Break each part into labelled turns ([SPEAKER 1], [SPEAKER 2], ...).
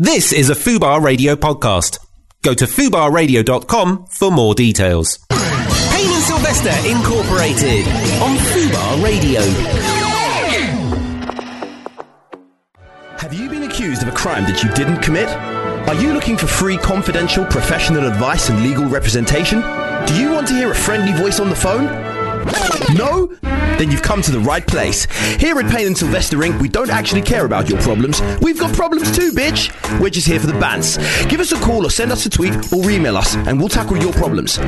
[SPEAKER 1] This is a Fubar Radio podcast. Go to fubarradio.com for more details. Payne and Sylvester Incorporated on Fubar Radio.
[SPEAKER 2] Have you been accused of a crime that you didn't commit? Are you looking for free, confidential, professional advice and legal representation? Do you want to hear a friendly voice on the phone? No? Then you've come to the right place. Here at Payne and Sylvester Inc., we don't actually care about your problems. We've got problems too, bitch. We're just here for the bants. Give us a call or send us a tweet or email us, and we'll tackle your problems.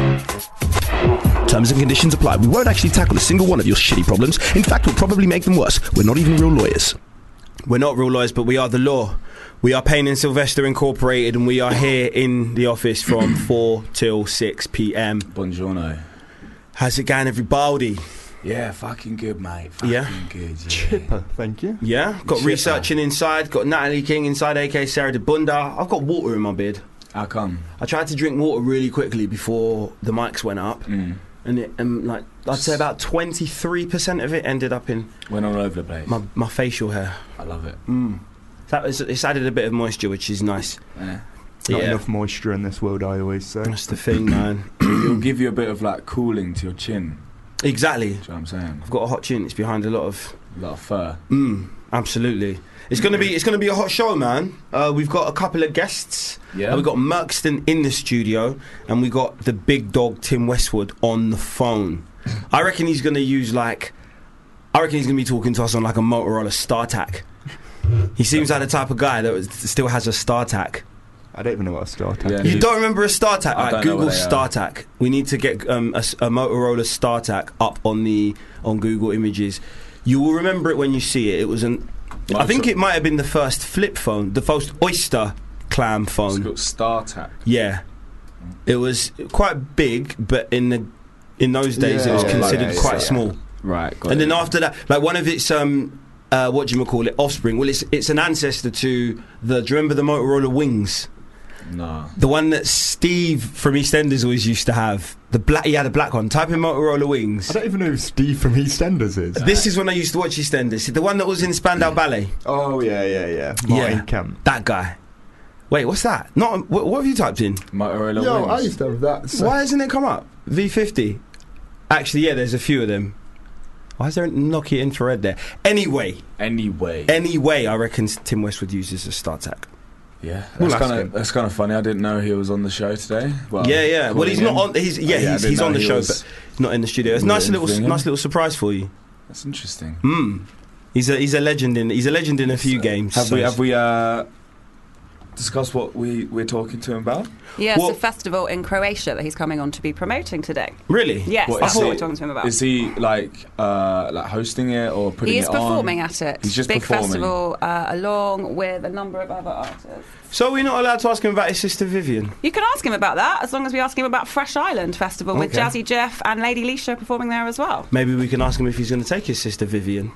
[SPEAKER 2] Terms and conditions apply. We won't actually tackle a single one of your shitty problems. In fact, we'll probably make them worse. We're not even real lawyers.
[SPEAKER 3] We're not real lawyers, but we are the law. We are Payne and Sylvester Incorporated, and we are here in the office from 4 till 6 p.m.
[SPEAKER 4] Buongiorno.
[SPEAKER 3] How's it going, everybody?
[SPEAKER 4] Yeah, fucking good, mate. Fucking
[SPEAKER 3] Yeah.
[SPEAKER 4] good. Yeah.
[SPEAKER 5] Thank you.
[SPEAKER 3] Yeah, got
[SPEAKER 4] Chipper.
[SPEAKER 3] researching inside, got Natalie King inside, aka Sarah de Bunda. I've got water in my beard.
[SPEAKER 4] How come?
[SPEAKER 3] I tried to drink water really quickly before the mics went up,
[SPEAKER 4] mm,
[SPEAKER 3] and it, and like I'd say about 23% of it ended up in
[SPEAKER 4] Went all over the place.
[SPEAKER 3] my, my facial hair.
[SPEAKER 4] I love it.
[SPEAKER 3] That was, it's added a bit of moisture, which is nice.
[SPEAKER 4] Yeah.
[SPEAKER 5] Not enough moisture in this world, I always say.
[SPEAKER 3] That's the thing, man.
[SPEAKER 4] It'll give you a bit of like cooling to your chin.
[SPEAKER 3] exactly.
[SPEAKER 4] Do you know what I'm saying?
[SPEAKER 3] I've got a hot chin. It's behind a lot of
[SPEAKER 4] A lot of fur.
[SPEAKER 3] Mm, absolutely. It's gonna be it's gonna be a hot show, man. Uh, we've got a couple of guests.
[SPEAKER 4] Yeah.
[SPEAKER 3] Uh, we've got Merkston in the studio, and we got the big dog Tim Westwood on the phone. I reckon he's gonna use like, I reckon he's gonna be talking to us on like a Motorola StarTAC. He seems like the type of guy that was, still has a StarTAC.
[SPEAKER 5] I don't even know what a star tag
[SPEAKER 4] Yeah.
[SPEAKER 5] is.
[SPEAKER 3] You don't remember a StarTAC?
[SPEAKER 4] I
[SPEAKER 3] Alright,
[SPEAKER 4] don't know
[SPEAKER 3] Google
[SPEAKER 4] what they are.
[SPEAKER 3] StarTAC. We need to get um, a, s- a Motorola StarTAC up on the on Google Images. You will remember it when you see it. It was an. I
[SPEAKER 4] Motor-
[SPEAKER 3] think it might have been the first flip phone, the first oyster clam
[SPEAKER 4] It's
[SPEAKER 3] phone.
[SPEAKER 4] got Star Tac.
[SPEAKER 3] Yeah, it was quite big, but in the in those days it
[SPEAKER 5] Yeah,
[SPEAKER 3] was
[SPEAKER 5] yeah,
[SPEAKER 3] considered
[SPEAKER 5] yeah, yeah,
[SPEAKER 3] quite
[SPEAKER 5] yeah.
[SPEAKER 3] small.
[SPEAKER 4] Right. Got
[SPEAKER 3] And
[SPEAKER 4] it.
[SPEAKER 3] then after that, like one of its um, uh, what do you call it, offspring? Well, it's it's an ancestor to the. Do you remember the Motorola Wings?
[SPEAKER 4] Nah.
[SPEAKER 3] The one that Steve from EastEnders always used to have. The black, he had a black one. Type in Motorola
[SPEAKER 5] I
[SPEAKER 3] Wings.
[SPEAKER 5] don't even know who Steve from EastEnders is.
[SPEAKER 3] This is when I used to watch EastEnders. The one that was in Spandau Ballet.
[SPEAKER 5] Oh, yeah, yeah, yeah.
[SPEAKER 3] Yeah.
[SPEAKER 5] Martin Kemp.
[SPEAKER 3] That guy. Wait, what's that? Not what, what have you typed in?
[SPEAKER 4] Motorola wings.
[SPEAKER 5] to have that.
[SPEAKER 3] Why hasn't it come up? V50. Actually, yeah, there's a few of them. Why is there a Nokia infrared there? Anyway,
[SPEAKER 4] Anyway.
[SPEAKER 3] Eh, anyway, I reckon Tim Westwood uses a StarTAC.
[SPEAKER 4] yeah.
[SPEAKER 5] We'll
[SPEAKER 4] That's
[SPEAKER 5] ask
[SPEAKER 4] kind
[SPEAKER 5] him.
[SPEAKER 4] of that's kind of funny. I didn't know he was on the show today. Well,
[SPEAKER 3] yeah, yeah. Well,
[SPEAKER 4] calling
[SPEAKER 3] he's not
[SPEAKER 4] in.
[SPEAKER 3] on. He's yeah,
[SPEAKER 4] Oh, I
[SPEAKER 3] he's,
[SPEAKER 4] didn't
[SPEAKER 3] he's
[SPEAKER 4] know
[SPEAKER 3] on the
[SPEAKER 4] he
[SPEAKER 3] show,
[SPEAKER 4] was-
[SPEAKER 3] but not in the studio. It's a nice
[SPEAKER 4] Yeah,
[SPEAKER 3] little,
[SPEAKER 4] bring him.
[SPEAKER 3] nice little surprise for you.
[SPEAKER 4] That's interesting.
[SPEAKER 3] Mm. He's a he's a legend in he's a legend in a few games.
[SPEAKER 4] Have
[SPEAKER 3] so
[SPEAKER 4] we
[SPEAKER 3] it's-
[SPEAKER 4] have we uh discussed what we we're talking to him about?
[SPEAKER 6] Yeah,
[SPEAKER 3] What-
[SPEAKER 6] it's a festival in Croatia that he's coming on to be promoting today.
[SPEAKER 3] really?
[SPEAKER 6] Yes,
[SPEAKER 4] What
[SPEAKER 6] that's
[SPEAKER 4] is
[SPEAKER 6] what
[SPEAKER 4] it?
[SPEAKER 6] we're talking to him about.
[SPEAKER 4] Is he like uh like hosting it or putting
[SPEAKER 6] He is
[SPEAKER 4] it on?
[SPEAKER 6] performing at it.
[SPEAKER 4] He's just
[SPEAKER 6] Big
[SPEAKER 4] performing.
[SPEAKER 6] festival uh, along with a number of other artists.
[SPEAKER 3] So we're not allowed to ask him about his sister Vivian.
[SPEAKER 6] You can ask him about that as long as we ask him about Fresh Island Festival with
[SPEAKER 3] Okay.
[SPEAKER 6] Jazzy Jeff and Lady Leisha performing there as well.
[SPEAKER 3] Maybe we can ask him if he's going to take his sister Vivian.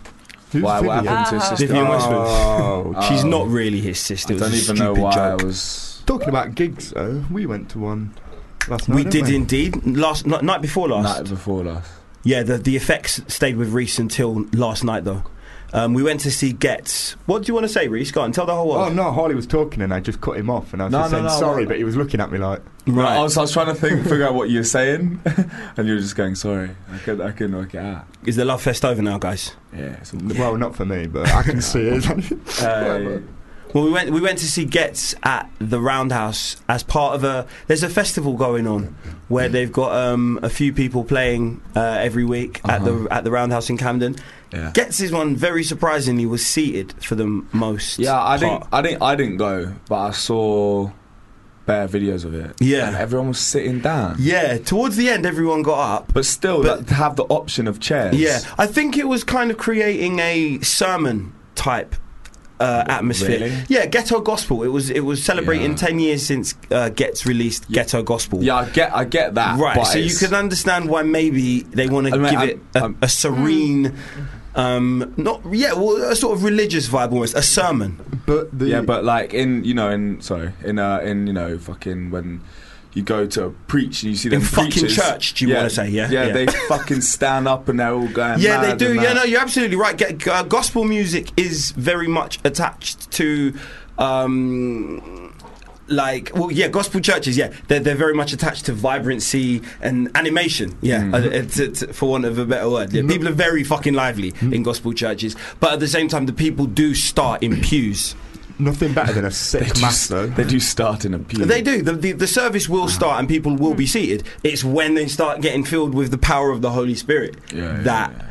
[SPEAKER 5] Who's
[SPEAKER 4] Why? What
[SPEAKER 5] Vivian?
[SPEAKER 4] happened to his
[SPEAKER 6] Ah.
[SPEAKER 4] sister?
[SPEAKER 3] Vivian Westwood.
[SPEAKER 5] Oh,
[SPEAKER 3] She's
[SPEAKER 4] Oh.
[SPEAKER 3] not really his sister.
[SPEAKER 4] I
[SPEAKER 3] It was
[SPEAKER 4] don't
[SPEAKER 3] a
[SPEAKER 4] even know why
[SPEAKER 3] stupid
[SPEAKER 4] I
[SPEAKER 3] joke.
[SPEAKER 4] was.
[SPEAKER 5] Talking about gigs, though, we went to one last night.
[SPEAKER 3] We
[SPEAKER 5] didn't
[SPEAKER 3] did indeed last n- night before last.
[SPEAKER 4] Night before last.
[SPEAKER 3] Yeah, the the effects stayed with Reese until last night though. Um, we went to see Gets. What do you want to say, Reese? Go on, tell the whole
[SPEAKER 5] Oh
[SPEAKER 3] world.
[SPEAKER 5] no, Harley was talking and I just cut him off and I was
[SPEAKER 4] No,
[SPEAKER 5] just
[SPEAKER 4] no,
[SPEAKER 5] saying
[SPEAKER 4] no,
[SPEAKER 5] sorry,
[SPEAKER 4] no.
[SPEAKER 5] but he was looking at me like
[SPEAKER 4] Right. Oh, I was, I was trying to think, figure out what you were saying, and you were just going, "Sorry, I couldn't, I couldn't work it out."
[SPEAKER 3] Is the love fest over now, guys?
[SPEAKER 4] Yeah. It's all
[SPEAKER 5] well not for me, but I can see it.
[SPEAKER 4] Uh,
[SPEAKER 3] Um, Well, we went we went to see Gets at the Roundhouse as part of a. There's a festival going on where they've got um, a few people playing uh, every week at
[SPEAKER 4] Uh-huh.
[SPEAKER 3] the at the Roundhouse in Camden.
[SPEAKER 4] yeah.
[SPEAKER 3] Gets' one very surprisingly was seated for the m- most.
[SPEAKER 4] Yeah. I
[SPEAKER 3] part.
[SPEAKER 4] didn't. I didn't. I didn't go, but I saw bare videos of it.
[SPEAKER 3] Yeah.
[SPEAKER 4] And everyone was sitting down,
[SPEAKER 3] Yeah, towards the end, everyone got up.
[SPEAKER 4] but still,
[SPEAKER 3] But-
[SPEAKER 4] like, to have the option of chairs.
[SPEAKER 3] Yeah, I think it was kind of creating a sermon type. Uh, atmosphere,
[SPEAKER 4] Really?
[SPEAKER 3] yeah. Ghetto gospel. It was it was celebrating
[SPEAKER 4] Yeah.
[SPEAKER 3] ten years since uh, Gets released. Ghetto gospel.
[SPEAKER 4] Yeah. I get. I get that.
[SPEAKER 3] Right,
[SPEAKER 4] but
[SPEAKER 3] so you
[SPEAKER 4] it's-
[SPEAKER 3] can understand why maybe they want to
[SPEAKER 4] Uh, I mean,
[SPEAKER 3] give
[SPEAKER 4] I'm-
[SPEAKER 3] it a,
[SPEAKER 4] I'm-
[SPEAKER 3] a serene, um, not yeah, well, a sort of religious vibe almost, a sermon.
[SPEAKER 5] but the
[SPEAKER 4] yeah, but like in you know in sorry in uh in you know fucking when you go to preach and you see
[SPEAKER 3] In
[SPEAKER 4] them
[SPEAKER 3] fucking
[SPEAKER 4] preachers-
[SPEAKER 3] church, do you wanna say, yeah?
[SPEAKER 4] yeah
[SPEAKER 3] Yeah.
[SPEAKER 4] they fucking stand up and they're all going
[SPEAKER 3] yeah, they
[SPEAKER 4] mad
[SPEAKER 3] do.
[SPEAKER 4] and
[SPEAKER 3] Yeah,
[SPEAKER 4] that.
[SPEAKER 3] no, you're absolutely right. Get, uh, gospel music is very much attached to Um, like well yeah gospel churches yeah they're, they're very much attached to vibrancy and animation yeah
[SPEAKER 4] Mm.
[SPEAKER 3] uh, it's- it's- for want of a better word
[SPEAKER 4] Mm-hmm.
[SPEAKER 3] yeah, people are very fucking lively in gospel churches but at the same time the people do start in pews
[SPEAKER 5] Nothing better than a
[SPEAKER 4] They
[SPEAKER 5] sick
[SPEAKER 4] do,
[SPEAKER 5] mass,
[SPEAKER 4] s-
[SPEAKER 5] though.
[SPEAKER 4] they do start in a pew.
[SPEAKER 3] They do. The, the, the service will start and people will be seated. It's when they start getting filled with the power of the Holy Spirit
[SPEAKER 4] Yeah, yeah,
[SPEAKER 3] that
[SPEAKER 4] yeah.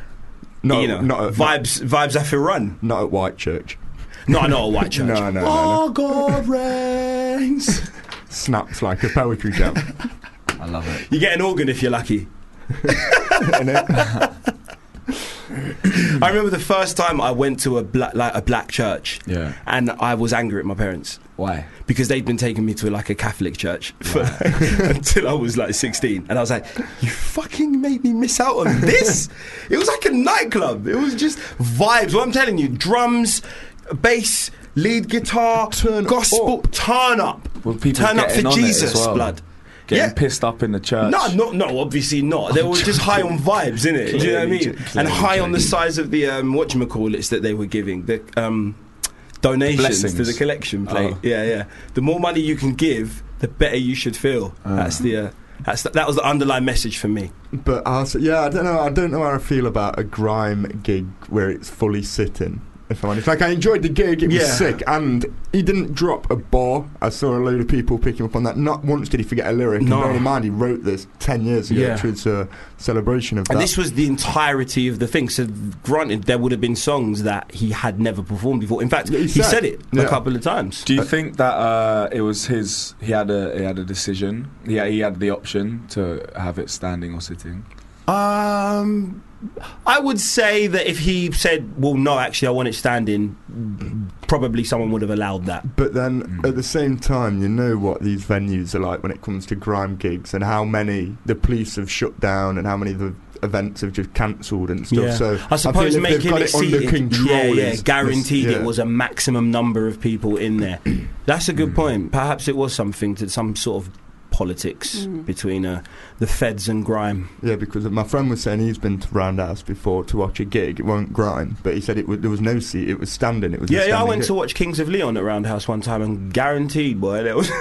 [SPEAKER 5] No,
[SPEAKER 3] you know
[SPEAKER 5] not at,
[SPEAKER 3] vibes vibes have to run.
[SPEAKER 5] Not, not at White Church.
[SPEAKER 3] No, not a white church.
[SPEAKER 5] No, no, no, no.
[SPEAKER 3] Oh God reigns.
[SPEAKER 5] Snaps like a poetry jam.
[SPEAKER 4] I love it.
[SPEAKER 3] you get an organ if you're lucky.
[SPEAKER 5] innit?
[SPEAKER 3] I remember the first time I went to a black like a black church,
[SPEAKER 4] Yeah.
[SPEAKER 3] and I was angry at my parents
[SPEAKER 4] Why?
[SPEAKER 3] because they'd been taking me to like a Catholic church for, until I was like 16, and I was like, "You fucking made me miss out on this." it was like a nightclub. It was just vibes. What I'm telling you, drums, bass, lead guitar,
[SPEAKER 5] Turn
[SPEAKER 3] gospel,
[SPEAKER 5] up.
[SPEAKER 3] turn up,
[SPEAKER 4] Were people
[SPEAKER 3] turn up
[SPEAKER 4] getting
[SPEAKER 3] for
[SPEAKER 4] on it as
[SPEAKER 3] Jesus,
[SPEAKER 4] well?
[SPEAKER 3] blood.
[SPEAKER 4] Getting
[SPEAKER 3] Yeah.
[SPEAKER 4] pissed up in the church.
[SPEAKER 3] No, no, no. Obviously not. They were just high on vibes, innit? Do you know what I
[SPEAKER 4] Clearly,
[SPEAKER 3] mean? And
[SPEAKER 4] clearly,
[SPEAKER 3] high on the
[SPEAKER 4] clearly.
[SPEAKER 3] size of the um, whatchamacallits that they were giving the um, donations
[SPEAKER 4] Blessings.
[SPEAKER 3] to the collection plate.
[SPEAKER 4] Oh.
[SPEAKER 3] Yeah, yeah. The more money you can give, the better you should feel.
[SPEAKER 4] Ah.
[SPEAKER 3] That's the. Uh, that's the, that was the underlying message for me.
[SPEAKER 5] but I was, yeah, I don't know. I don't know how I feel about a grime gig where it's fully sitting. If I'm honest, like I enjoyed the gig, it was
[SPEAKER 3] Yeah.
[SPEAKER 5] sick, and he didn't drop a bar. I saw a load of people picking up on that. Not once did he forget a lyric.
[SPEAKER 3] No.
[SPEAKER 5] And bearing in mind, he wrote this ten years ago,
[SPEAKER 3] Yeah.
[SPEAKER 5] which was a celebration of
[SPEAKER 3] And
[SPEAKER 5] that.
[SPEAKER 3] this was the entirety of the thing. So, granted, there would have been songs that he had never performed before. In fact,
[SPEAKER 5] Yeah,
[SPEAKER 3] he,
[SPEAKER 5] he
[SPEAKER 3] said,
[SPEAKER 5] said.
[SPEAKER 3] it a
[SPEAKER 5] Yeah.
[SPEAKER 3] couple of times.
[SPEAKER 4] Do you think that uh, it was his? He had a he had a decision. Yeah, he had the option to have it standing or sitting.
[SPEAKER 3] Um, I would say that if he said, "Well, no, actually, I want it standing," probably someone would have allowed that.
[SPEAKER 5] But then
[SPEAKER 3] Hmm.
[SPEAKER 5] at the same time, you know what these venues are like when it comes to grime gigs and how many the police have shut down and how many of the events have just cancelled and stuff.
[SPEAKER 3] Yeah.
[SPEAKER 5] So
[SPEAKER 3] I suppose
[SPEAKER 5] feel if
[SPEAKER 3] making
[SPEAKER 5] they've got
[SPEAKER 3] it,
[SPEAKER 5] it, under
[SPEAKER 3] seated-
[SPEAKER 5] control.
[SPEAKER 3] yeah, yeah,
[SPEAKER 5] is-
[SPEAKER 3] guaranteed
[SPEAKER 5] is-
[SPEAKER 3] it
[SPEAKER 5] yeah.
[SPEAKER 3] was a maximum number of people in there. That's a good point. Perhaps it was something to some sort of politics
[SPEAKER 6] Mm.
[SPEAKER 3] between uh, the feds and grime.
[SPEAKER 5] Yeah, because my friend was saying he's been to Roundhouse before to watch a gig. It won't grime, but he said it was, there was no seat. It was standing. It was a
[SPEAKER 3] Yeah, yeah. I
[SPEAKER 5] standing
[SPEAKER 3] went
[SPEAKER 5] gig.
[SPEAKER 3] to watch Kings of Leon at Roundhouse one time, and guaranteed, boy, there was.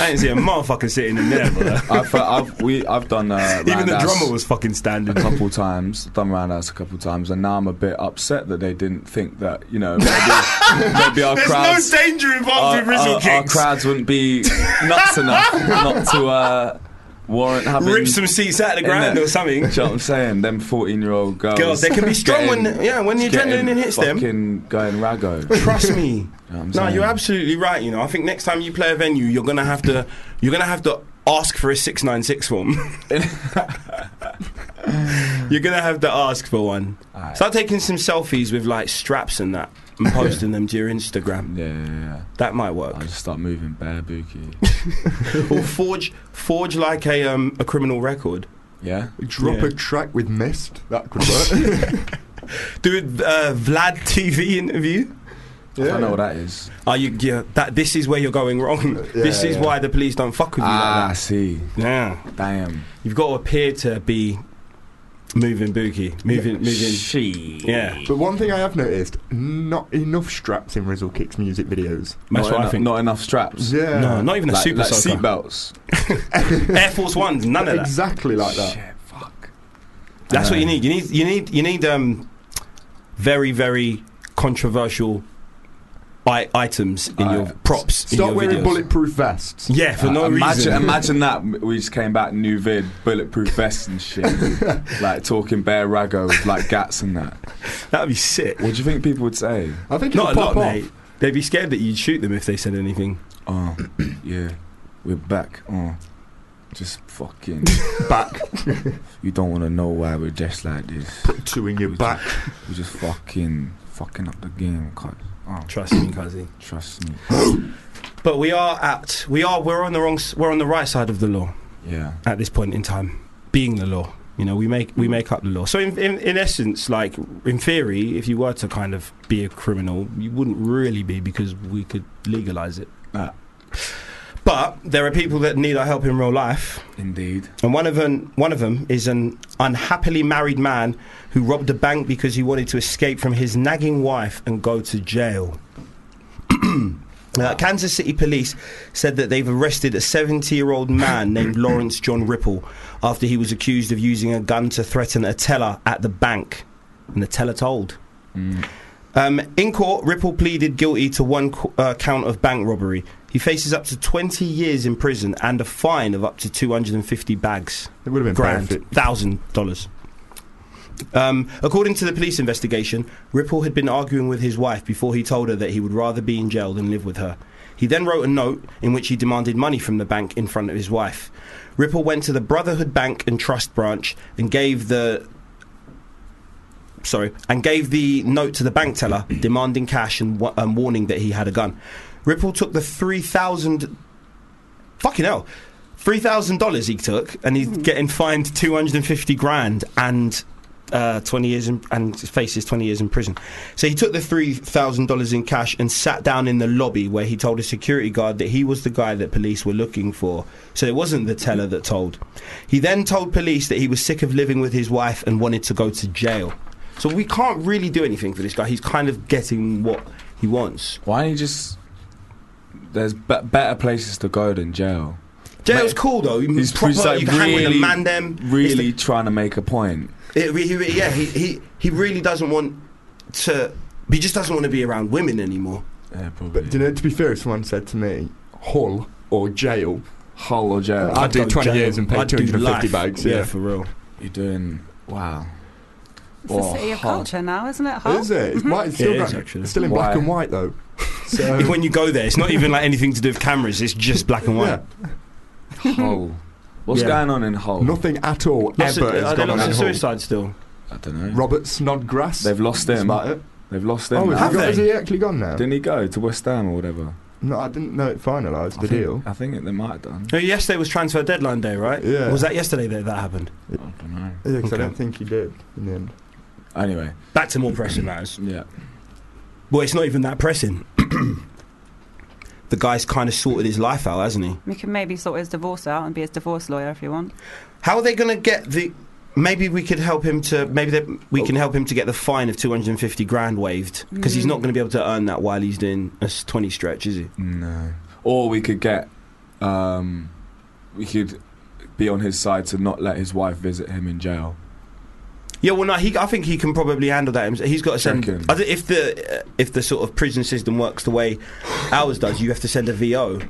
[SPEAKER 3] I didn't see a motherfucker sitting in there, brother.
[SPEAKER 4] I've, uh, I've we I've done uh,
[SPEAKER 3] Even the
[SPEAKER 4] Roundhouse
[SPEAKER 3] drummer was fucking
[SPEAKER 4] a
[SPEAKER 3] standing.
[SPEAKER 4] couple times. Done Roundhouse a couple times, and now I'm a bit upset that they didn't think that you know maybe, maybe our crowds.
[SPEAKER 3] danger involved
[SPEAKER 4] our, our- our crowds wouldn't be nuts enough not to uh, warrant having
[SPEAKER 3] Rip some seats out of the ground
[SPEAKER 4] Innit?
[SPEAKER 3] or something.
[SPEAKER 4] Do you know what I'm saying? Them 14 year old girls.
[SPEAKER 3] Girls, they can be strong when- yeah, when the
[SPEAKER 4] getting
[SPEAKER 3] adrenaline hits them.
[SPEAKER 4] fucking Going rago.
[SPEAKER 3] Trust me.
[SPEAKER 4] You know what I'm
[SPEAKER 3] no,
[SPEAKER 4] saying?
[SPEAKER 3] you're absolutely right. You know, I think next time you play a venue, you're gonna have to, you're gonna have to ask for a six nine six form. you're gonna have to ask for one.
[SPEAKER 4] Alright.
[SPEAKER 3] Start taking some selfies with like straps and that, and posting them to your Instagram.
[SPEAKER 4] Yeah, yeah, yeah.
[SPEAKER 3] That might work.
[SPEAKER 4] I'll just start moving bare bookie.
[SPEAKER 3] or forge, forge like a um a criminal record.
[SPEAKER 4] Yeah?
[SPEAKER 5] drop
[SPEAKER 3] Yeah.
[SPEAKER 5] a track with mist. That could work.
[SPEAKER 3] Do a uh, Vlad TV interview.
[SPEAKER 4] I don't know what that is.
[SPEAKER 3] Are you yeah, that this is where you're going wrong. this is
[SPEAKER 5] yeah.
[SPEAKER 3] why the police don't fuck with you
[SPEAKER 4] Ah, I
[SPEAKER 3] like
[SPEAKER 4] see.
[SPEAKER 3] that. Yeah.
[SPEAKER 4] Damn.
[SPEAKER 3] You've got to appear to be moving boogie. Moving moving
[SPEAKER 4] She.
[SPEAKER 3] Yeah.
[SPEAKER 5] But one thing I have noticed: not enough straps in Rizzle Kicks music videos.
[SPEAKER 3] That's
[SPEAKER 4] not
[SPEAKER 3] what
[SPEAKER 4] enough,
[SPEAKER 3] I think.
[SPEAKER 4] Not enough straps.
[SPEAKER 5] Yeah,
[SPEAKER 3] no, not even a
[SPEAKER 4] Like,
[SPEAKER 3] super
[SPEAKER 4] like
[SPEAKER 3] soaker.
[SPEAKER 4] seatbelts.
[SPEAKER 3] Air Force Ones, none of that.
[SPEAKER 5] exactly like that.
[SPEAKER 4] Shit, fuck.
[SPEAKER 3] That's what
[SPEAKER 4] Uh,
[SPEAKER 3] you need. You need you need you need um very, very controversial I- items in your
[SPEAKER 4] Alright.
[SPEAKER 3] props. in
[SPEAKER 5] Start
[SPEAKER 3] your
[SPEAKER 5] wearing
[SPEAKER 3] videos.
[SPEAKER 5] bulletproof vests.
[SPEAKER 3] Yeah, for
[SPEAKER 4] Uh,
[SPEAKER 3] no
[SPEAKER 4] imagine,
[SPEAKER 3] reason.
[SPEAKER 4] Imagine that we just came back new vid, bulletproof vests and shit, like talking bare rago with like gats and that.
[SPEAKER 3] That'd be sick.
[SPEAKER 4] What do you think people would say?
[SPEAKER 5] I think it'll
[SPEAKER 3] Not a
[SPEAKER 5] pop
[SPEAKER 3] lot,
[SPEAKER 5] off.
[SPEAKER 3] mate. They'd be scared that you'd shoot them if they said anything.
[SPEAKER 4] Oh, yeah, we're back. Oh, just fucking.
[SPEAKER 5] Back
[SPEAKER 4] You don't want to know why we're just like this.
[SPEAKER 5] two in your
[SPEAKER 4] We
[SPEAKER 5] back.
[SPEAKER 4] just- We just fucking fucking up the game. Cause, oh,
[SPEAKER 3] Trust me, Kazi.
[SPEAKER 4] trust me.
[SPEAKER 3] But we are at we are we're on the wrong s- we're on the right side of the law
[SPEAKER 4] Yeah.
[SPEAKER 3] at this point in time, being the law. You know, we make we make up the law. So in, in in essence, like in theory, if you were to kind of be a criminal, you wouldn't really be because we could legalize it.
[SPEAKER 4] Ah.
[SPEAKER 3] But there are people that need our help in real life,
[SPEAKER 4] Indeed.
[SPEAKER 3] and one of them one of them is an unhappily married man who robbed a bank because he wanted to escape from his nagging wife and go to jail. Uh, Kansas City police said that they've arrested a 70 year old man named Lawrence John Ripple after he was accused of using a gun to threaten a teller at the bank. And the teller told.
[SPEAKER 4] Mm.
[SPEAKER 3] Um, in court, Ripple pleaded guilty to one co- uh, count of bank robbery. He faces up to 20 years in prison and a fine of up to 250 bags
[SPEAKER 5] It would have been
[SPEAKER 3] grand,
[SPEAKER 5] perfect.
[SPEAKER 3] thousand dollars. Um, according to the police investigation, Ripple had been arguing with his wife before he told her that he would rather be in jail than live with her. He then wrote a note in which he demanded money from the bank in front of his wife. Ripple went to the Brotherhood Bank and Trust branch and gave the sorry and gave the note to the bank teller demanding cash and, wa- and warning that he had a gun. Ripple took the three thousand fucking hell. Three thousand dollars he took, and he's getting fined two hundred and fifty grand and uh, twenty years in, and faces twenty years in prison. So he took the three thousand dollars in cash and sat down in the lobby where he told a security guard that he was the guy that police were looking for. So it wasn't the teller that told. He then told police that he was sick of living with his wife and wanted to go to jail. So we can't really do anything for this guy. He's kind of getting what he wants.
[SPEAKER 4] Why don't you just? There's be- better places to go than jail.
[SPEAKER 3] Jail's cool though. He's proper.
[SPEAKER 4] he's like
[SPEAKER 3] you can hang with the man them. It's the
[SPEAKER 4] really trying to make a point.
[SPEAKER 3] It, he, he- yeah, he, he, he really doesn't want to. He just doesn't want to be around women anymore.
[SPEAKER 4] Yeah, probably.
[SPEAKER 5] But do you know, to be fair, if someone said to me, Hull or jail,
[SPEAKER 4] Hull or jail?
[SPEAKER 5] I'd do
[SPEAKER 3] go
[SPEAKER 5] 20
[SPEAKER 3] jail.
[SPEAKER 5] years and pay
[SPEAKER 3] I'd do
[SPEAKER 5] 250
[SPEAKER 3] life.
[SPEAKER 5] bags, yeah.
[SPEAKER 3] for real.
[SPEAKER 4] You're doing wow.
[SPEAKER 6] It's the
[SPEAKER 4] Or
[SPEAKER 6] city of
[SPEAKER 4] Hull.
[SPEAKER 6] culture now, isn't it? Hull?
[SPEAKER 5] is it? It's, white, it's
[SPEAKER 3] It
[SPEAKER 5] still,
[SPEAKER 3] is,
[SPEAKER 5] black-
[SPEAKER 3] actually.
[SPEAKER 5] it's still in black
[SPEAKER 4] Why?
[SPEAKER 5] and white though. So
[SPEAKER 3] when you go there, it's not even like anything to do with cameras. It's just black and white.
[SPEAKER 5] yeah,
[SPEAKER 4] Hull. What's
[SPEAKER 3] Yeah.
[SPEAKER 4] going on in Hull?
[SPEAKER 5] nothing at all
[SPEAKER 3] Lots
[SPEAKER 5] ever
[SPEAKER 3] of,
[SPEAKER 5] has
[SPEAKER 3] are there
[SPEAKER 5] gone on
[SPEAKER 3] lots
[SPEAKER 5] at
[SPEAKER 3] of
[SPEAKER 5] Hull.
[SPEAKER 3] suicide still?
[SPEAKER 4] I don't know.
[SPEAKER 5] Robert Snodgrass.
[SPEAKER 4] They've lost
[SPEAKER 5] That's
[SPEAKER 4] him.
[SPEAKER 5] about it.
[SPEAKER 4] They've lost him.
[SPEAKER 5] Oh, has
[SPEAKER 4] now.
[SPEAKER 5] he, got,
[SPEAKER 3] they?
[SPEAKER 5] has he actually gone now?
[SPEAKER 4] Didn't he go to West Ham or whatever?
[SPEAKER 5] no, I didn't know it finalised
[SPEAKER 4] I
[SPEAKER 5] the
[SPEAKER 4] think,
[SPEAKER 5] deal.
[SPEAKER 4] I think it, they might have done.
[SPEAKER 3] No, yesterday was transfer deadline day, right?
[SPEAKER 5] Yeah.
[SPEAKER 3] Was that yesterday that that happened?
[SPEAKER 4] I don't know.
[SPEAKER 5] Yeah, 'cause
[SPEAKER 3] Okay.
[SPEAKER 5] I don't think he did in the end.
[SPEAKER 4] Anyway,
[SPEAKER 3] Back to more pressing matters.
[SPEAKER 4] yeah.
[SPEAKER 3] Well, it's not even that pressing. the guy's kind of sorted his life out, hasn't he?
[SPEAKER 6] We can maybe sort his divorce out and be his divorce lawyer if you want.
[SPEAKER 3] How are they going to get the? Maybe we could help him to. Maybe they, we
[SPEAKER 6] Oh.
[SPEAKER 3] can help him to get the fine of two hundred and fifty grand waived because he's
[SPEAKER 6] Mm.
[SPEAKER 3] not going to be able to earn that while he's doing a s- twenty stretch, is he?
[SPEAKER 4] No. Or we could get, um, we could be on his side to not let his wife visit him in jail.
[SPEAKER 3] Yeah, well, no. He, I think he can probably handle that. himself. He's got to send.
[SPEAKER 4] Reckon.
[SPEAKER 3] I thi- if the uh, if the sort of prison system works the way ours does, you have to send a VO,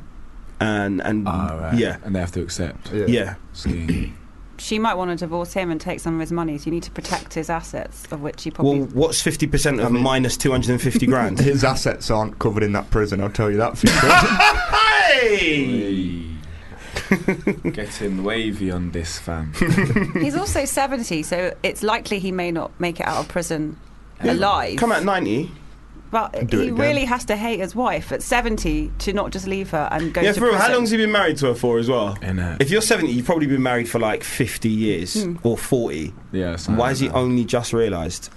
[SPEAKER 3] and and
[SPEAKER 6] Ah,
[SPEAKER 3] yeah,
[SPEAKER 4] And they have to accept.
[SPEAKER 5] Mm. Yeah.
[SPEAKER 3] yeah.
[SPEAKER 4] See.
[SPEAKER 6] She might want to divorce him and take some of his money, so you need to protect his assets, of which he probably.
[SPEAKER 3] Well, what's fifty percent of minus two hundred and fifty grand?
[SPEAKER 5] His assets aren't covered in that prison. I'll tell you that for sure.
[SPEAKER 3] hey,
[SPEAKER 4] Getting wavy on this fam.
[SPEAKER 6] He's also 70, so it's likely he may not make it out of prison alive.
[SPEAKER 3] come at ninety.
[SPEAKER 6] But
[SPEAKER 5] Do it
[SPEAKER 6] he
[SPEAKER 5] again.
[SPEAKER 6] really has to hate his wife at 70 to not just leave her and go
[SPEAKER 3] Yeah,
[SPEAKER 6] to
[SPEAKER 3] for real.
[SPEAKER 6] prison.
[SPEAKER 3] How long's he been married to her for as well?
[SPEAKER 4] In it.
[SPEAKER 3] If you're 70, you've probably been married for like 50 years
[SPEAKER 6] Hmm.
[SPEAKER 3] or 40.
[SPEAKER 4] Yeah. so-
[SPEAKER 3] Why has he only just realised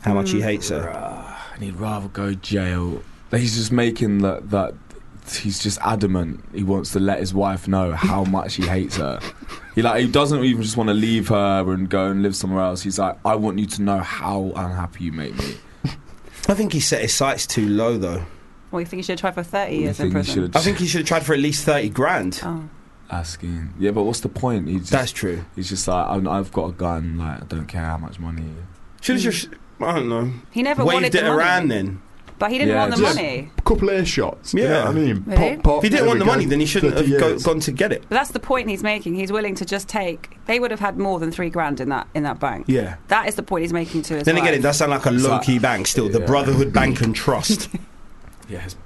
[SPEAKER 3] how much
[SPEAKER 6] Hmm.
[SPEAKER 3] he hates her?
[SPEAKER 4] Bruh, And he'd rather go jail. He's just making that that. He's just adamant. He wants to let his wife know how much he hates her. He like he doesn't even just want to leave her and go and live somewhere else. He's like, I want you to know how unhappy you make me.
[SPEAKER 3] I think he set his sights too low, though.
[SPEAKER 6] Well, you think he should try for 30
[SPEAKER 4] You
[SPEAKER 6] years in
[SPEAKER 4] think you
[SPEAKER 6] prison?
[SPEAKER 4] should
[SPEAKER 3] I think he should have tried for at least 30 grand.
[SPEAKER 6] Oh.
[SPEAKER 4] asking. Yeah, but what's the point? He's
[SPEAKER 3] That's
[SPEAKER 4] just,
[SPEAKER 3] true.
[SPEAKER 4] he's just like, I'm, I've got a gun. Like, I don't care how much money.
[SPEAKER 3] Should have just, I don't know,
[SPEAKER 6] He Hmm. never wanted
[SPEAKER 3] waved
[SPEAKER 6] the
[SPEAKER 3] it
[SPEAKER 6] money.
[SPEAKER 3] around then.
[SPEAKER 6] But he didn't
[SPEAKER 4] Yeah,
[SPEAKER 6] want the
[SPEAKER 4] just-
[SPEAKER 6] money.
[SPEAKER 5] couple air shots. you
[SPEAKER 3] Yeah.
[SPEAKER 5] know what I mean,
[SPEAKER 6] Really?
[SPEAKER 5] pop, pop,
[SPEAKER 3] If he didn't
[SPEAKER 5] there
[SPEAKER 3] want
[SPEAKER 5] we
[SPEAKER 3] the
[SPEAKER 5] go.
[SPEAKER 3] money, then he shouldn't
[SPEAKER 5] 30
[SPEAKER 3] have go,
[SPEAKER 5] years.
[SPEAKER 3] gone to get it.
[SPEAKER 6] But that's the point he's making. He's willing to just take. They would have had more than three grand in that in that bank.
[SPEAKER 3] Yeah.
[SPEAKER 6] That is the point he's making to his
[SPEAKER 3] Then again,
[SPEAKER 6] wife.
[SPEAKER 3] it does sound like a low key bank still. The
[SPEAKER 4] Yeah.
[SPEAKER 3] Brotherhood Bank and Trust.
[SPEAKER 4] Yeah, it's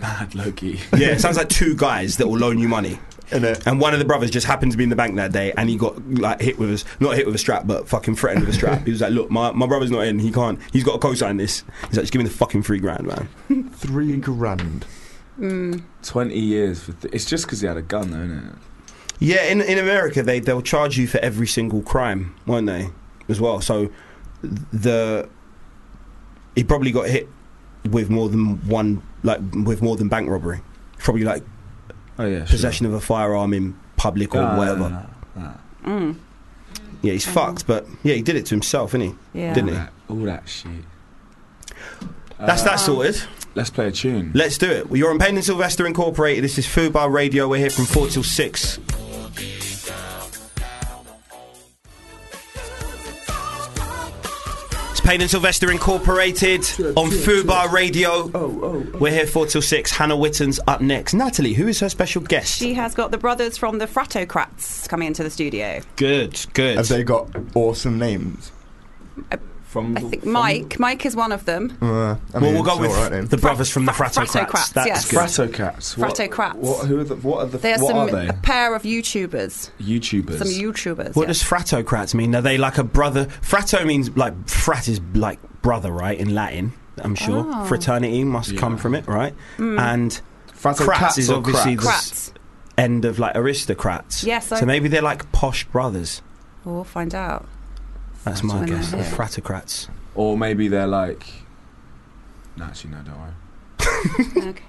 [SPEAKER 4] mad Loki.
[SPEAKER 3] yeah, it sounds like two guys that will loan you money.
[SPEAKER 5] And it-
[SPEAKER 3] And one of the brothers just happened to be in the bank that day, and he got like hit with us, not hit with a strap, but fucking threatened with a strap. He was like, "Look, my, my brother's not in. He can't. He's got to co-sign this." He's like, "Just give me the fucking three grand, man."
[SPEAKER 5] three grand.
[SPEAKER 6] Mm.
[SPEAKER 4] 20 years. For th- it's just because he had a gun, though, isn't it?
[SPEAKER 3] Yeah, in in America, they they'll charge you for every single crime, won't they? As well, so the he probably got hit with more than one, like with more than bank robbery. Probably like
[SPEAKER 4] Oh, yeah.
[SPEAKER 3] possession of a firearm in public or
[SPEAKER 4] Sure. Ah,
[SPEAKER 3] whatever.
[SPEAKER 4] ah, ah.
[SPEAKER 6] Mm.
[SPEAKER 3] Yeah, he's
[SPEAKER 6] Mhm.
[SPEAKER 3] fucked, but yeah, he did it to himself, didn't he?
[SPEAKER 6] Yeah.
[SPEAKER 3] Didn't
[SPEAKER 4] all
[SPEAKER 3] he?
[SPEAKER 4] that, all that shit.
[SPEAKER 3] That's that sorted.
[SPEAKER 4] Let's play a tune.
[SPEAKER 3] Let's do it. Well, you're on Payne and Sylvester Incorporated. This is Food Bar Radio. We're here from 4 till 6. It's Payne and Sylvester Incorporated on Food Bar Radio. We're here 4 till 6. Hannah Witten's up next. Natalie, who is her special guest?
[SPEAKER 6] She has got the brothers from the Fratocrats coming into the studio.
[SPEAKER 3] good, good.
[SPEAKER 5] Have they got awesome names?
[SPEAKER 4] From
[SPEAKER 6] I think Mike. Mike is one of them.
[SPEAKER 5] Uh, I
[SPEAKER 3] well,
[SPEAKER 5] mean,
[SPEAKER 3] we'll go
[SPEAKER 5] it's
[SPEAKER 3] with
[SPEAKER 5] alright then.
[SPEAKER 3] the brothers from the Fratocrats.
[SPEAKER 6] Fratocrats,
[SPEAKER 3] That's
[SPEAKER 6] yes.
[SPEAKER 3] good.
[SPEAKER 4] Fratto Cats. What-
[SPEAKER 6] Fratto Crats.
[SPEAKER 4] What, who are the, what are the?
[SPEAKER 6] They are
[SPEAKER 4] what
[SPEAKER 6] some
[SPEAKER 4] are they?
[SPEAKER 6] a pair of YouTubers.
[SPEAKER 4] YouTubers.
[SPEAKER 6] Some YouTubers.
[SPEAKER 3] What
[SPEAKER 6] yeah.
[SPEAKER 3] does fratocrats mean? Are they like a brother? Fratto means like frat is like brother, right? In Latin, I'm sure
[SPEAKER 6] Oh.
[SPEAKER 3] fraternity must come from it, right?
[SPEAKER 6] Mm.
[SPEAKER 3] And
[SPEAKER 4] Fratto
[SPEAKER 3] Crats
[SPEAKER 4] Cats
[SPEAKER 3] is
[SPEAKER 4] or
[SPEAKER 3] obviously
[SPEAKER 4] Crats?
[SPEAKER 3] the-
[SPEAKER 6] Crats.
[SPEAKER 3] end of like aristocrats.
[SPEAKER 6] Yes,
[SPEAKER 3] So
[SPEAKER 6] I-
[SPEAKER 3] maybe they're like posh brothers.
[SPEAKER 6] We'll find out.
[SPEAKER 3] That's my
[SPEAKER 6] Fratto-
[SPEAKER 3] guess.
[SPEAKER 6] Yeah.
[SPEAKER 3] Fratocrats.
[SPEAKER 4] or maybe they're like. No, actually, no, don't worry.
[SPEAKER 6] Okay.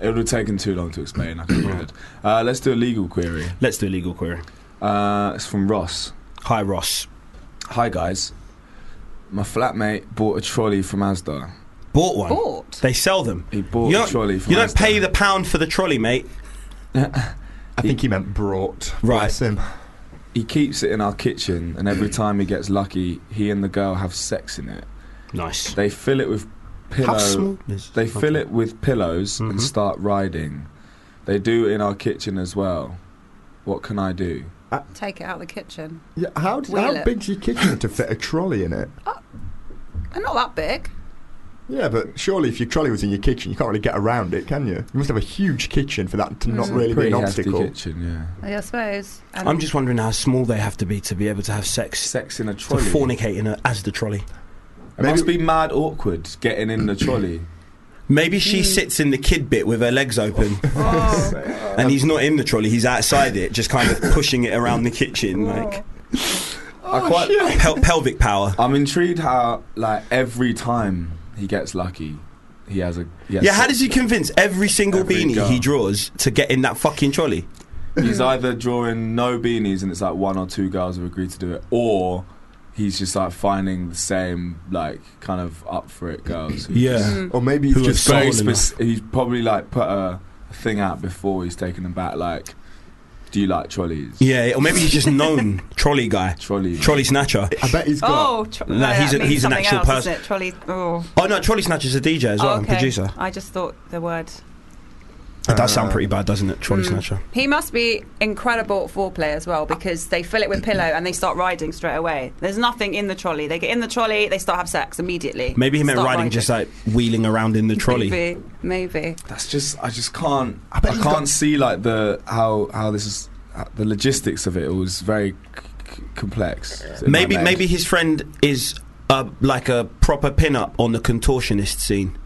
[SPEAKER 4] It would have taken too long to explain. I could have read it. Uh, let's do a legal query.
[SPEAKER 3] Let's do a legal query.
[SPEAKER 4] Uh, it's from Ross.
[SPEAKER 3] Hi, Ross.
[SPEAKER 4] Hi guys, my flatmate bought a trolley from Asda.
[SPEAKER 3] Bought one.
[SPEAKER 6] Bought.
[SPEAKER 3] They sell them.
[SPEAKER 4] He bought
[SPEAKER 3] You
[SPEAKER 4] a
[SPEAKER 3] don't-
[SPEAKER 4] trolley from
[SPEAKER 3] You don't
[SPEAKER 4] Asda.
[SPEAKER 3] pay the pound for the trolley, mate.
[SPEAKER 5] I think he meant brought.
[SPEAKER 3] Right.
[SPEAKER 5] Bless him.
[SPEAKER 4] He keeps it in our kitchen, and every time he gets lucky, he and the girl have sex in it.
[SPEAKER 3] Nice.
[SPEAKER 4] They fill it with
[SPEAKER 3] How
[SPEAKER 4] pillow.
[SPEAKER 3] small is-
[SPEAKER 4] They fill it with pillows
[SPEAKER 3] Mhm.
[SPEAKER 4] and start riding. They do it in our kitchen as well. What can I do?
[SPEAKER 6] Take it out of the kitchen.
[SPEAKER 5] Yeah, how d-
[SPEAKER 6] Wheel
[SPEAKER 5] how
[SPEAKER 6] it.
[SPEAKER 5] big's your kitchen to fit a trolley in it?
[SPEAKER 6] They're not that big.
[SPEAKER 5] Yeah, but surely if your trolley was in your kitchen, you can't really get around it, can you? You must have a huge kitchen for that to
[SPEAKER 3] Mm.
[SPEAKER 5] not really be
[SPEAKER 4] Pretty
[SPEAKER 5] an
[SPEAKER 4] hefty
[SPEAKER 5] obstacle.
[SPEAKER 4] kitchen, yeah.
[SPEAKER 6] I suppose. And
[SPEAKER 3] I'm just wondering how small they have to be to be able to have sex,
[SPEAKER 4] Sex in a
[SPEAKER 3] to
[SPEAKER 4] trolley.
[SPEAKER 3] fornicate in a, as the trolley.
[SPEAKER 4] It must be mad awkward getting in the trolley.
[SPEAKER 3] Maybe she sits in the kid bit with her legs open,
[SPEAKER 6] oh,
[SPEAKER 3] and he's not in the trolley. He's outside it, just kind of pushing it around the kitchen,
[SPEAKER 6] Oh.
[SPEAKER 3] like Oh,
[SPEAKER 5] Oh,
[SPEAKER 4] I quite,
[SPEAKER 3] pel- pelvic power.
[SPEAKER 4] I'm intrigued how like every time he gets lucky, he has a he has
[SPEAKER 3] Yeah, how
[SPEAKER 4] sex.
[SPEAKER 3] does he convince every single
[SPEAKER 4] Every
[SPEAKER 3] beanie
[SPEAKER 4] girl.
[SPEAKER 3] he draws to get in that fucking trolley?
[SPEAKER 4] he's either drawing no beanies and it's like one or two girls have agreed to do it, or he's just like finding the same like kind of up for it girls. who just-
[SPEAKER 6] mm.
[SPEAKER 5] Or maybe he's
[SPEAKER 3] Who
[SPEAKER 5] just
[SPEAKER 3] are
[SPEAKER 4] very
[SPEAKER 3] Soul enough.
[SPEAKER 4] spec- he's probably like put a thing out before he's taken them back. Like, do you like trolleys?
[SPEAKER 3] Yeah, or maybe he's just known trolley guy,
[SPEAKER 4] Trolleys.
[SPEAKER 3] trolley snatcher.
[SPEAKER 5] I bet he's got.
[SPEAKER 6] Oh, tro-
[SPEAKER 3] Nah,
[SPEAKER 6] no,
[SPEAKER 3] he's
[SPEAKER 6] that
[SPEAKER 3] a-
[SPEAKER 6] means
[SPEAKER 3] he's an
[SPEAKER 6] something
[SPEAKER 3] actual
[SPEAKER 6] else,
[SPEAKER 3] person.
[SPEAKER 6] Isn't it? Trolley. Oh.
[SPEAKER 3] Oh no, trolley snatcher's a DJ as well, and
[SPEAKER 6] okay.
[SPEAKER 3] producer.
[SPEAKER 6] I just thought the word.
[SPEAKER 3] That does sound
[SPEAKER 5] Uh,
[SPEAKER 3] pretty bad, doesn't it?
[SPEAKER 6] Mm.
[SPEAKER 3] Trolley snatcher.
[SPEAKER 6] He must be incredible at foreplay as well because they fill it with pillow and they start riding straight away. There's nothing in the trolley. They get in the trolley, they start have sex immediately.
[SPEAKER 3] Maybe he meant
[SPEAKER 6] Start
[SPEAKER 3] riding, just like wheeling around in the trolley.
[SPEAKER 6] Maybe, maybe.
[SPEAKER 4] That's just I just can't I,
[SPEAKER 5] bet
[SPEAKER 4] can't
[SPEAKER 5] he's got-
[SPEAKER 4] see like the how how this is uh, the logistics of it. It was very c- c- complex. in my
[SPEAKER 3] Maybe
[SPEAKER 4] head.
[SPEAKER 3] maybe his friend is uh, like a proper pin-up on the contortionist scene.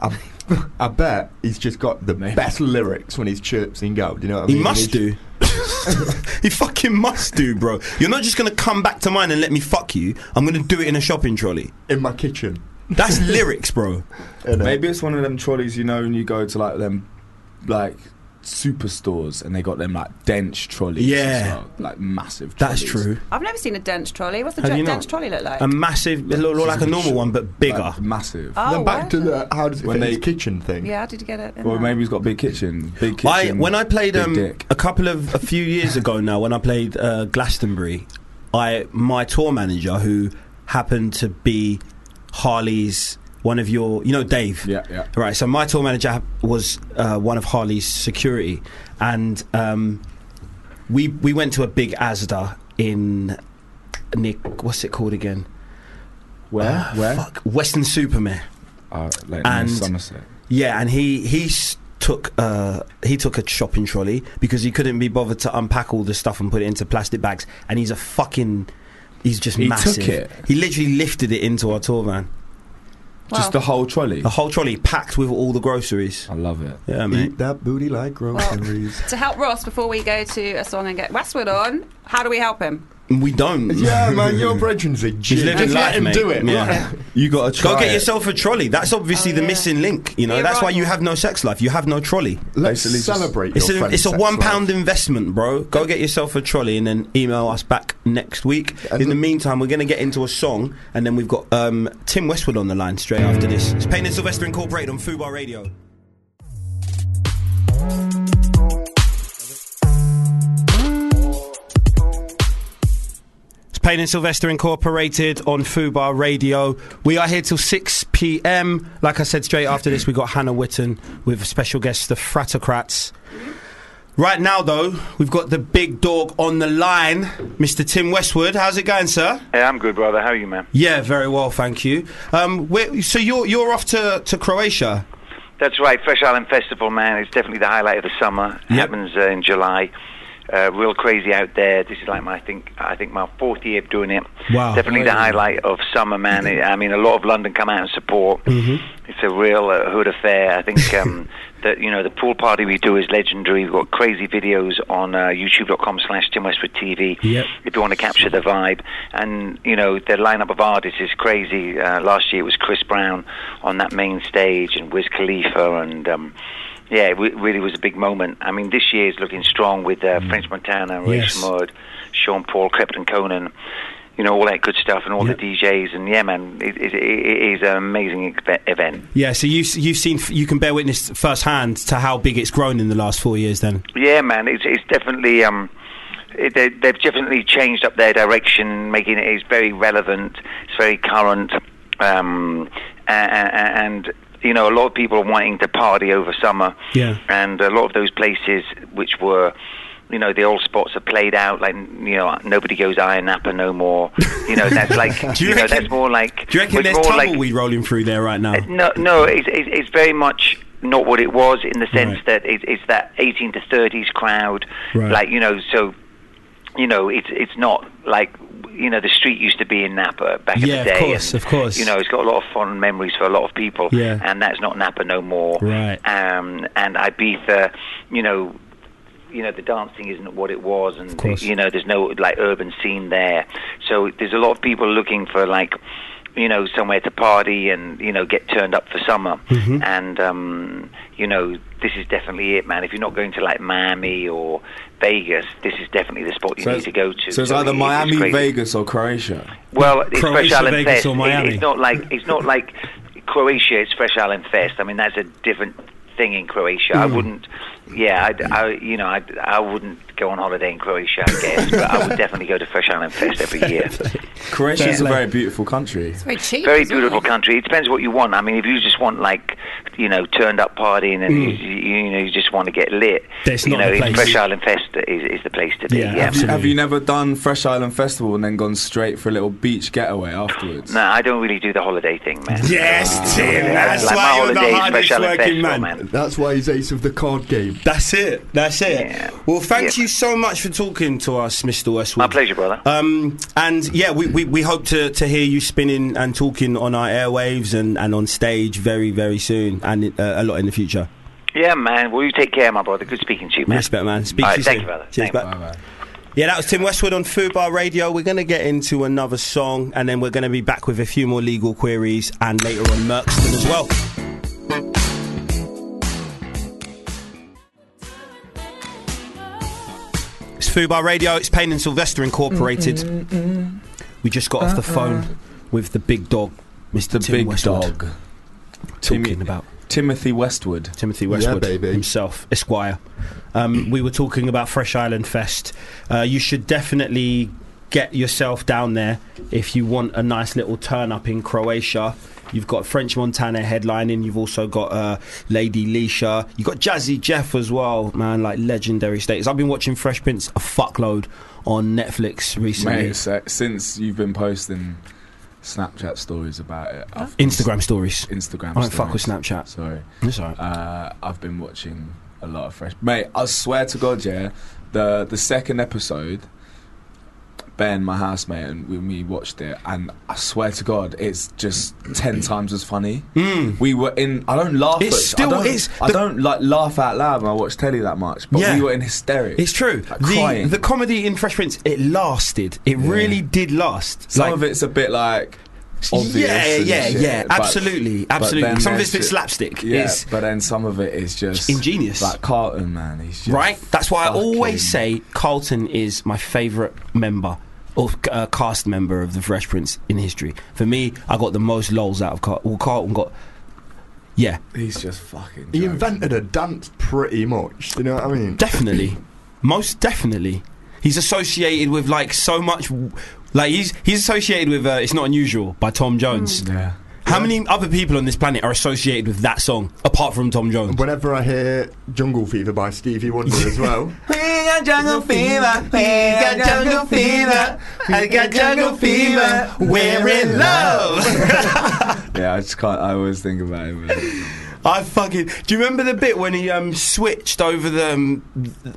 [SPEAKER 5] I,
[SPEAKER 3] Oh.
[SPEAKER 5] I bet he's just got the
[SPEAKER 4] Maybe.
[SPEAKER 5] best lyrics when he's chirping gold. You know what I
[SPEAKER 3] He
[SPEAKER 5] mean?
[SPEAKER 3] must
[SPEAKER 5] He's-
[SPEAKER 3] do. he fucking must do, bro. You're not just gonna come back to mine and let me fuck you. I'm gonna do it in a shopping trolley.
[SPEAKER 5] in my kitchen.
[SPEAKER 3] That's lyrics, bro.
[SPEAKER 5] innit?
[SPEAKER 4] maybe it's one of them trolleys you know, and you go to like them like superstores, and they got them like dense trolleys. as
[SPEAKER 3] Yeah.
[SPEAKER 4] well, like massive.
[SPEAKER 3] That's
[SPEAKER 4] trolleys.
[SPEAKER 3] true.
[SPEAKER 6] I've never seen a dense trolley. What's the
[SPEAKER 3] Have
[SPEAKER 6] dre-
[SPEAKER 3] you not? Um,
[SPEAKER 6] dense trolley look like?
[SPEAKER 3] A massive, it look- look like a normal one, but
[SPEAKER 4] Like,
[SPEAKER 3] bigger.
[SPEAKER 4] massive.
[SPEAKER 6] oh,
[SPEAKER 5] then back
[SPEAKER 6] wow.
[SPEAKER 5] to
[SPEAKER 3] um,
[SPEAKER 5] the how does it
[SPEAKER 4] When
[SPEAKER 5] fit in his
[SPEAKER 4] they-
[SPEAKER 5] kitchen thing?
[SPEAKER 6] Yeah, how did you get it? in
[SPEAKER 4] Well,
[SPEAKER 6] there?
[SPEAKER 4] maybe he's got big kitchen. Big kitchen.
[SPEAKER 3] I when I played
[SPEAKER 4] big
[SPEAKER 3] um,
[SPEAKER 4] dick.
[SPEAKER 3] a couple of a few years ago now when I played uh, Glastonbury, I my tour manager who happened to be Harley's one of your you know Dave
[SPEAKER 4] yeah yeah.
[SPEAKER 3] Right, so my tour manager was uh, one of Harley's security, and um, we we went to a big ASDA in Nick. What's it called again?
[SPEAKER 4] Where
[SPEAKER 3] Ah,
[SPEAKER 5] Eh?
[SPEAKER 4] where?
[SPEAKER 3] Fuck, Western Supermare.
[SPEAKER 4] Uh, like
[SPEAKER 3] And-
[SPEAKER 4] near Somerset.
[SPEAKER 3] Yeah, and he he s- took uh, he took a shopping trolley because he couldn't be bothered to unpack all the stuff and put it into plastic bags, and he's a fucking. He's just
[SPEAKER 4] He took
[SPEAKER 3] massive.
[SPEAKER 4] it?
[SPEAKER 3] He literally lifted it into our tour van.
[SPEAKER 6] Well,
[SPEAKER 4] Just the whole trolley.
[SPEAKER 3] A whole trolley packed with all the groceries.
[SPEAKER 4] I love it.
[SPEAKER 3] Yeah, mate.
[SPEAKER 5] Eat that booty like groceries.
[SPEAKER 6] to help Ross before we go to a song and get Westwood on, how do we help him?
[SPEAKER 3] We don't.
[SPEAKER 5] Yeah, man, your brethren's a
[SPEAKER 3] He's
[SPEAKER 5] G.
[SPEAKER 3] living
[SPEAKER 5] Just
[SPEAKER 3] life,
[SPEAKER 5] let him
[SPEAKER 3] mate.
[SPEAKER 5] do it.
[SPEAKER 3] Yeah.
[SPEAKER 5] You gotta try
[SPEAKER 3] Go get
[SPEAKER 5] it.
[SPEAKER 3] yourself a trolley. That's obviously
[SPEAKER 6] Oh,
[SPEAKER 3] the
[SPEAKER 6] yeah.
[SPEAKER 3] missing link. You know,
[SPEAKER 6] You're
[SPEAKER 3] that's why
[SPEAKER 6] right.
[SPEAKER 3] you have no sex life. You have no trolley.
[SPEAKER 5] Let's
[SPEAKER 4] Basically just-
[SPEAKER 5] celebrate
[SPEAKER 3] It's
[SPEAKER 5] your
[SPEAKER 3] a,
[SPEAKER 5] friend's
[SPEAKER 3] it's a
[SPEAKER 5] sex
[SPEAKER 3] one pound
[SPEAKER 5] life.
[SPEAKER 3] investment, bro. Go get yourself a trolley and then email us back next week.
[SPEAKER 5] And
[SPEAKER 3] In the
[SPEAKER 5] the-
[SPEAKER 3] meantime, we're going to get into a song and then we've got um, Tim Westwood on the line straight after this. It's Payne and Sylvester Incorporated on Fubar Radio. It's Payne and Sylvester Incorporated on Fubar Radio. We are here till 6 p.m. Like I said, straight after this, we got Hannah Witten with special guest, the Fratocrats. Right now, though, we've got the big dog on the line, Mr. Tim Westwood. How's it going, sir?
[SPEAKER 7] Hey, I'm good, brother. How are you, man?
[SPEAKER 3] Yeah, very well, thank you. Um, where- so you're you're off to, to Croatia.
[SPEAKER 7] That's right. Fresh Island Festival, man. It's definitely the highlight of the summer.
[SPEAKER 3] Yep.
[SPEAKER 7] Happens uh, in July. Uh, real crazy out there. This is like my, I think, I think my fourth year of doing it.
[SPEAKER 3] Wow.
[SPEAKER 7] Definitely the highlight of summer, man.
[SPEAKER 3] Mm-hmm.
[SPEAKER 7] I mean, a lot of London come out and support. It's a real uh, hood affair. I think um, that you know the pool party we do is legendary. We've got crazy videos on uh, YouTube.com/slash Tim Westwood TV.
[SPEAKER 3] Yep.
[SPEAKER 7] If you want to capture the vibe, and you know the lineup of artists is crazy. Uh, last year it was Chris Brown on that main stage, and Wiz Khalifa, and um, yeah, it w- really was a big moment. I mean, this year is looking strong with uh, French Montana, Ray
[SPEAKER 3] Yes.
[SPEAKER 7] Shmurd, Sean Paul, Captain Conan. You know all that good stuff and all
[SPEAKER 3] Yep.
[SPEAKER 7] the DJs and yeah, man, it, it, it is an amazing ev- event.
[SPEAKER 3] Yeah, so you you've seen you can bear witness firsthand to how big it's grown in the last four years. Then
[SPEAKER 7] Yeah, man, it's it's definitely um, it, they, they've definitely changed up their direction, making it is very relevant, it's very current, um, and, and you know a lot of people are wanting to party over summer.
[SPEAKER 3] Yeah.
[SPEAKER 7] and a lot of those places which were. You know the old spots are played out, like you know nobody goes Iron Napa no more. You know that's like
[SPEAKER 3] Do you
[SPEAKER 7] you, know
[SPEAKER 3] reckon-
[SPEAKER 7] that's more like
[SPEAKER 3] do you reckon
[SPEAKER 7] it's
[SPEAKER 3] there's
[SPEAKER 7] more like-
[SPEAKER 3] tumbleweed rolling through there right now?
[SPEAKER 7] Uh, no, no, it's, it's, it's very much not what it was in the sense
[SPEAKER 3] Right.
[SPEAKER 7] that it, it's that 18 to 30s crowd,
[SPEAKER 3] Right.
[SPEAKER 7] like you know, so you know, it's it's not like you know the street used to be in Napa back
[SPEAKER 3] Yeah,
[SPEAKER 7] in
[SPEAKER 3] of
[SPEAKER 7] the day.
[SPEAKER 3] course,
[SPEAKER 7] and,
[SPEAKER 3] of course.
[SPEAKER 7] You know, it's got a lot of fond memories for a lot of people,
[SPEAKER 3] Yeah.
[SPEAKER 7] and that's not Napa no more.
[SPEAKER 3] Right.
[SPEAKER 7] Um, and Ibiza, you know. You know the dancing isn't what it was, and
[SPEAKER 3] course.
[SPEAKER 7] you know there's no like urban scene there. So there's a lot of people looking for like, you know, somewhere to party and you know get turned up for summer.
[SPEAKER 4] Mm-hmm.
[SPEAKER 7] And um, you know this is definitely it, man. If you're not going to like Miami or Vegas, this is definitely the spot you need to go to.
[SPEAKER 4] So it's
[SPEAKER 7] So
[SPEAKER 4] either
[SPEAKER 7] it-
[SPEAKER 4] Miami,
[SPEAKER 7] crazy.
[SPEAKER 4] Vegas, or Croatia.
[SPEAKER 7] Well, it's
[SPEAKER 3] Croatia,
[SPEAKER 7] Fresh Island
[SPEAKER 3] Vegas,
[SPEAKER 7] Fest.
[SPEAKER 3] or
[SPEAKER 7] It-
[SPEAKER 3] Miami.
[SPEAKER 7] it's not like it's not like Croatia. It's Fresh Island Fest. I mean, that's a different thing in Croatia.
[SPEAKER 3] Hmm.
[SPEAKER 7] I wouldn't. Yeah, I'd, I you know I'd, I wouldn't go on holiday in Croatia. I guess, but I would definitely go to Fresh Island Fest every year.
[SPEAKER 4] Croatia is a
[SPEAKER 3] Fair play.
[SPEAKER 4] very beautiful country.
[SPEAKER 8] Very cheap.
[SPEAKER 7] Very
[SPEAKER 8] as well.
[SPEAKER 7] beautiful country. It depends what you want. I mean, if you just want like, you know, turned up partying and you, you know you just want to get lit,
[SPEAKER 3] Hmm. That's
[SPEAKER 7] you
[SPEAKER 3] not
[SPEAKER 7] know,
[SPEAKER 3] the place.
[SPEAKER 7] Fresh Island Fest is, is the place to be.
[SPEAKER 3] Yeah,
[SPEAKER 7] Yeah.
[SPEAKER 3] absolutely.
[SPEAKER 4] Have you never done Fresh Island Festival and then gone straight for a little beach getaway afterwards?
[SPEAKER 7] No, I don't really do the holiday thing, man.
[SPEAKER 3] Yes, Tim. That's
[SPEAKER 7] like
[SPEAKER 3] why
[SPEAKER 7] my
[SPEAKER 3] you're the
[SPEAKER 7] holiday is
[SPEAKER 3] hardest
[SPEAKER 7] Fresh Island
[SPEAKER 3] working
[SPEAKER 7] Festival,
[SPEAKER 3] man.
[SPEAKER 7] man.
[SPEAKER 5] That's why he's ace of the card game.
[SPEAKER 3] That's it. That's it.
[SPEAKER 7] Yeah.
[SPEAKER 3] Well, thank
[SPEAKER 7] Yeah.
[SPEAKER 3] you so much for talking to us, Mr. Westwood.
[SPEAKER 7] My pleasure, brother.
[SPEAKER 3] Um, and yeah, we, we, we hope to, to hear you spinning and talking on our airwaves and, and on stage very, very soon and uh, a lot in the future.
[SPEAKER 7] Yeah, man. Well, you take care, my brother. Good speaking to you, man.
[SPEAKER 3] Respect, man. Speak to
[SPEAKER 7] All right,
[SPEAKER 3] you
[SPEAKER 7] thank
[SPEAKER 3] soon.
[SPEAKER 7] you, brother.
[SPEAKER 3] Cheers,
[SPEAKER 7] Thank you.
[SPEAKER 3] bye. Yeah, that was Tim Westwood on Food Bar Radio. We're going to get into another song, and then we're going to be back with a few more legal queries and later on Merkston as well. It's Food Bar Radio. It's Payne and Sylvester Incorporated. We just got off the phone with the big dog, Mr.
[SPEAKER 4] The
[SPEAKER 3] Tim
[SPEAKER 4] big
[SPEAKER 3] Westwood,
[SPEAKER 4] dog.
[SPEAKER 3] talking
[SPEAKER 4] Timmy-
[SPEAKER 3] about
[SPEAKER 4] Timothy Westwood.
[SPEAKER 3] Timothy Westwood
[SPEAKER 5] baby.
[SPEAKER 3] himself, Esquire. Um, we were talking about Fresh Island Fest. Uh, you should definitely get yourself down there if you want a nice little turn up in Croatia. You've got French Montana headlining. You've also got uh, Lady Leisha. You've got Jazzy Jeff as well, man. Like legendary status. I've been watching Fresh Prince a fuckload on Netflix recently.
[SPEAKER 4] Mate, so- since you've been posting Snapchat stories about it, I've been-
[SPEAKER 3] Instagram stories.
[SPEAKER 4] Instagram.
[SPEAKER 3] I don't fuck with Snapchat.
[SPEAKER 4] Sorry,
[SPEAKER 3] It's alright.
[SPEAKER 4] uh, I've been watching a lot of Fresh. Mate, I swear to God, yeah, the the second episode, Ben, my housemate, and we, we watched it, and I swear to God, it's just ten times as funny. We were in. I don't laugh.
[SPEAKER 3] It's
[SPEAKER 4] at,
[SPEAKER 3] still-
[SPEAKER 4] I don't,
[SPEAKER 3] it's
[SPEAKER 4] I
[SPEAKER 3] the-
[SPEAKER 4] don't like laugh out loud when I watch telly that much, but
[SPEAKER 3] Yeah.
[SPEAKER 4] we were in hysterics.
[SPEAKER 3] It's true.
[SPEAKER 4] Like,
[SPEAKER 3] the,
[SPEAKER 4] crying.
[SPEAKER 3] the comedy in Fresh Prince, it lasted. It really did last.
[SPEAKER 4] Some
[SPEAKER 3] Like-
[SPEAKER 4] of it's a bit like. Obvious
[SPEAKER 3] yeah,
[SPEAKER 4] and
[SPEAKER 3] yeah,
[SPEAKER 4] shit,
[SPEAKER 3] yeah.
[SPEAKER 4] but-
[SPEAKER 3] Absolutely,
[SPEAKER 4] but
[SPEAKER 3] absolutely.
[SPEAKER 4] then
[SPEAKER 3] Some of
[SPEAKER 4] there's
[SPEAKER 3] it's a bit
[SPEAKER 4] shit-
[SPEAKER 3] slapstick.
[SPEAKER 4] Yeah,
[SPEAKER 3] It's-
[SPEAKER 4] but then some of it is just
[SPEAKER 3] ingenious.
[SPEAKER 4] Like Carlton, man, he's just
[SPEAKER 3] right? That's why I
[SPEAKER 4] fucking-
[SPEAKER 3] always say Carlton is my favourite member or uh, cast member of the Fresh Prince in history. For me, I got the most lols out of Carlton. Well, Carlton got, yeah,
[SPEAKER 4] He's just fucking.
[SPEAKER 5] He
[SPEAKER 4] joking.
[SPEAKER 5] invented a dance pretty much. Do you know what I mean?
[SPEAKER 3] definitely, most definitely. He's associated with like so much, like he's he's associated with uh, "It's Not Unusual" by Tom Jones.
[SPEAKER 4] Mm. Yeah.
[SPEAKER 3] How many other people on this planet are associated with that song apart from Tom Jones?
[SPEAKER 5] Whenever I hear Jungle Fever by Stevie Wonder as well,
[SPEAKER 3] We got jungle fever, we got jungle fever, I got jungle fever, we're in love.
[SPEAKER 4] Yeah, I just can't. I always think about him. man.
[SPEAKER 3] I fucking. Do you remember the bit when he um switched over the? Um,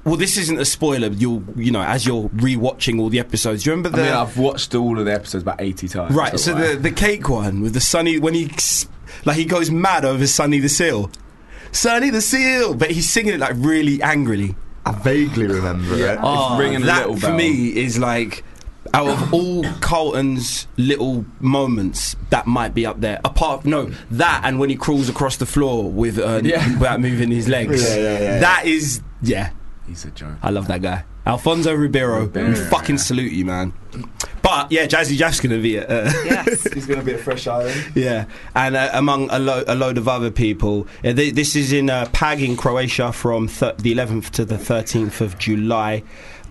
[SPEAKER 3] well, this isn't a spoiler. You'll you know as you're rewatching all the episodes. Do you remember
[SPEAKER 4] I
[SPEAKER 3] the?
[SPEAKER 4] mean, I've watched all of the episodes about eighty times.
[SPEAKER 3] right. So
[SPEAKER 4] like-
[SPEAKER 3] the the cake one with the Sunny when he s- like he goes mad over Sunny the Seal. Sunny the Seal, but he's singing it like really angrily.
[SPEAKER 5] I vaguely remember it.
[SPEAKER 3] Oh,
[SPEAKER 4] ringing a
[SPEAKER 3] that
[SPEAKER 4] little
[SPEAKER 3] for
[SPEAKER 4] bell.
[SPEAKER 3] me is like out of all Colton's little moments, that might be up there. Apart, no, that and when he crawls across the floor with uh,
[SPEAKER 4] Yeah.
[SPEAKER 3] without moving his legs.
[SPEAKER 5] Yeah, yeah, yeah.
[SPEAKER 3] That is, yeah,
[SPEAKER 4] he's a joke.
[SPEAKER 3] I love that guy, Alfonso Ribeiro.
[SPEAKER 4] Ribeiro,
[SPEAKER 3] we fucking salute you, man. But yeah, Jazzy Jaff's gonna be at. Uh,
[SPEAKER 6] Yes.
[SPEAKER 4] He's gonna be a fresh island.
[SPEAKER 3] yeah, and uh, among a, lo- a load of other people. Uh, th- this is in uh, Pag in Croatia from th- the 11th to the 13th of July.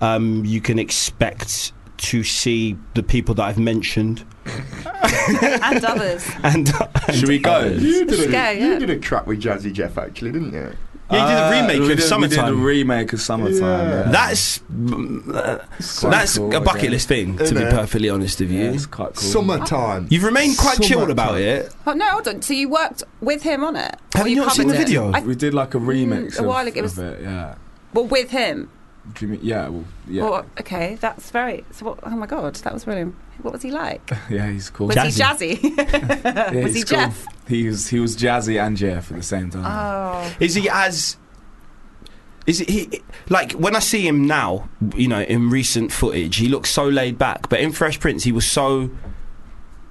[SPEAKER 3] Um, you can expect to see the people that I've mentioned.
[SPEAKER 6] and others.
[SPEAKER 3] And
[SPEAKER 4] Should we go?
[SPEAKER 5] You did, a,
[SPEAKER 6] Let's go,
[SPEAKER 5] you
[SPEAKER 6] yeah.
[SPEAKER 5] did a track with Jazzy Jeff actually, didn't you?
[SPEAKER 3] yeah, you did a remake
[SPEAKER 4] Uh, we
[SPEAKER 3] of
[SPEAKER 4] did, We did a
[SPEAKER 3] Summertime.
[SPEAKER 4] remake of summertime.
[SPEAKER 5] Yeah.
[SPEAKER 4] yeah.
[SPEAKER 3] that's mm, uh,
[SPEAKER 4] quite
[SPEAKER 3] that's
[SPEAKER 4] cool,
[SPEAKER 3] a
[SPEAKER 4] I
[SPEAKER 3] bucket
[SPEAKER 4] guess.
[SPEAKER 3] list thing, to be
[SPEAKER 5] Innit?
[SPEAKER 3] perfectly honest with
[SPEAKER 4] yeah,
[SPEAKER 3] you.
[SPEAKER 4] it's quite cool.
[SPEAKER 5] Summertime.
[SPEAKER 3] You've remained quite chilled about it.
[SPEAKER 6] Oh, no, hold on. So you worked with him on it?
[SPEAKER 3] Have
[SPEAKER 6] Or
[SPEAKER 3] you not seen
[SPEAKER 6] covered
[SPEAKER 3] the
[SPEAKER 6] it?
[SPEAKER 3] video?
[SPEAKER 6] I,
[SPEAKER 4] We did like a remix
[SPEAKER 6] Mm, a while
[SPEAKER 4] of,
[SPEAKER 6] ago, it was-
[SPEAKER 4] of it. Yeah.
[SPEAKER 6] well, with him.
[SPEAKER 4] Do you mean, yeah. Well, yeah.
[SPEAKER 6] Well, okay, that's very. So what, oh my god, that was brilliant. What was he like?
[SPEAKER 4] yeah. He's cool.
[SPEAKER 6] Was
[SPEAKER 3] Jazzy.
[SPEAKER 6] he jazzy?
[SPEAKER 4] Yeah,
[SPEAKER 6] was he
[SPEAKER 4] he's cool.
[SPEAKER 6] Jeff?
[SPEAKER 4] He was. He was jazzy and Jeff at the same time.
[SPEAKER 6] Oh,
[SPEAKER 3] Is he as is he, he like when I see him now? You know, in recent footage, he looks so laid back. But in Fresh Prince, he was so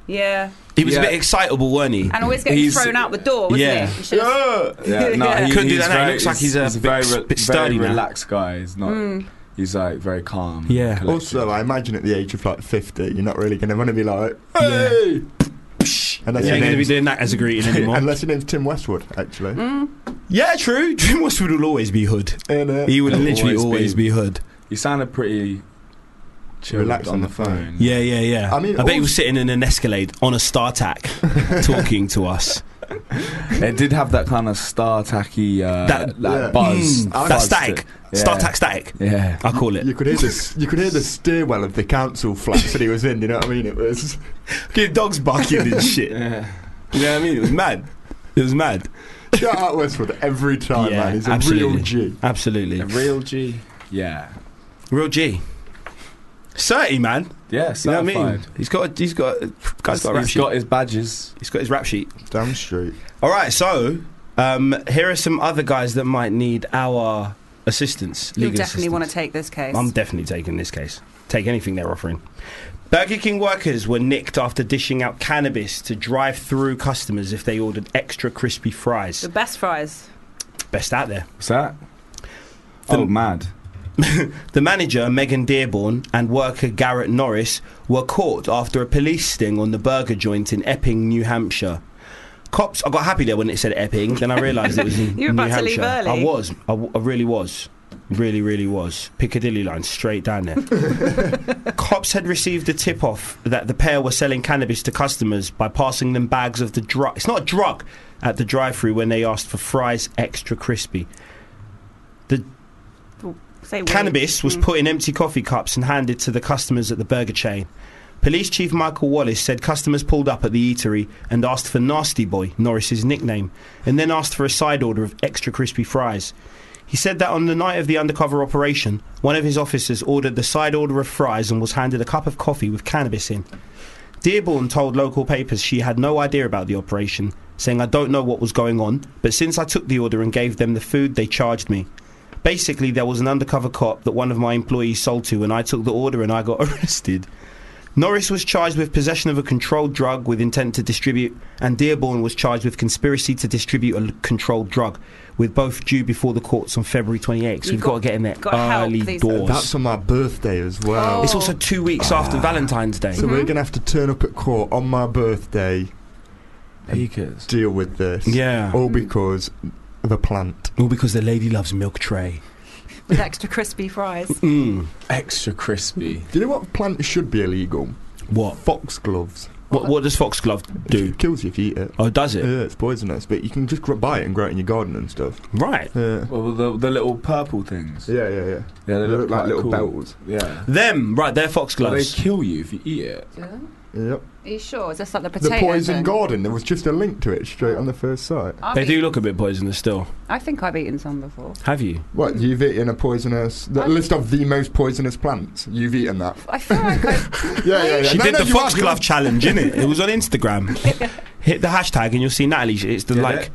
[SPEAKER 6] yeah.
[SPEAKER 3] he was a
[SPEAKER 4] Yeah.
[SPEAKER 3] bit excitable, weren't he?
[SPEAKER 6] And always getting
[SPEAKER 4] He's-
[SPEAKER 6] thrown out the door, wasn't
[SPEAKER 3] Yeah.
[SPEAKER 6] he? You should've-
[SPEAKER 4] Yeah, no,
[SPEAKER 6] Yeah.
[SPEAKER 4] He,
[SPEAKER 3] Couldn't do
[SPEAKER 4] he's
[SPEAKER 3] that now, he
[SPEAKER 4] Very,
[SPEAKER 3] looks like he's a bit
[SPEAKER 4] very,
[SPEAKER 3] s-
[SPEAKER 4] re-
[SPEAKER 3] bit sturdy now.
[SPEAKER 4] very relaxed guy. He's not. He's like very calm.
[SPEAKER 3] Yeah.
[SPEAKER 4] and collected.
[SPEAKER 5] Also, I imagine at the age of like 50, you're not really going to want to be like,
[SPEAKER 3] Yeah.
[SPEAKER 5] hey!
[SPEAKER 3] You
[SPEAKER 5] Unless, your
[SPEAKER 3] ain't gonna be
[SPEAKER 5] name's,
[SPEAKER 3] doing that as a greeting anymore.
[SPEAKER 5] unless your name's Tim Westwood, actually.
[SPEAKER 3] yeah, true. Dream Westwood will always be Hood.
[SPEAKER 5] Innit?
[SPEAKER 3] He will
[SPEAKER 4] He'll
[SPEAKER 3] literally
[SPEAKER 4] always
[SPEAKER 3] always be.
[SPEAKER 4] be-
[SPEAKER 3] Hood.
[SPEAKER 4] he sounded pretty chilled
[SPEAKER 5] Relaxed
[SPEAKER 4] on,
[SPEAKER 5] on
[SPEAKER 4] the
[SPEAKER 5] the phone.
[SPEAKER 4] phone.
[SPEAKER 3] Yeah, yeah, yeah. I,
[SPEAKER 5] I mean,
[SPEAKER 3] bet he was
[SPEAKER 5] also-
[SPEAKER 3] sitting in an Escalade on a StarTAC, talking to us.
[SPEAKER 4] it did have that kind of star tacky uh,
[SPEAKER 3] That-
[SPEAKER 4] that,
[SPEAKER 5] Yeah.
[SPEAKER 4] buzz.
[SPEAKER 3] Mm, that
[SPEAKER 4] buzz to-
[SPEAKER 3] static,
[SPEAKER 4] Yeah.
[SPEAKER 3] StarTAC static.
[SPEAKER 4] Yeah.
[SPEAKER 3] I call it.
[SPEAKER 5] You could hear the you could hear the stairwell of the council flat that he was in. You know what I mean? It was
[SPEAKER 3] Your dogs barking and shit.
[SPEAKER 4] Yeah.
[SPEAKER 3] You know what I mean? It was mad. It was mad.
[SPEAKER 5] shout out Westwood every time,
[SPEAKER 3] Yeah,
[SPEAKER 5] man. He's a
[SPEAKER 3] absolutely.
[SPEAKER 5] real G.
[SPEAKER 3] Absolutely.
[SPEAKER 4] A real G. Yeah.
[SPEAKER 3] Real G. 30, man.
[SPEAKER 4] Yeah.
[SPEAKER 3] You know
[SPEAKER 4] Certified.
[SPEAKER 3] what I mean? He's got, a, he's got, a, guy's got a rap
[SPEAKER 4] he's
[SPEAKER 3] sheet.
[SPEAKER 4] got his badges.
[SPEAKER 3] he's got his rap sheet.
[SPEAKER 5] Damn straight.
[SPEAKER 3] All right, so um, here are some other guys that might need our assistance.
[SPEAKER 6] You'll
[SPEAKER 3] legal
[SPEAKER 6] definitely
[SPEAKER 3] assistance.
[SPEAKER 6] want to take this case.
[SPEAKER 3] I'm definitely taking this case. Take anything they're offering. Burger King workers were nicked after dishing out cannabis to drive-through customers if they ordered extra crispy fries.
[SPEAKER 6] the best fries.
[SPEAKER 3] Best out there.
[SPEAKER 4] What's that?
[SPEAKER 3] The-
[SPEAKER 4] oh, mad.
[SPEAKER 3] The manager, Megan Dearborn, and worker Garrett Norris were caught after a police sting on the burger joint in Epping, New Hampshire. Cops, I got happy there when it said Epping, then I realised it was in
[SPEAKER 6] You were about
[SPEAKER 3] New
[SPEAKER 6] to leave
[SPEAKER 3] Hampshire.
[SPEAKER 6] early.
[SPEAKER 3] I was, I, w- I really was. Really, really was. Piccadilly line, straight down there. Cops had received a tip off that the pair were selling cannabis to customers by passing them bags of the drug. It's not a drug at the drive through when they asked for fries extra crispy.
[SPEAKER 6] Say wait.
[SPEAKER 3] Cannabis was
[SPEAKER 6] Mm.
[SPEAKER 3] put in empty coffee cups and handed to the customers at the burger chain. Police Chief Michael Wallace said customers pulled up at the eatery and asked for Nasty Boy, Norris's nickname, and then asked for a side order of extra crispy fries. He said that on the night of the undercover operation, one of his officers ordered the side order of fries and was handed a cup of coffee with cannabis in. Dearborn told local papers she had no idea about the operation, saying, I don't know what was going on, but since I took the order and gave them the food, they charged me. Basically, there was an undercover cop that one of my employees sold to, and I took the order and I got arrested. Norris was charged with possession of a controlled drug with intent to distribute, and Dearborn was charged with conspiracy to distribute a l- controlled drug, with both due before the courts on February 28th. So
[SPEAKER 6] You've
[SPEAKER 3] we've got,
[SPEAKER 6] got-
[SPEAKER 3] to get in there
[SPEAKER 6] gotta help
[SPEAKER 3] early
[SPEAKER 6] these-
[SPEAKER 3] doors.
[SPEAKER 5] That's on my birthday as well.
[SPEAKER 6] Oh.
[SPEAKER 3] it's also two weeks after Valentine's Day.
[SPEAKER 5] So we're gonna have to turn up at court on my birthday,
[SPEAKER 4] Peekers.
[SPEAKER 5] deal with this.
[SPEAKER 3] Yeah.
[SPEAKER 5] All because of a plant.
[SPEAKER 3] All because the lady loves milk tray.
[SPEAKER 6] with extra crispy fries.
[SPEAKER 3] Mm.
[SPEAKER 4] Extra crispy.
[SPEAKER 5] Do you know what plant should be illegal?
[SPEAKER 3] What?
[SPEAKER 5] Foxgloves.
[SPEAKER 3] what? What does foxglove do?
[SPEAKER 5] It kills you if you eat it.
[SPEAKER 3] Oh, does it?
[SPEAKER 5] Yeah, it's poisonous, but you can just gr- buy it and grow it in your garden and stuff.
[SPEAKER 3] Right.
[SPEAKER 5] Yeah.
[SPEAKER 4] Well, the, the little purple things.
[SPEAKER 5] Yeah, yeah, yeah.
[SPEAKER 4] Yeah,
[SPEAKER 5] They look like
[SPEAKER 4] quite
[SPEAKER 5] little
[SPEAKER 4] cool.
[SPEAKER 5] bells.
[SPEAKER 4] Yeah.
[SPEAKER 3] Them, right, they're
[SPEAKER 4] But they
[SPEAKER 3] foxgloves.
[SPEAKER 4] kill you if you eat it.
[SPEAKER 6] Are
[SPEAKER 5] Yep.
[SPEAKER 6] you sure? Is this like the
[SPEAKER 5] The
[SPEAKER 6] potato?
[SPEAKER 5] poison
[SPEAKER 6] thing?
[SPEAKER 5] garden. There was just a link to it straight on the first site.
[SPEAKER 6] I've
[SPEAKER 3] They do
[SPEAKER 6] eat-
[SPEAKER 3] look a bit poisonous still.
[SPEAKER 6] I think I've eaten some before.
[SPEAKER 3] Have you?
[SPEAKER 5] What you've eaten a poisonous? The
[SPEAKER 6] I-
[SPEAKER 5] list of the most poisonous plants. You've eaten that.
[SPEAKER 6] I feel like I,
[SPEAKER 5] Yeah, yeah, yeah.
[SPEAKER 3] She
[SPEAKER 5] No,
[SPEAKER 3] did
[SPEAKER 5] no,
[SPEAKER 3] the
[SPEAKER 5] you are,
[SPEAKER 3] foxglove challenge, innit? It was on Instagram. Hit the hashtag and you'll see Natalie. She- It's the
[SPEAKER 4] Yeah,
[SPEAKER 3] like,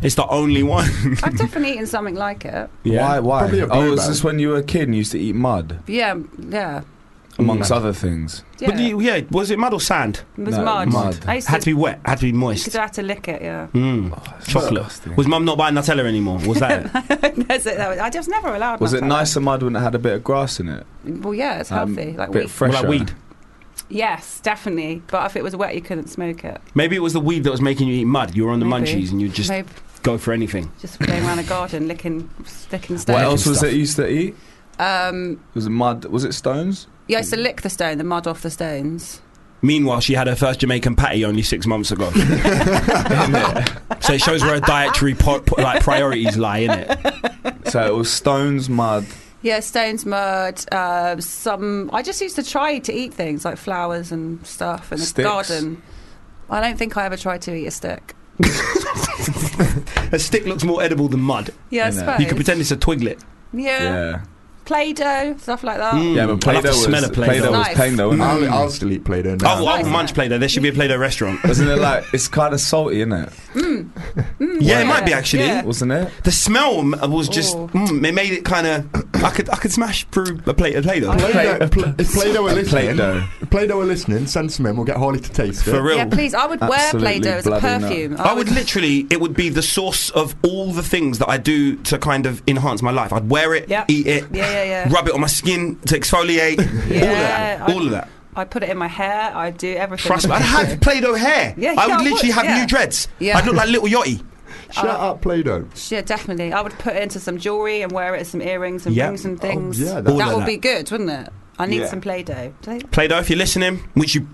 [SPEAKER 3] it's the only one.
[SPEAKER 6] I've definitely eaten something like it.
[SPEAKER 4] Why? Why?
[SPEAKER 5] Probably a
[SPEAKER 4] Oh, is
[SPEAKER 5] bluebell.
[SPEAKER 4] this when you were a kid and you used to eat mud,
[SPEAKER 6] Yeah, yeah,
[SPEAKER 3] Mm.
[SPEAKER 4] amongst other things?
[SPEAKER 6] yeah.
[SPEAKER 3] But you- yeah, was it mud or sand?
[SPEAKER 6] it was
[SPEAKER 4] No,
[SPEAKER 6] mud.
[SPEAKER 4] mud.
[SPEAKER 6] I used
[SPEAKER 3] Had to be wet. Had to be
[SPEAKER 6] Because
[SPEAKER 3] moist.
[SPEAKER 6] I had to lick it, yeah.
[SPEAKER 3] Mm. Chocolate.
[SPEAKER 4] disgusting.
[SPEAKER 3] Was mum not buying Nutella anymore? Was that it?
[SPEAKER 6] That's it, that was, I just never allowed
[SPEAKER 4] Was it
[SPEAKER 6] Nutella.
[SPEAKER 4] nicer mud when it had a bit of grass in it?
[SPEAKER 6] Well, yeah, it's
[SPEAKER 4] Um,
[SPEAKER 6] healthy. Like
[SPEAKER 4] bit
[SPEAKER 6] wheat.
[SPEAKER 3] Well,
[SPEAKER 4] fresher.
[SPEAKER 3] like weed?
[SPEAKER 6] yes, definitely. But if it was wet, you couldn't smoke it.
[SPEAKER 3] Maybe it was the weed that was making you eat mud. You were on the
[SPEAKER 6] Maybe.
[SPEAKER 3] munchies and you just
[SPEAKER 6] Maybe
[SPEAKER 3] go for anything.
[SPEAKER 6] just going around a garden licking, sticking
[SPEAKER 4] What
[SPEAKER 6] stones.
[SPEAKER 4] else was
[SPEAKER 3] stuff.
[SPEAKER 4] it you used to eat?
[SPEAKER 6] Um,
[SPEAKER 4] Was it mud? Was it stones?
[SPEAKER 6] yeah, I used to lick the stone, the mud off the stones.
[SPEAKER 3] Meanwhile, she had her first Jamaican patty only six months ago. so it shows where her dietary po- po- like priorities lie, in it.
[SPEAKER 4] So it was stones, mud.
[SPEAKER 6] Yeah, stones, mud, uh, some. I just used to try to eat things like flowers and stuff in the
[SPEAKER 4] Sticks.
[SPEAKER 6] garden. I don't think I ever tried to eat a stick.
[SPEAKER 3] A stick looks more edible than mud.
[SPEAKER 6] Yeah, I
[SPEAKER 4] Innit?
[SPEAKER 6] suppose.
[SPEAKER 3] You could pretend it's a twiglet.
[SPEAKER 6] yeah.
[SPEAKER 4] Yeah.
[SPEAKER 6] Play-doh, stuff like that.
[SPEAKER 3] Mm.
[SPEAKER 4] Yeah, but Play-Doh
[SPEAKER 3] I'll have to
[SPEAKER 4] was,
[SPEAKER 3] smell a Play-Doh.
[SPEAKER 4] Play-Doh was
[SPEAKER 6] Nice.
[SPEAKER 4] plain though,
[SPEAKER 5] Gil.
[SPEAKER 4] wasn't it?
[SPEAKER 5] I'll, Mm. I'll still eat Play-Doh now.
[SPEAKER 3] Oh, I
[SPEAKER 6] Nice.
[SPEAKER 3] munch Play Doh. There should be a Play Doh restaurant.
[SPEAKER 4] Wasn't it like it's kind of salty, isn't it?
[SPEAKER 3] yeah, it might be actually.
[SPEAKER 6] Mm. yeah.
[SPEAKER 4] Wasn't it?
[SPEAKER 3] The smell m- was just.
[SPEAKER 6] Ooh.
[SPEAKER 3] Mm, it made it kind of. I could I could smash through a plate of Play Doh.
[SPEAKER 5] Play-Doh, pl- if Play-Doh are listening,
[SPEAKER 4] Play-Doh.
[SPEAKER 5] Play-Doh are listening, send some in, we'll get Harley to taste it.
[SPEAKER 3] For real.
[SPEAKER 6] Yeah, please. I would wear
[SPEAKER 4] Absolutely
[SPEAKER 6] Play-Doh as a
[SPEAKER 4] bloody nut.
[SPEAKER 6] perfume.
[SPEAKER 3] I would literally, it would be the source of all the things that I do to kind of enhance my life. I'd wear it,
[SPEAKER 6] Yep.
[SPEAKER 3] eat it,
[SPEAKER 6] Yeah, yeah, yeah.
[SPEAKER 3] rub it on my skin to exfoliate, all of that,
[SPEAKER 6] Yeah, I-
[SPEAKER 3] all of that.
[SPEAKER 6] I'd put it in my hair. I'd do everything.
[SPEAKER 3] Trust me, I'd have Play-Doh hair.
[SPEAKER 6] Yeah,
[SPEAKER 3] I
[SPEAKER 6] yeah,
[SPEAKER 3] would
[SPEAKER 6] I
[SPEAKER 3] literally
[SPEAKER 6] would,
[SPEAKER 3] have
[SPEAKER 6] yeah.
[SPEAKER 3] new dreads.
[SPEAKER 6] Yeah.
[SPEAKER 3] I'd look like little Yachty.
[SPEAKER 5] Shut up, Play-Doh.
[SPEAKER 6] Yeah, definitely. I would put it into some jewelry and wear it as some earrings and
[SPEAKER 3] Yep.
[SPEAKER 6] rings and things.
[SPEAKER 5] yeah,
[SPEAKER 6] that
[SPEAKER 5] that- All
[SPEAKER 3] of
[SPEAKER 6] would
[SPEAKER 3] Oh, that.
[SPEAKER 6] be good, wouldn't it? I need
[SPEAKER 4] Yeah.
[SPEAKER 6] some Play-Doh. Do they-
[SPEAKER 3] Play-Doh, if you're listening, which you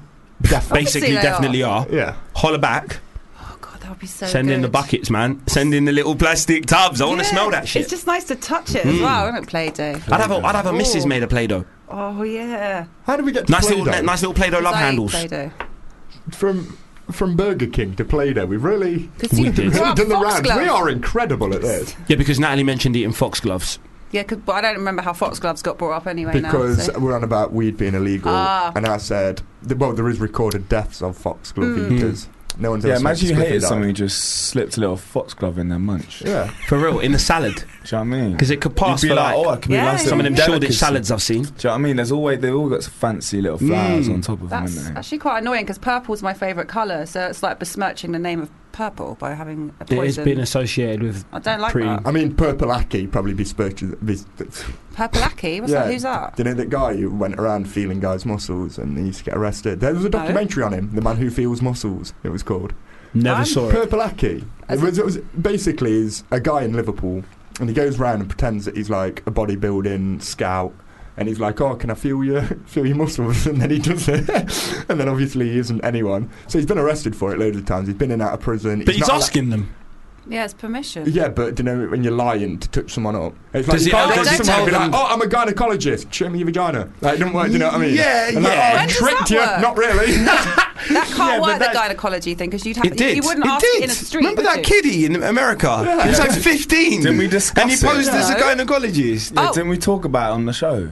[SPEAKER 3] basically
[SPEAKER 6] they are.
[SPEAKER 3] definitely are,
[SPEAKER 5] Yeah.
[SPEAKER 3] holler back,
[SPEAKER 6] Oh God, that would be so.
[SPEAKER 3] send in the
[SPEAKER 6] good.
[SPEAKER 3] buckets, man. Send in the little plastic tubs. I want to
[SPEAKER 6] Yeah,
[SPEAKER 3] smell that shit. Mm.
[SPEAKER 6] It's just nice to touch it as well, isn't it? Play-Doh.
[SPEAKER 3] I'd have a, I'd have a missus
[SPEAKER 6] Ooh.
[SPEAKER 3] made of Play-Doh.
[SPEAKER 6] Oh yeah.
[SPEAKER 5] How did we get to
[SPEAKER 3] Nice
[SPEAKER 5] Play-Doh?
[SPEAKER 3] little, nice little Play-Doh love
[SPEAKER 6] I eat
[SPEAKER 3] handles.
[SPEAKER 6] Play-Doh.
[SPEAKER 5] From from Burger King to Play-Doh, we've really...
[SPEAKER 6] Because you
[SPEAKER 3] did.
[SPEAKER 6] grew
[SPEAKER 5] We've
[SPEAKER 6] up
[SPEAKER 5] done the rounds.
[SPEAKER 6] foxglove.
[SPEAKER 5] We are incredible at this.
[SPEAKER 3] Yeah, because Natalie mentioned eating foxgloves.
[SPEAKER 6] Yeah, 'cause- but I don't remember how foxgloves got brought up anyway. now,
[SPEAKER 5] Because
[SPEAKER 6] so-
[SPEAKER 5] we're on about weed being illegal,
[SPEAKER 6] eh? Ah.
[SPEAKER 5] and I said, th- well, there is recorded deaths of foxglove
[SPEAKER 6] Hmm.
[SPEAKER 5] eaters. No one's
[SPEAKER 4] Yeah,
[SPEAKER 5] ever
[SPEAKER 4] imagine you
[SPEAKER 5] smoked a spliff
[SPEAKER 4] hated
[SPEAKER 5] and died.
[SPEAKER 4] something, you just slipped a little foxglove in their munch. Do
[SPEAKER 5] Yeah,
[SPEAKER 3] For real, in the salad.
[SPEAKER 4] you know what I mean?
[SPEAKER 3] Because it could pass
[SPEAKER 4] You'd
[SPEAKER 3] for
[SPEAKER 4] be like,
[SPEAKER 3] like,
[SPEAKER 4] oh, I could be
[SPEAKER 6] Yeah,
[SPEAKER 4] like
[SPEAKER 6] yeah,
[SPEAKER 3] some of them
[SPEAKER 6] yeah.
[SPEAKER 3] Shoreditch salads I've seen.
[SPEAKER 4] Do you know what I mean? There's always they've all got some fancy little flowers
[SPEAKER 3] Mm.
[SPEAKER 4] on top of them,
[SPEAKER 6] That's
[SPEAKER 4] haven't they?
[SPEAKER 6] actually quite annoying because purple's my favourite colour, so it's like besmirching the name of purple by having a
[SPEAKER 1] It has
[SPEAKER 6] poison.
[SPEAKER 1] been associated with
[SPEAKER 6] I don't like
[SPEAKER 1] pre-
[SPEAKER 6] that.
[SPEAKER 5] I mean, Purple Aki probably besmirches. Bes- do
[SPEAKER 6] Purple Aki? What's
[SPEAKER 5] Yeah.
[SPEAKER 6] that? Who's that?
[SPEAKER 5] you know that guy who went around feeling guys' muscles and he used to get arrested? There was a
[SPEAKER 6] No.
[SPEAKER 5] documentary on him, The Man Who Feels Muscles, it was called.
[SPEAKER 1] never
[SPEAKER 6] I'm
[SPEAKER 1] saw it.
[SPEAKER 5] Purple Aki. It
[SPEAKER 6] As
[SPEAKER 5] was, it was basically is a guy in Liverpool, and he goes round and pretends that he's like a bodybuilding scout, and he's like, "Oh, can I feel your feel your muscles?" And then he does it, and then obviously he isn't anyone. So he's been arrested for it loads of times. He's been in and out of prison.
[SPEAKER 3] But he's
[SPEAKER 5] not allo-
[SPEAKER 3] asking them.
[SPEAKER 6] Yeah, it's permission.
[SPEAKER 5] Yeah, but you know when you're lying to touch someone up, it's like
[SPEAKER 3] Does
[SPEAKER 5] you
[SPEAKER 3] it-
[SPEAKER 5] can't
[SPEAKER 6] oh,
[SPEAKER 5] go to
[SPEAKER 6] does it
[SPEAKER 5] someone and be
[SPEAKER 3] tell
[SPEAKER 5] like,
[SPEAKER 3] them-
[SPEAKER 5] "Oh, I'm a gynecologist. Show me your vagina." Like, it doesn't work. You know what I mean?
[SPEAKER 3] Yeah,
[SPEAKER 5] And like,
[SPEAKER 3] yeah.
[SPEAKER 5] "Oh, I
[SPEAKER 6] When does
[SPEAKER 5] tricked
[SPEAKER 6] that
[SPEAKER 5] you.
[SPEAKER 6] work?
[SPEAKER 5] Not really.
[SPEAKER 6] That can't
[SPEAKER 3] but
[SPEAKER 6] work, the
[SPEAKER 3] that-
[SPEAKER 6] gynecology thing, because you'd have
[SPEAKER 3] It did.
[SPEAKER 6] You wouldn't
[SPEAKER 3] it
[SPEAKER 6] ask
[SPEAKER 3] did.
[SPEAKER 6] it in a street.
[SPEAKER 3] Remember
[SPEAKER 6] would
[SPEAKER 3] that
[SPEAKER 6] you?
[SPEAKER 3] kiddie in America?
[SPEAKER 5] Yeah.
[SPEAKER 3] He was like 15.
[SPEAKER 4] Didn't we discuss
[SPEAKER 3] And he
[SPEAKER 4] it?
[SPEAKER 3] posed as a
[SPEAKER 6] No.
[SPEAKER 3] gynecologist.
[SPEAKER 6] Oh.
[SPEAKER 4] Didn't we talk about it on the show?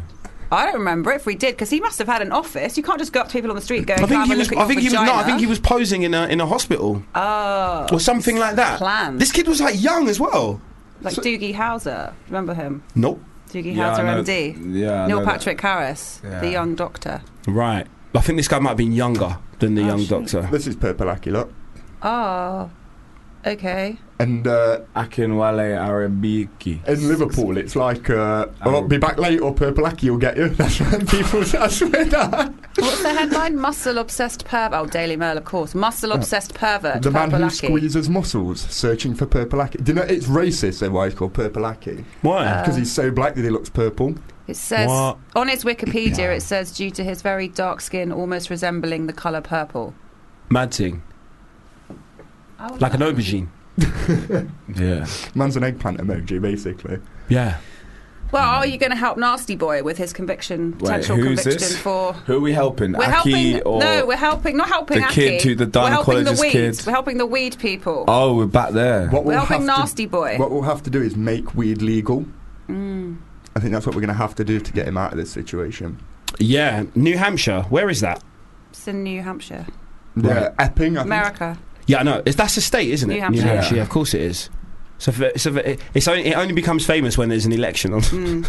[SPEAKER 6] I don't remember if we did, because he must have had an office. You can't just go up to people on the street going,
[SPEAKER 3] I think
[SPEAKER 6] "Come
[SPEAKER 3] he
[SPEAKER 6] and
[SPEAKER 3] was.
[SPEAKER 6] look at
[SPEAKER 3] I think
[SPEAKER 6] your
[SPEAKER 3] he was. No, I think he
[SPEAKER 6] vagina."
[SPEAKER 3] was posing in a in a hospital
[SPEAKER 6] Oh.
[SPEAKER 3] or something like that.
[SPEAKER 6] planned.
[SPEAKER 3] This kid was like young as well.
[SPEAKER 6] Like Doogie Howser. Remember him?
[SPEAKER 3] Nope.
[SPEAKER 6] Doogie
[SPEAKER 4] I know-
[SPEAKER 6] Howser, MD.
[SPEAKER 4] Yeah. I
[SPEAKER 6] Neil
[SPEAKER 4] know that.
[SPEAKER 6] Patrick Harris,
[SPEAKER 4] Yeah.
[SPEAKER 6] the young doctor.
[SPEAKER 3] Right. I think this guy might have been younger than the
[SPEAKER 6] Oh,
[SPEAKER 3] young
[SPEAKER 6] shit.
[SPEAKER 3] doctor.
[SPEAKER 5] this is purple lucky look.
[SPEAKER 6] Oh, okay.
[SPEAKER 5] And uh,
[SPEAKER 4] Akinwale Arambiki.
[SPEAKER 5] in Liverpool, it's like, uh, "Oh, I'll be back late, or purple lucky will get you." That's when people. I swear that.
[SPEAKER 6] What's the headline? Muscle obsessed pervert. Oh, Daily Mail, of course. Muscle obsessed pervert.
[SPEAKER 5] The man who
[SPEAKER 6] Papalaki.
[SPEAKER 5] squeezes muscles, searching for purple lucky. Do you know it's racist? Then why it's called purple lucky?
[SPEAKER 3] Why?
[SPEAKER 5] Because he's so black that he looks purple.
[SPEAKER 6] It says
[SPEAKER 3] What?
[SPEAKER 6] on his Wikipedia. It says due to his very dark skin, almost resembling the color purple.
[SPEAKER 3] Mad thing.
[SPEAKER 6] Oh,
[SPEAKER 3] Like an aubergine.
[SPEAKER 4] Yeah.
[SPEAKER 5] Man's an eggplant emoji, basically.
[SPEAKER 3] Yeah.
[SPEAKER 6] well, are you going to help Nasty Boy with his conviction, potential
[SPEAKER 4] who's
[SPEAKER 6] conviction
[SPEAKER 4] this?
[SPEAKER 6] for?
[SPEAKER 4] Who are we helping?
[SPEAKER 6] We're
[SPEAKER 4] Aki
[SPEAKER 6] helping.
[SPEAKER 4] or
[SPEAKER 6] no, we're helping. Not helping
[SPEAKER 4] the
[SPEAKER 6] Aki.
[SPEAKER 4] kid to the
[SPEAKER 6] We're helping the
[SPEAKER 4] gynecologist
[SPEAKER 6] weed.
[SPEAKER 4] kid?
[SPEAKER 6] We're helping the weed people.
[SPEAKER 4] Oh, we're back there.
[SPEAKER 5] What
[SPEAKER 6] we're
[SPEAKER 5] we'll
[SPEAKER 6] helping
[SPEAKER 5] have to-
[SPEAKER 6] Nasty Boy. Mm.
[SPEAKER 5] What we'll have to do is make weed legal. I think that's what we're going to have to do to get him out of this situation.
[SPEAKER 3] Yeah. New Hampshire. Where is that?
[SPEAKER 6] It's in New Hampshire,
[SPEAKER 5] Yeah, Epping. I think.
[SPEAKER 6] America.
[SPEAKER 3] Yeah, I know. It's, that's a state, isn't it?
[SPEAKER 6] New Hampshire.
[SPEAKER 3] New Hampshire.
[SPEAKER 4] Yeah.
[SPEAKER 3] Yeah, of course it is. So, for, so for, it's only, it only becomes famous when there's an election. and
[SPEAKER 6] Mm,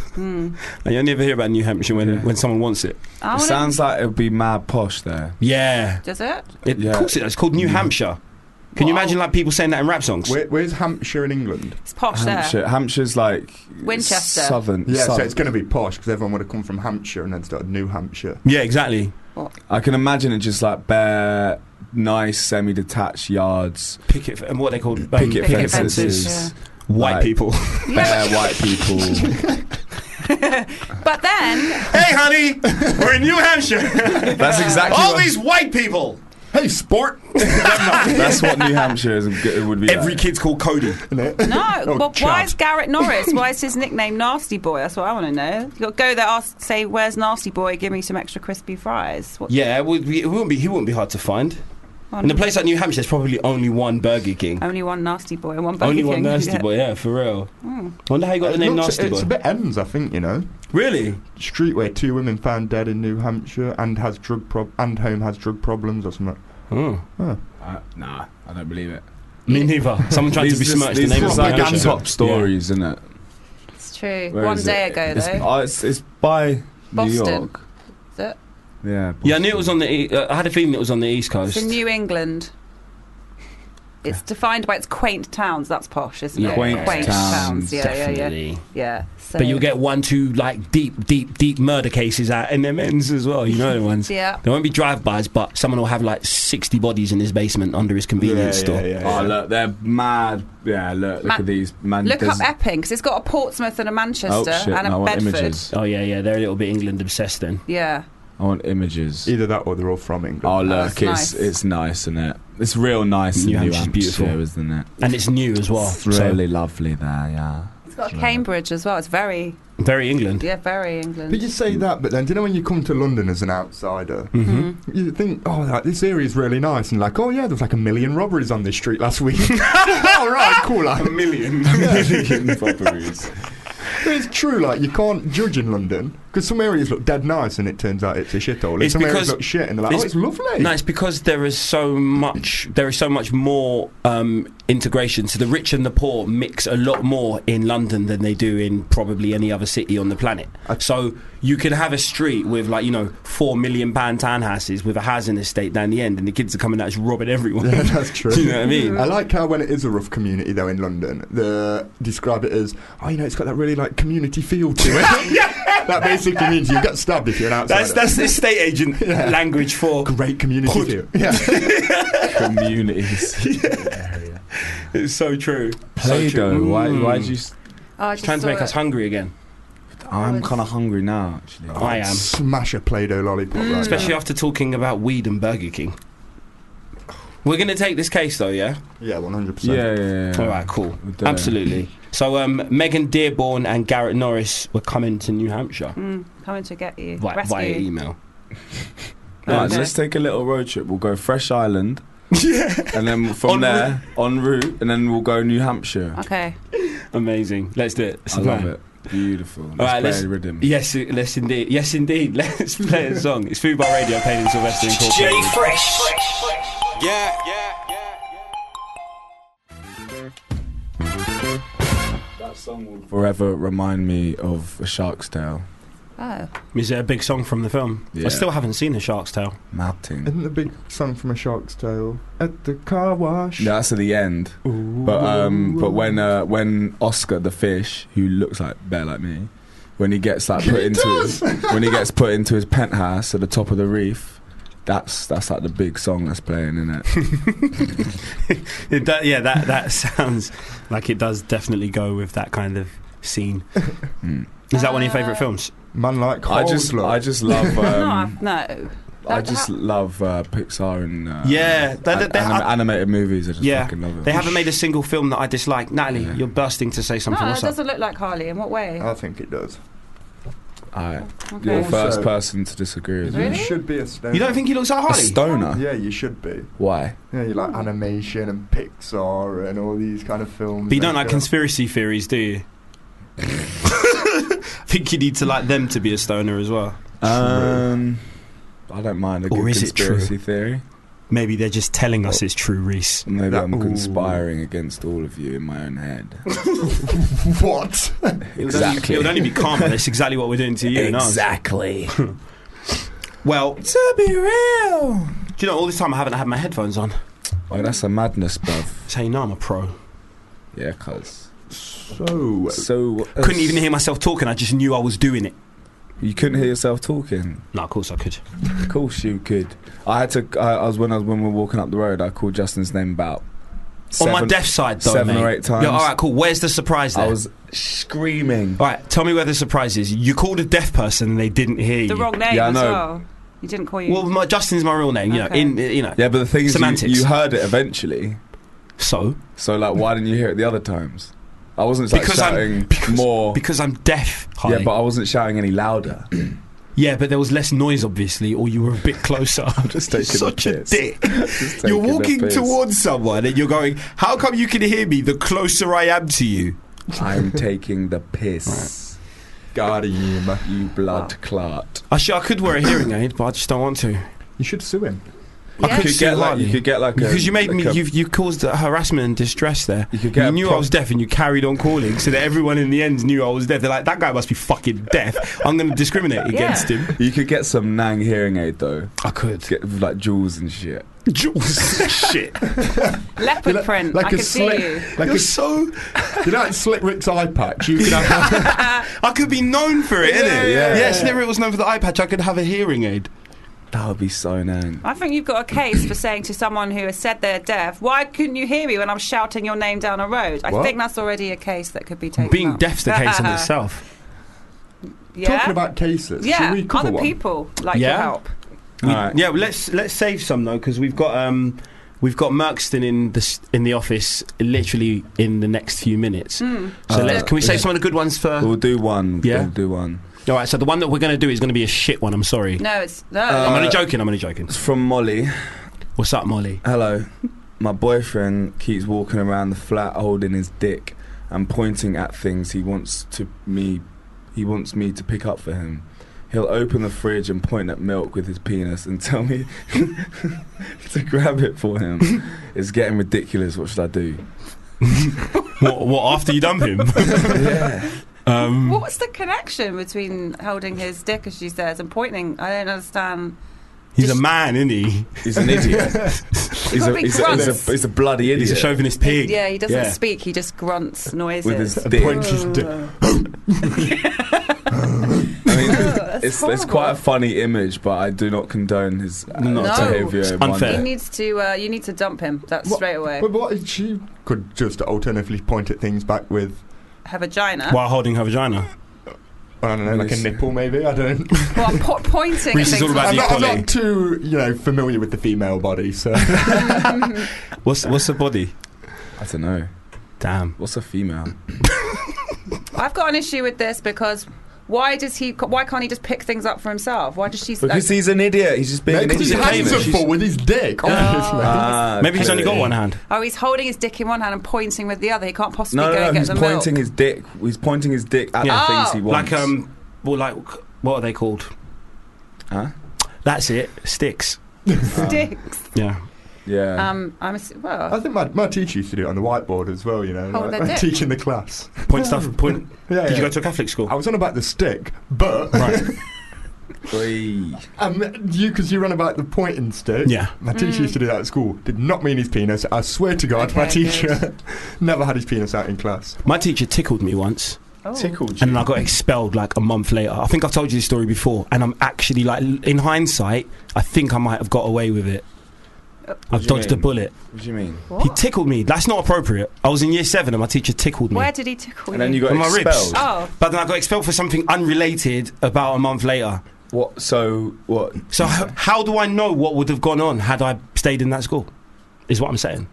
[SPEAKER 6] mm.
[SPEAKER 3] you never hear about New Hampshire when,
[SPEAKER 4] Yeah.
[SPEAKER 3] when someone wants it.
[SPEAKER 6] I
[SPEAKER 4] It
[SPEAKER 6] wanna-
[SPEAKER 4] sounds like it would be mad posh there.
[SPEAKER 3] Yeah.
[SPEAKER 6] Does it?
[SPEAKER 3] It,
[SPEAKER 4] Yeah.
[SPEAKER 3] Of course it is. It's called New
[SPEAKER 4] Yeah.
[SPEAKER 3] Hampshire. Can you
[SPEAKER 6] Wow.
[SPEAKER 3] imagine like people saying that in rap songs?
[SPEAKER 5] Where, where's Hampshire in England?
[SPEAKER 6] It's posh there.
[SPEAKER 4] Hampshire. Hampshire's like
[SPEAKER 6] Winchester.
[SPEAKER 4] Southern.
[SPEAKER 5] Yeah, so
[SPEAKER 4] southern.
[SPEAKER 5] it's going to be posh because everyone would have come from Hampshire and then started New Hampshire.
[SPEAKER 3] yeah, exactly.
[SPEAKER 4] I can imagine it just like bare, nice, semi-detached yards,
[SPEAKER 3] Picket and what they called um,
[SPEAKER 4] picket,
[SPEAKER 6] picket
[SPEAKER 4] fences,
[SPEAKER 6] fences,
[SPEAKER 3] White
[SPEAKER 4] Like-
[SPEAKER 3] people.
[SPEAKER 4] bare white people.
[SPEAKER 6] But then
[SPEAKER 3] hey, honey, we're in New Hampshire.
[SPEAKER 4] That's exactly.
[SPEAKER 3] All
[SPEAKER 4] what,
[SPEAKER 3] these white people.
[SPEAKER 5] Hey, sport!
[SPEAKER 4] That's what New Hampshire is, it would be.
[SPEAKER 3] Every
[SPEAKER 4] like.
[SPEAKER 3] kid's called Cody.
[SPEAKER 6] No,
[SPEAKER 5] Oh,
[SPEAKER 6] but
[SPEAKER 5] Chad.
[SPEAKER 6] why is Garrett Norris? Why is his nickname Nasty Boy? That's what I want to know. You got to go there, ask, say, "Where's Nasty Boy? Give me some extra crispy fries." What,
[SPEAKER 3] Yeah, it, would be, it wouldn't be. He wouldn't be hard to find. In a place like New Hampshire, there's probably only one Burger King.
[SPEAKER 6] Only one Nasty Boy and one Uh, Burger
[SPEAKER 3] only
[SPEAKER 6] King.
[SPEAKER 3] one Nasty
[SPEAKER 6] Yeah. Hmm.
[SPEAKER 3] Boy. Yeah, for real. Wonder how you got the name
[SPEAKER 5] Looks-
[SPEAKER 3] Nasty
[SPEAKER 5] it's
[SPEAKER 3] Boy.
[SPEAKER 5] a bit ends, I think, you know.
[SPEAKER 3] really?
[SPEAKER 5] Street where two women found dead in New Hampshire and has drug prob- and home has drug problems or something.
[SPEAKER 3] Oh.
[SPEAKER 4] Uh, nah, I don't believe it.
[SPEAKER 3] Me neither. Someone trying to
[SPEAKER 4] These just-
[SPEAKER 3] besmirch the
[SPEAKER 4] these
[SPEAKER 3] name of
[SPEAKER 4] just
[SPEAKER 3] New
[SPEAKER 4] like
[SPEAKER 3] Hampshire.
[SPEAKER 4] top stories, isn't it?
[SPEAKER 6] It's true.
[SPEAKER 4] Where
[SPEAKER 6] one
[SPEAKER 4] is
[SPEAKER 6] day
[SPEAKER 4] it?
[SPEAKER 6] ago,
[SPEAKER 4] it's,
[SPEAKER 6] though.
[SPEAKER 4] Oh, it's, it's by
[SPEAKER 6] Boston.
[SPEAKER 4] New York.
[SPEAKER 6] Is it?
[SPEAKER 4] Yeah.
[SPEAKER 3] Yeah, I knew it was on the. E- uh, I had a feeling it was on the East Coast.
[SPEAKER 6] It's in New England. It's defined by its quaint towns. That's posh, isn't it?
[SPEAKER 4] Quaint towns,
[SPEAKER 6] Yeah, yeah, yeah,
[SPEAKER 3] Definitely.
[SPEAKER 6] yeah. So,
[SPEAKER 3] But you'll get one, two, like deep, deep, deep murder cases out in them ends as well. You know the ones.
[SPEAKER 6] Yeah.
[SPEAKER 3] There won't be drive-bys, but someone will have like 60 bodies in his basement under his convenience store.
[SPEAKER 4] Oh look, they're mad. Yeah, look, look
[SPEAKER 6] Ma-
[SPEAKER 4] at these man.
[SPEAKER 6] Look
[SPEAKER 4] there's-
[SPEAKER 6] up Epping because it's got a Portsmouth and a
[SPEAKER 4] oh
[SPEAKER 6] Manchester
[SPEAKER 4] shit!
[SPEAKER 6] and a
[SPEAKER 4] no, I want
[SPEAKER 6] Bedford.
[SPEAKER 4] images.
[SPEAKER 3] Oh yeah, yeah, they're a little bit England obsessed then.
[SPEAKER 6] Yeah.
[SPEAKER 4] I want images.
[SPEAKER 5] Either that or they're all from England.
[SPEAKER 4] Oh look, it's
[SPEAKER 6] that's nice.
[SPEAKER 4] it's nice, isn't it? It's real nice in
[SPEAKER 3] New
[SPEAKER 4] New
[SPEAKER 3] Hampshire's
[SPEAKER 4] Hampshire,
[SPEAKER 3] beautiful.
[SPEAKER 4] isn't it?
[SPEAKER 3] And it's new as well.
[SPEAKER 4] It's
[SPEAKER 3] so
[SPEAKER 4] really lovely there. Yeah.
[SPEAKER 6] It's got
[SPEAKER 4] Sure.
[SPEAKER 6] Cambridge as well. It's very,
[SPEAKER 3] very England.
[SPEAKER 6] yeah, very
[SPEAKER 5] But
[SPEAKER 6] England.
[SPEAKER 5] you say that, but then do you know when you come to London as an outsider,
[SPEAKER 3] Mhm.
[SPEAKER 5] you think, oh, like, this area is really nice, and like, oh yeah, there was like a million robberies on this street last week. All right, cool. Like, a million. it's true. Like you can't judge in London because some areas look dead nice, and it turns out it's a shithole. and
[SPEAKER 3] It's
[SPEAKER 5] some areas
[SPEAKER 3] because-
[SPEAKER 5] look shit, and they're like, oh,
[SPEAKER 3] it's-
[SPEAKER 5] it's lovely.
[SPEAKER 3] No, it's because there is so much. There is so much more um, integration. So the rich and the poor mix a lot more in London than they do in probably any other city on the planet. So you can have a street with like you know four million pound townhouses with a housing estate down the end, and the kids are coming out just robbing everyone.
[SPEAKER 5] Yeah, that's true.
[SPEAKER 3] Do you know what I mean?
[SPEAKER 5] I like how when it is a rough community though in London, they describe it as, oh, you know, it's got that really like community feel to it. That basically means you get stabbed if you're an outsider.
[SPEAKER 3] That's that's the estate agent language for
[SPEAKER 5] great community
[SPEAKER 3] Good.
[SPEAKER 5] feel. Yeah.
[SPEAKER 4] Communities.
[SPEAKER 3] It's so true. So
[SPEAKER 4] Play
[SPEAKER 3] true.
[SPEAKER 4] Doh. Why? Why
[SPEAKER 3] Mm.
[SPEAKER 4] do you? s-
[SPEAKER 6] Oh, I
[SPEAKER 3] It's
[SPEAKER 6] just
[SPEAKER 3] trying to
[SPEAKER 6] saw
[SPEAKER 3] make
[SPEAKER 6] it.
[SPEAKER 3] us hungry again,
[SPEAKER 4] I'm kind of hungry now, actually.
[SPEAKER 3] I am.
[SPEAKER 5] Smash a Play-Doh lollipop. Like
[SPEAKER 3] especially after talking about weed and Burger King. We're gonna take this case though, yeah.
[SPEAKER 5] Yeah, one hundred
[SPEAKER 4] Yeah,
[SPEAKER 5] percent.
[SPEAKER 4] yeah, yeah, yeah.
[SPEAKER 3] All right, cool.
[SPEAKER 4] We're there.
[SPEAKER 3] Absolutely. So, um, Megan Dearborn and Garrett Norris were coming to New Hampshire
[SPEAKER 6] Mm, coming to get you.
[SPEAKER 3] vi-
[SPEAKER 6] Rescue.
[SPEAKER 3] via email.
[SPEAKER 4] All right,
[SPEAKER 6] Okay.
[SPEAKER 4] let's take a little road trip. We'll go Fresh Island,
[SPEAKER 3] yeah,
[SPEAKER 4] and then from
[SPEAKER 3] En
[SPEAKER 4] there en route, and then we'll go New Hampshire.
[SPEAKER 6] Okay.
[SPEAKER 3] amazing. Let's do it. It's
[SPEAKER 4] I
[SPEAKER 3] a
[SPEAKER 4] love
[SPEAKER 3] plan.
[SPEAKER 4] it. Beautiful. Let's
[SPEAKER 3] right,
[SPEAKER 4] play
[SPEAKER 3] let's-
[SPEAKER 4] a rhythm.
[SPEAKER 3] Yes, i- yes, indeed. Yes, indeed. Let's play a song. It's Food Bar Radio, playing in Sylvester
[SPEAKER 1] Jay
[SPEAKER 3] Incorporated.
[SPEAKER 1] Fresh.
[SPEAKER 4] That song will forever remind me of A Shark's Tale.
[SPEAKER 6] Oh.
[SPEAKER 3] Is it a big song from the film?
[SPEAKER 4] Yeah.
[SPEAKER 3] I still haven't seen The Shark's Tale.
[SPEAKER 4] Mad thing.
[SPEAKER 5] Isn't the big song from A Shark's Tale at the car wash?
[SPEAKER 4] No, that's at the end. But um, but when uh, when Oscar the fish, who looks like bear like me, when he gets like put into his, when he gets put into his penthouse at the top of the reef, that's that's like the big song that's playing in it.
[SPEAKER 3] It do- yeah, that, that sounds like it does definitely go with that kind of scene.
[SPEAKER 4] Mm.
[SPEAKER 3] Is that one of your
[SPEAKER 6] Uh,
[SPEAKER 3] favourite films?
[SPEAKER 5] Man like
[SPEAKER 4] I just
[SPEAKER 5] coleslaw.
[SPEAKER 4] I just love um,
[SPEAKER 6] no, I- no.
[SPEAKER 4] I
[SPEAKER 6] That-
[SPEAKER 4] just
[SPEAKER 6] that-
[SPEAKER 4] love uh, Pixar and uh,
[SPEAKER 3] Yeah, they- they-
[SPEAKER 4] an-
[SPEAKER 3] they-
[SPEAKER 4] anim-
[SPEAKER 3] I-
[SPEAKER 4] animated movies. I just
[SPEAKER 3] Yeah,
[SPEAKER 4] fucking love it.
[SPEAKER 3] They haven't made a single film that I dislike. Natalie,
[SPEAKER 4] Yeah.
[SPEAKER 3] you're bursting to say
[SPEAKER 6] No,
[SPEAKER 3] something.
[SPEAKER 6] that
[SPEAKER 3] What's up?
[SPEAKER 6] doesn't look like Harley. In what way?
[SPEAKER 5] I think it does.
[SPEAKER 4] Alright, Oh, you're
[SPEAKER 6] Okay.
[SPEAKER 4] the first
[SPEAKER 5] Also-
[SPEAKER 4] person to disagree with
[SPEAKER 6] Really?
[SPEAKER 5] You should be a stoner.
[SPEAKER 3] You don't think he looks like
[SPEAKER 4] me. A
[SPEAKER 3] Harley?
[SPEAKER 4] stoner?
[SPEAKER 5] Yeah, you should be.
[SPEAKER 4] Why?
[SPEAKER 5] Yeah, you like animation and Pixar and all these kind of films.
[SPEAKER 3] But you don't
[SPEAKER 5] that
[SPEAKER 3] like
[SPEAKER 5] go-
[SPEAKER 3] conspiracy theories, do you? I think you need to like them to be a stoner as well.
[SPEAKER 4] Um, I don't mind a
[SPEAKER 3] Or
[SPEAKER 4] good
[SPEAKER 3] is it true?
[SPEAKER 4] conspiracy theory.
[SPEAKER 3] Maybe they're just telling us it's true, Reese.
[SPEAKER 4] Maybe
[SPEAKER 5] That-
[SPEAKER 4] I'm
[SPEAKER 5] Ooh.
[SPEAKER 4] conspiring against all of you in my own head.
[SPEAKER 5] What?
[SPEAKER 4] exactly.
[SPEAKER 3] It would only be karma. That's exactly what we're doing to you. and us.
[SPEAKER 4] exactly.
[SPEAKER 3] Well,
[SPEAKER 4] to be real.
[SPEAKER 3] do you know, all this time I haven't had my headphones on.
[SPEAKER 4] Oh, that's a madness, bruv.
[SPEAKER 3] So you know I'm a pro.
[SPEAKER 4] Yeah, cuz.
[SPEAKER 5] So,
[SPEAKER 4] So
[SPEAKER 3] Couldn't even hear myself talking. I just knew I was doing it.
[SPEAKER 4] You couldn't hear yourself talking.
[SPEAKER 3] No, of course I could.
[SPEAKER 4] Of course you could. I had to. I, I was when I was when we were walking up the road. I called Justin's name about
[SPEAKER 3] On my
[SPEAKER 4] seven-
[SPEAKER 3] deaf side, though,
[SPEAKER 4] seven
[SPEAKER 3] mate.
[SPEAKER 4] or eight times.
[SPEAKER 3] Yo, all right, cool. Where's the surprise? There?
[SPEAKER 4] I was screaming.
[SPEAKER 3] All right, tell me where the surprise is. You called a deaf person and they didn't hear you.
[SPEAKER 6] the wrong name
[SPEAKER 4] Yeah, I
[SPEAKER 6] as
[SPEAKER 4] know.
[SPEAKER 6] well. You didn't call you.
[SPEAKER 3] Well, my, Justin's my real name. You know,
[SPEAKER 6] Okay.
[SPEAKER 3] in you know.
[SPEAKER 4] Yeah, but the thing is, you,
[SPEAKER 3] Semantics.
[SPEAKER 4] you heard it eventually.
[SPEAKER 3] So
[SPEAKER 4] So like, why didn't you hear it the other times? I wasn't like
[SPEAKER 3] Because I'm-
[SPEAKER 4] shouting more.
[SPEAKER 3] because I'm deaf, Harley.
[SPEAKER 4] Yeah, but I wasn't shouting any louder.
[SPEAKER 3] Yeah, but there was less noise, obviously, or you were a bit closer. I'm
[SPEAKER 4] just taking the
[SPEAKER 3] such a
[SPEAKER 4] piss.
[SPEAKER 3] dick.
[SPEAKER 4] Just
[SPEAKER 3] You're
[SPEAKER 4] taking a
[SPEAKER 3] walking
[SPEAKER 4] piss.
[SPEAKER 3] towards someone and you're going, "How come you can hear me? The closer I am to you."
[SPEAKER 4] I'm taking the piss.
[SPEAKER 5] Guardian.
[SPEAKER 4] You blood clot.
[SPEAKER 3] I should, I could wear a hearing aid, but I just don't want to
[SPEAKER 5] You should sue him.
[SPEAKER 4] You
[SPEAKER 6] Yeah.
[SPEAKER 4] could get like you could get like a,
[SPEAKER 3] because you made
[SPEAKER 4] like
[SPEAKER 3] me.
[SPEAKER 4] a-
[SPEAKER 3] You you caused harassment and distress there.
[SPEAKER 4] you could get
[SPEAKER 3] You
[SPEAKER 4] a
[SPEAKER 3] knew I
[SPEAKER 4] prop-
[SPEAKER 3] was deaf and you carried on calling so that everyone in the end knew I was deaf. They're like, that guy must be fucking deaf. I'm going to discriminate against him.
[SPEAKER 4] you could get some Nang hearing aid though.
[SPEAKER 3] I could.
[SPEAKER 4] Get like jewels and shit.
[SPEAKER 3] Jules. Shit.
[SPEAKER 6] leopard
[SPEAKER 5] like-
[SPEAKER 6] print.
[SPEAKER 5] like
[SPEAKER 6] I
[SPEAKER 5] a
[SPEAKER 6] can see
[SPEAKER 5] slick-
[SPEAKER 6] you.
[SPEAKER 5] Like
[SPEAKER 3] You're
[SPEAKER 5] a,
[SPEAKER 3] so.
[SPEAKER 5] you know, like Slick Rick's eye patch. You could have.
[SPEAKER 3] I could be known for it, innit?
[SPEAKER 4] yeah, yeah.
[SPEAKER 3] Yes, Sliver was known for the eye patch. I could have a hearing aid.
[SPEAKER 4] That would be so Nang.
[SPEAKER 6] I think you've got a case for saying to someone who has said they're deaf, "Why couldn't you hear me when I'm shouting your name down a road?" I
[SPEAKER 5] What?
[SPEAKER 6] think that's already a case that could be taken.
[SPEAKER 3] Being
[SPEAKER 6] up.
[SPEAKER 3] deaf's the case in itself.
[SPEAKER 6] Yeah.
[SPEAKER 5] Talking about cases.
[SPEAKER 6] yeah.
[SPEAKER 5] Should we cover
[SPEAKER 6] Other
[SPEAKER 5] one?
[SPEAKER 6] people like
[SPEAKER 3] Yeah.
[SPEAKER 6] your help.
[SPEAKER 3] We-
[SPEAKER 4] Alright.
[SPEAKER 3] Yeah, well, let's let's save some though because we've got um we've got Merkston in the s- in the office literally in the next few minutes.
[SPEAKER 6] Mm.
[SPEAKER 3] So
[SPEAKER 4] Uh,
[SPEAKER 3] let's, can we save
[SPEAKER 4] yeah.
[SPEAKER 3] some of the good ones for?
[SPEAKER 4] We'll do one.
[SPEAKER 3] Yeah.
[SPEAKER 4] We'll do one.
[SPEAKER 3] All right. So the one that we're going to do is going to be a shit one. I'm sorry.
[SPEAKER 6] No, it's no.
[SPEAKER 4] Uh,
[SPEAKER 3] I'm only joking. I'm only joking.
[SPEAKER 4] It's from Molly.
[SPEAKER 3] What's up, Molly?
[SPEAKER 4] Hello. My boyfriend keeps walking around the flat holding his dick and pointing at things he wants to me he wants me to pick up for him. He'll open the fridge and point at milk with his penis and tell me to grab it for him. It's getting ridiculous. What should I do?
[SPEAKER 3] what, what after you dump him?
[SPEAKER 4] yeah.
[SPEAKER 3] um,
[SPEAKER 6] What's the connection between holding his dick, as she says, and pointing? I don't understand.
[SPEAKER 3] he's a man, isn't he?
[SPEAKER 4] He's an idiot. He's a,
[SPEAKER 6] Probably
[SPEAKER 4] he's, a, he's,
[SPEAKER 6] gross.
[SPEAKER 4] a, he's a bloody idiot.
[SPEAKER 3] He's a chauvinist pig.
[SPEAKER 6] Yeah, he doesn't
[SPEAKER 3] Yeah.
[SPEAKER 6] speak. He just grunts noises.
[SPEAKER 4] with his dick. I mean,
[SPEAKER 6] that's
[SPEAKER 4] it's, it's quite a
[SPEAKER 6] horrible.
[SPEAKER 4] funny image, but I do not condone his uh,
[SPEAKER 3] No.
[SPEAKER 4] behavior.
[SPEAKER 6] It's
[SPEAKER 4] in one
[SPEAKER 3] unfair.
[SPEAKER 6] He
[SPEAKER 4] bit.
[SPEAKER 6] needs to. Uh, you need to dump him. That's
[SPEAKER 5] What?
[SPEAKER 6] straight away.
[SPEAKER 5] But what if she could just alternatively point at things back with?
[SPEAKER 6] Her vagina.
[SPEAKER 3] While holding her vagina.
[SPEAKER 5] I don't know, like a
[SPEAKER 4] Yes.
[SPEAKER 5] nipple maybe. I don't.
[SPEAKER 6] Well, I'm po- pointing.
[SPEAKER 3] Reese
[SPEAKER 6] at
[SPEAKER 3] is
[SPEAKER 6] things
[SPEAKER 3] all about
[SPEAKER 6] like-
[SPEAKER 5] I'm not,
[SPEAKER 3] Equally.
[SPEAKER 5] I'm not too, you know, familiar with the female body, so
[SPEAKER 3] What's what's the body?
[SPEAKER 4] I don't know.
[SPEAKER 3] Damn.
[SPEAKER 4] What's a female?
[SPEAKER 6] I've got an issue with this because why does he? Why can't he just pick things up for himself? Why does she?
[SPEAKER 4] Because he's an idiot. He's just being an
[SPEAKER 5] because his
[SPEAKER 4] idiot.
[SPEAKER 5] hands are
[SPEAKER 4] She's-
[SPEAKER 5] full with his dick. Obviously.
[SPEAKER 4] Ah,
[SPEAKER 3] Maybe he's only got
[SPEAKER 4] okay.
[SPEAKER 3] one hand.
[SPEAKER 6] oh, he's holding his dick in one hand and pointing with the other. He can't possibly
[SPEAKER 4] No,
[SPEAKER 6] go
[SPEAKER 4] no,
[SPEAKER 6] and
[SPEAKER 4] no.
[SPEAKER 6] get
[SPEAKER 4] He's
[SPEAKER 6] the
[SPEAKER 4] pointing
[SPEAKER 6] milk.
[SPEAKER 4] his dick. He's pointing his dick at
[SPEAKER 6] Yeah.
[SPEAKER 4] the things he
[SPEAKER 6] Oh.
[SPEAKER 4] wants.
[SPEAKER 3] Like um, well, like what are they called?
[SPEAKER 4] Huh?
[SPEAKER 3] That's it. Sticks.
[SPEAKER 6] Sticks.
[SPEAKER 3] Yeah.
[SPEAKER 4] Yeah.
[SPEAKER 6] Um, I'm. ass-
[SPEAKER 5] I
[SPEAKER 6] Well,
[SPEAKER 5] think my, my teacher used to do it on the whiteboard as well, you know,
[SPEAKER 6] Hold
[SPEAKER 5] like,
[SPEAKER 6] their dick.
[SPEAKER 5] teaching the class.
[SPEAKER 3] Point stuff. Point.
[SPEAKER 5] Yeah,
[SPEAKER 3] Did
[SPEAKER 5] yeah.
[SPEAKER 3] you go to a Catholic school?
[SPEAKER 5] I was on about the stick, but
[SPEAKER 3] Right.
[SPEAKER 4] Oi.
[SPEAKER 5] um, you because you run about the pointing stick.
[SPEAKER 3] Yeah.
[SPEAKER 5] my teacher used to do that at school. Did not mean his penis. I swear to God, my
[SPEAKER 6] Okay,
[SPEAKER 5] teacher never had his penis out in class.
[SPEAKER 3] My teacher tickled me once.
[SPEAKER 6] oh.
[SPEAKER 5] Tickled
[SPEAKER 3] and then I got expelled like a month later. I think I've told you this story before, and I'm actually like, l- in hindsight, I think I might have got away with it.
[SPEAKER 4] What do
[SPEAKER 3] I've
[SPEAKER 4] you
[SPEAKER 3] dodged a
[SPEAKER 4] mean?
[SPEAKER 3] bullet.
[SPEAKER 4] What do you mean?
[SPEAKER 3] He
[SPEAKER 6] What?
[SPEAKER 3] tickled me. That's not appropriate. I was in year seven, and my teacher tickled me.
[SPEAKER 6] Where did he tickle
[SPEAKER 4] And then you got
[SPEAKER 3] From my ribs. Ah.
[SPEAKER 4] expelled.
[SPEAKER 6] Oh,
[SPEAKER 3] but then I got expelled for something unrelated about a month later.
[SPEAKER 4] What? So what?
[SPEAKER 3] So h- how do I know what would have gone on had I stayed in that school? Is what I'm saying.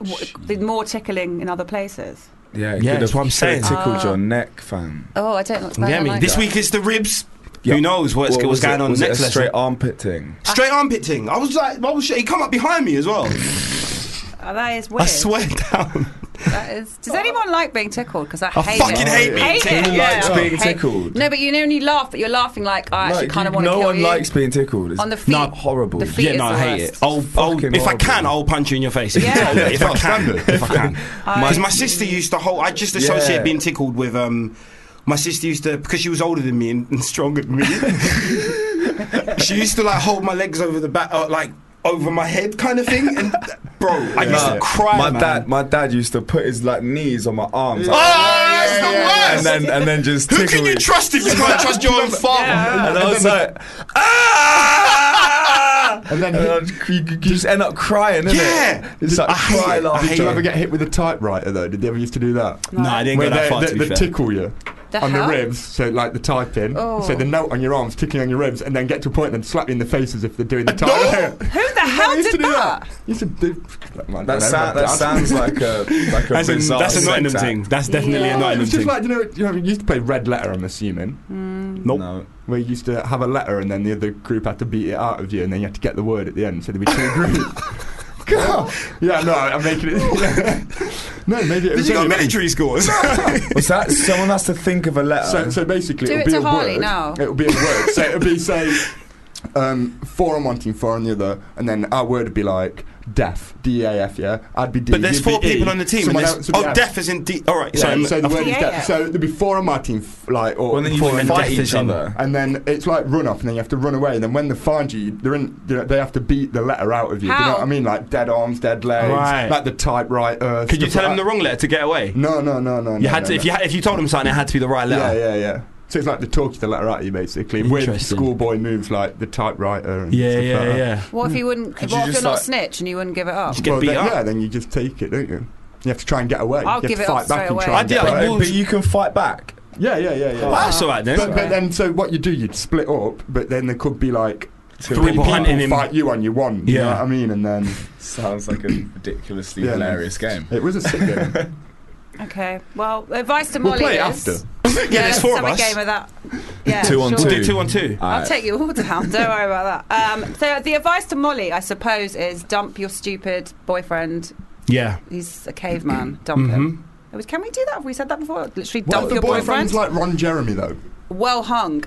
[SPEAKER 6] w- did more tickling in other places.
[SPEAKER 4] Yeah.
[SPEAKER 3] Yeah, that's
[SPEAKER 4] could have-
[SPEAKER 3] what I'm
[SPEAKER 4] could have
[SPEAKER 3] saying.
[SPEAKER 4] Tickled
[SPEAKER 6] Ah.
[SPEAKER 4] your neck, fam.
[SPEAKER 6] Oh, I don't.
[SPEAKER 3] You
[SPEAKER 6] I
[SPEAKER 3] get
[SPEAKER 6] don't
[SPEAKER 3] me?
[SPEAKER 6] like
[SPEAKER 3] This
[SPEAKER 6] that.
[SPEAKER 3] week it's the ribs.
[SPEAKER 4] Yeah.
[SPEAKER 3] Who knows what's,
[SPEAKER 4] What
[SPEAKER 3] what's
[SPEAKER 4] was
[SPEAKER 3] going
[SPEAKER 4] it?
[SPEAKER 3] on
[SPEAKER 4] Was it
[SPEAKER 3] next
[SPEAKER 4] a
[SPEAKER 3] lesson?
[SPEAKER 4] straight armpit thing?
[SPEAKER 3] Straight armpit thing. I was like, well, shit. He come up behind me as well.
[SPEAKER 6] Oh, that is weird.
[SPEAKER 3] I swear down.
[SPEAKER 6] That is, does anyone like being tickled? Because I,
[SPEAKER 3] I
[SPEAKER 6] hate
[SPEAKER 3] fucking
[SPEAKER 6] it.
[SPEAKER 3] hate being tickled.
[SPEAKER 6] it.
[SPEAKER 3] Who
[SPEAKER 6] Yeah.
[SPEAKER 4] likes
[SPEAKER 6] I
[SPEAKER 4] being
[SPEAKER 6] hate-
[SPEAKER 4] tickled?
[SPEAKER 6] No, but you know when you laugh, but you're laughing like I actually
[SPEAKER 4] No,
[SPEAKER 6] kind of
[SPEAKER 4] you-
[SPEAKER 6] want to
[SPEAKER 4] No
[SPEAKER 6] kill
[SPEAKER 4] one
[SPEAKER 6] you.
[SPEAKER 4] likes being tickled. It's
[SPEAKER 6] On the feet.
[SPEAKER 4] Not horrible.
[SPEAKER 6] The feet
[SPEAKER 3] yeah,
[SPEAKER 6] is
[SPEAKER 3] no,
[SPEAKER 6] the
[SPEAKER 3] I hate
[SPEAKER 6] worst.
[SPEAKER 3] it. I'll, I'll,
[SPEAKER 4] Fucking
[SPEAKER 3] if I can,
[SPEAKER 4] horrible.
[SPEAKER 3] I'll punch you in your face.
[SPEAKER 6] Yeah.
[SPEAKER 3] Totally,
[SPEAKER 5] Yeah,
[SPEAKER 3] if,
[SPEAKER 5] it's
[SPEAKER 3] I can,
[SPEAKER 5] standard.
[SPEAKER 3] if I can,
[SPEAKER 6] I-
[SPEAKER 3] because my sister used to hold. I just associate
[SPEAKER 4] Yeah.
[SPEAKER 3] being tickled with. Um, my sister used to because she was older than me and, and stronger than me. she used to like hold my legs over the back, uh, like over my head, kind of thing. And bro, I used
[SPEAKER 4] Nah,
[SPEAKER 3] to cry.
[SPEAKER 4] my
[SPEAKER 3] man.
[SPEAKER 4] dad, my dad used to put his like knees on my arms,
[SPEAKER 3] Oh,
[SPEAKER 4] like,
[SPEAKER 3] that's the
[SPEAKER 4] and
[SPEAKER 3] worst.
[SPEAKER 4] then and then just
[SPEAKER 3] Who
[SPEAKER 4] tickle
[SPEAKER 3] can you
[SPEAKER 4] it.
[SPEAKER 3] trust if you can't trust your own father?
[SPEAKER 4] And I was like, ah!
[SPEAKER 5] And
[SPEAKER 4] And
[SPEAKER 5] then
[SPEAKER 6] Uh,
[SPEAKER 5] he-
[SPEAKER 4] I just- you, you just end up crying, innit?
[SPEAKER 3] Yeah.
[SPEAKER 4] It's like
[SPEAKER 3] I hate
[SPEAKER 4] cry
[SPEAKER 3] it. I
[SPEAKER 4] laughter.
[SPEAKER 5] Did
[SPEAKER 3] hate
[SPEAKER 5] you ever get hit with a typewriter though? Did they ever used to do that?
[SPEAKER 3] No, I didn't
[SPEAKER 5] Where
[SPEAKER 3] go that
[SPEAKER 5] they,
[SPEAKER 3] far.
[SPEAKER 5] they,
[SPEAKER 3] to be
[SPEAKER 5] they
[SPEAKER 3] fair.
[SPEAKER 5] tickle you
[SPEAKER 6] The
[SPEAKER 5] on
[SPEAKER 6] hell?
[SPEAKER 5] the ribs, so like the typing.
[SPEAKER 6] Oh.
[SPEAKER 5] So the note on your arms ticking on your ribs, and then get to a point and slap you in the face as if they're doing the typing.
[SPEAKER 6] Who the hell
[SPEAKER 5] used to
[SPEAKER 6] did
[SPEAKER 5] do
[SPEAKER 6] that?
[SPEAKER 5] Used to do. Man, I
[SPEAKER 4] That,
[SPEAKER 5] don't
[SPEAKER 4] sound,
[SPEAKER 5] know,
[SPEAKER 4] that
[SPEAKER 5] my dad-
[SPEAKER 4] sounds like a like a
[SPEAKER 3] That's, a,
[SPEAKER 4] bizarre
[SPEAKER 3] that's a
[SPEAKER 4] sex
[SPEAKER 3] Nottingham
[SPEAKER 4] act.
[SPEAKER 3] thing. That's definitely
[SPEAKER 6] Yeah.
[SPEAKER 3] a
[SPEAKER 5] No, it
[SPEAKER 3] Nottingham
[SPEAKER 5] was just
[SPEAKER 3] thing.
[SPEAKER 5] like you know, you know, we used to play Red Letter. I'm assuming
[SPEAKER 3] nope.
[SPEAKER 4] No.
[SPEAKER 5] where you used to have a letter, and then the other group had to beat it out of you, and then you had to get the word at the end. So there'd be two groups. God. Yeah, no, I'm making it. no, maybe it
[SPEAKER 3] Did
[SPEAKER 5] was
[SPEAKER 3] you got
[SPEAKER 5] only-
[SPEAKER 3] military scores?
[SPEAKER 4] What's that? Someone has to think of a letter.
[SPEAKER 5] So, so basically,
[SPEAKER 6] Do
[SPEAKER 5] it'll
[SPEAKER 6] it
[SPEAKER 5] be
[SPEAKER 6] to
[SPEAKER 5] a
[SPEAKER 6] Harley
[SPEAKER 5] word.
[SPEAKER 6] now.
[SPEAKER 5] It'll be a word. so it'll be say um, four on one team, four on the other, and then our word would be like deaf, D A F. Yeah, I'd be D.
[SPEAKER 3] But there's
[SPEAKER 5] you'd be
[SPEAKER 3] four
[SPEAKER 5] E,
[SPEAKER 3] people on the team. And
[SPEAKER 5] someone
[SPEAKER 3] there's,
[SPEAKER 5] else would be
[SPEAKER 3] oh,
[SPEAKER 5] F.
[SPEAKER 3] deaf is in D. All right,
[SPEAKER 5] Yeah,
[SPEAKER 3] sorry. I'm-
[SPEAKER 5] so the
[SPEAKER 3] I'm-
[SPEAKER 5] word is
[SPEAKER 6] Yeah.
[SPEAKER 5] deaf. So there'd be four on my team, f- like or
[SPEAKER 4] well, then you
[SPEAKER 5] four on
[SPEAKER 4] fight
[SPEAKER 3] death is
[SPEAKER 4] each
[SPEAKER 3] in-
[SPEAKER 4] other.
[SPEAKER 5] and then it's like run off, and then you have to run away. And then when they find you, they're in, they're, they have to beat the letter out of you. Do you
[SPEAKER 6] How?
[SPEAKER 5] know what I mean? Like dead arms, dead legs,
[SPEAKER 3] Right.
[SPEAKER 5] like the typewriter.
[SPEAKER 3] Could you
[SPEAKER 5] stuff
[SPEAKER 3] tell
[SPEAKER 5] like
[SPEAKER 3] him the wrong letter to get away?
[SPEAKER 5] that. No, no, no, no.
[SPEAKER 3] You had to. If you had- if you told him something, it had to be the right
[SPEAKER 5] yeah,
[SPEAKER 3] letter.
[SPEAKER 5] yeah, yeah. So it's like the talk to the letter out of you, basically. With
[SPEAKER 3] Interesting.
[SPEAKER 5] schoolboy moves like the typewriter. And stuff like that.
[SPEAKER 6] What if you wouldn't?
[SPEAKER 4] Could
[SPEAKER 6] What
[SPEAKER 4] you
[SPEAKER 6] if you're
[SPEAKER 4] just
[SPEAKER 6] not
[SPEAKER 4] like-
[SPEAKER 6] snitch and you wouldn't give it up?
[SPEAKER 3] Get
[SPEAKER 5] well,
[SPEAKER 3] beat
[SPEAKER 5] then,
[SPEAKER 3] up.
[SPEAKER 5] yeah, then you just take it, don't you? You have to try and get away.
[SPEAKER 6] I'll
[SPEAKER 5] you have
[SPEAKER 6] give
[SPEAKER 5] to
[SPEAKER 6] it
[SPEAKER 5] fight
[SPEAKER 6] off
[SPEAKER 5] back
[SPEAKER 6] straight
[SPEAKER 5] and
[SPEAKER 6] away.
[SPEAKER 5] try and
[SPEAKER 3] I'd-
[SPEAKER 5] get
[SPEAKER 3] yeah,
[SPEAKER 5] away.
[SPEAKER 4] But, but you can fight back.
[SPEAKER 5] Yeah, yeah, yeah, yeah.
[SPEAKER 3] Well, that's all right then.
[SPEAKER 5] But, but then, so what you do, you'd split up, but then there could be like
[SPEAKER 4] Two
[SPEAKER 5] three
[SPEAKER 3] people
[SPEAKER 5] people,
[SPEAKER 3] hunting him.
[SPEAKER 5] fight you on your one. You
[SPEAKER 3] Yeah.
[SPEAKER 5] know what I mean? And then
[SPEAKER 4] Sounds like a ridiculously
[SPEAKER 5] Yeah.
[SPEAKER 4] hilarious game.
[SPEAKER 5] it was a sick game.
[SPEAKER 6] Okay. Well, advice to
[SPEAKER 5] We'll
[SPEAKER 6] Molly
[SPEAKER 5] play it
[SPEAKER 6] is.
[SPEAKER 5] after.
[SPEAKER 3] yeah, there's four of
[SPEAKER 6] have a
[SPEAKER 3] us.
[SPEAKER 6] game of that. Yeah,
[SPEAKER 4] Two on
[SPEAKER 6] sure.
[SPEAKER 3] We'll
[SPEAKER 4] two.
[SPEAKER 3] do two on two.
[SPEAKER 6] I'll
[SPEAKER 4] Alright.
[SPEAKER 6] take you all down. Don't worry about that. Um, so the advice to Molly, I suppose, is dump your stupid boyfriend.
[SPEAKER 3] Yeah.
[SPEAKER 6] He's a caveman. Dump
[SPEAKER 5] Mm-hmm.
[SPEAKER 6] him. It was, can we do that? Have we said that before? Literally
[SPEAKER 5] What
[SPEAKER 6] dump
[SPEAKER 5] if the
[SPEAKER 6] your boyfriend.
[SPEAKER 5] boyfriend's like Ron Jeremy though?
[SPEAKER 6] well hung.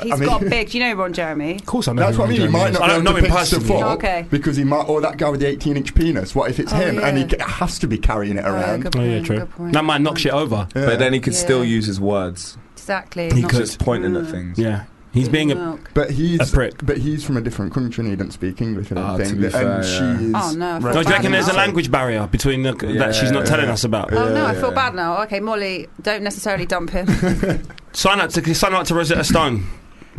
[SPEAKER 6] He's
[SPEAKER 5] I mean-
[SPEAKER 6] got big. Do you know Ron Jeremy?
[SPEAKER 3] Of course, I know.
[SPEAKER 5] That's
[SPEAKER 3] who
[SPEAKER 5] what I mean.
[SPEAKER 3] Ron
[SPEAKER 5] You might
[SPEAKER 3] Jeremy is.
[SPEAKER 5] not
[SPEAKER 3] I
[SPEAKER 5] be
[SPEAKER 3] don't
[SPEAKER 5] able
[SPEAKER 3] know
[SPEAKER 5] to
[SPEAKER 3] him
[SPEAKER 5] pick stuff
[SPEAKER 3] personally.
[SPEAKER 5] up
[SPEAKER 6] Okay.
[SPEAKER 5] because he might, or that guy with the 18-inch penis. What if it's
[SPEAKER 6] Oh,
[SPEAKER 5] him and he
[SPEAKER 6] yeah.
[SPEAKER 5] g- has to be carrying it
[SPEAKER 6] Oh, yeah,
[SPEAKER 5] around?
[SPEAKER 6] good
[SPEAKER 3] Oh, yeah,
[SPEAKER 6] point,
[SPEAKER 3] true.
[SPEAKER 6] good point.
[SPEAKER 3] That might knock shit over.
[SPEAKER 5] Yeah.
[SPEAKER 4] But then he could still
[SPEAKER 6] Yeah.
[SPEAKER 4] use his words.
[SPEAKER 6] Exactly.
[SPEAKER 3] He
[SPEAKER 6] Not
[SPEAKER 3] could.
[SPEAKER 4] Just pointing at
[SPEAKER 6] Mm.
[SPEAKER 4] things.
[SPEAKER 3] Yeah. He's being a.
[SPEAKER 6] milk.
[SPEAKER 5] But he's
[SPEAKER 3] A prick.
[SPEAKER 5] But he's from a different country and he doesn't speak English. I don't
[SPEAKER 4] Ah, to
[SPEAKER 5] think.
[SPEAKER 4] be
[SPEAKER 5] and
[SPEAKER 4] fair,
[SPEAKER 5] she
[SPEAKER 4] yeah.
[SPEAKER 5] is.
[SPEAKER 6] Oh, no, I feel
[SPEAKER 3] No, do you reckon there's a
[SPEAKER 6] Yeah.
[SPEAKER 3] language barrier between the, that she's not
[SPEAKER 4] Yeah.
[SPEAKER 3] telling us about?
[SPEAKER 6] Oh no, I
[SPEAKER 4] Yeah.
[SPEAKER 6] feel bad now. Okay, Molly, don't necessarily dump him.
[SPEAKER 3] Sign up to sign up to Rosetta Stone.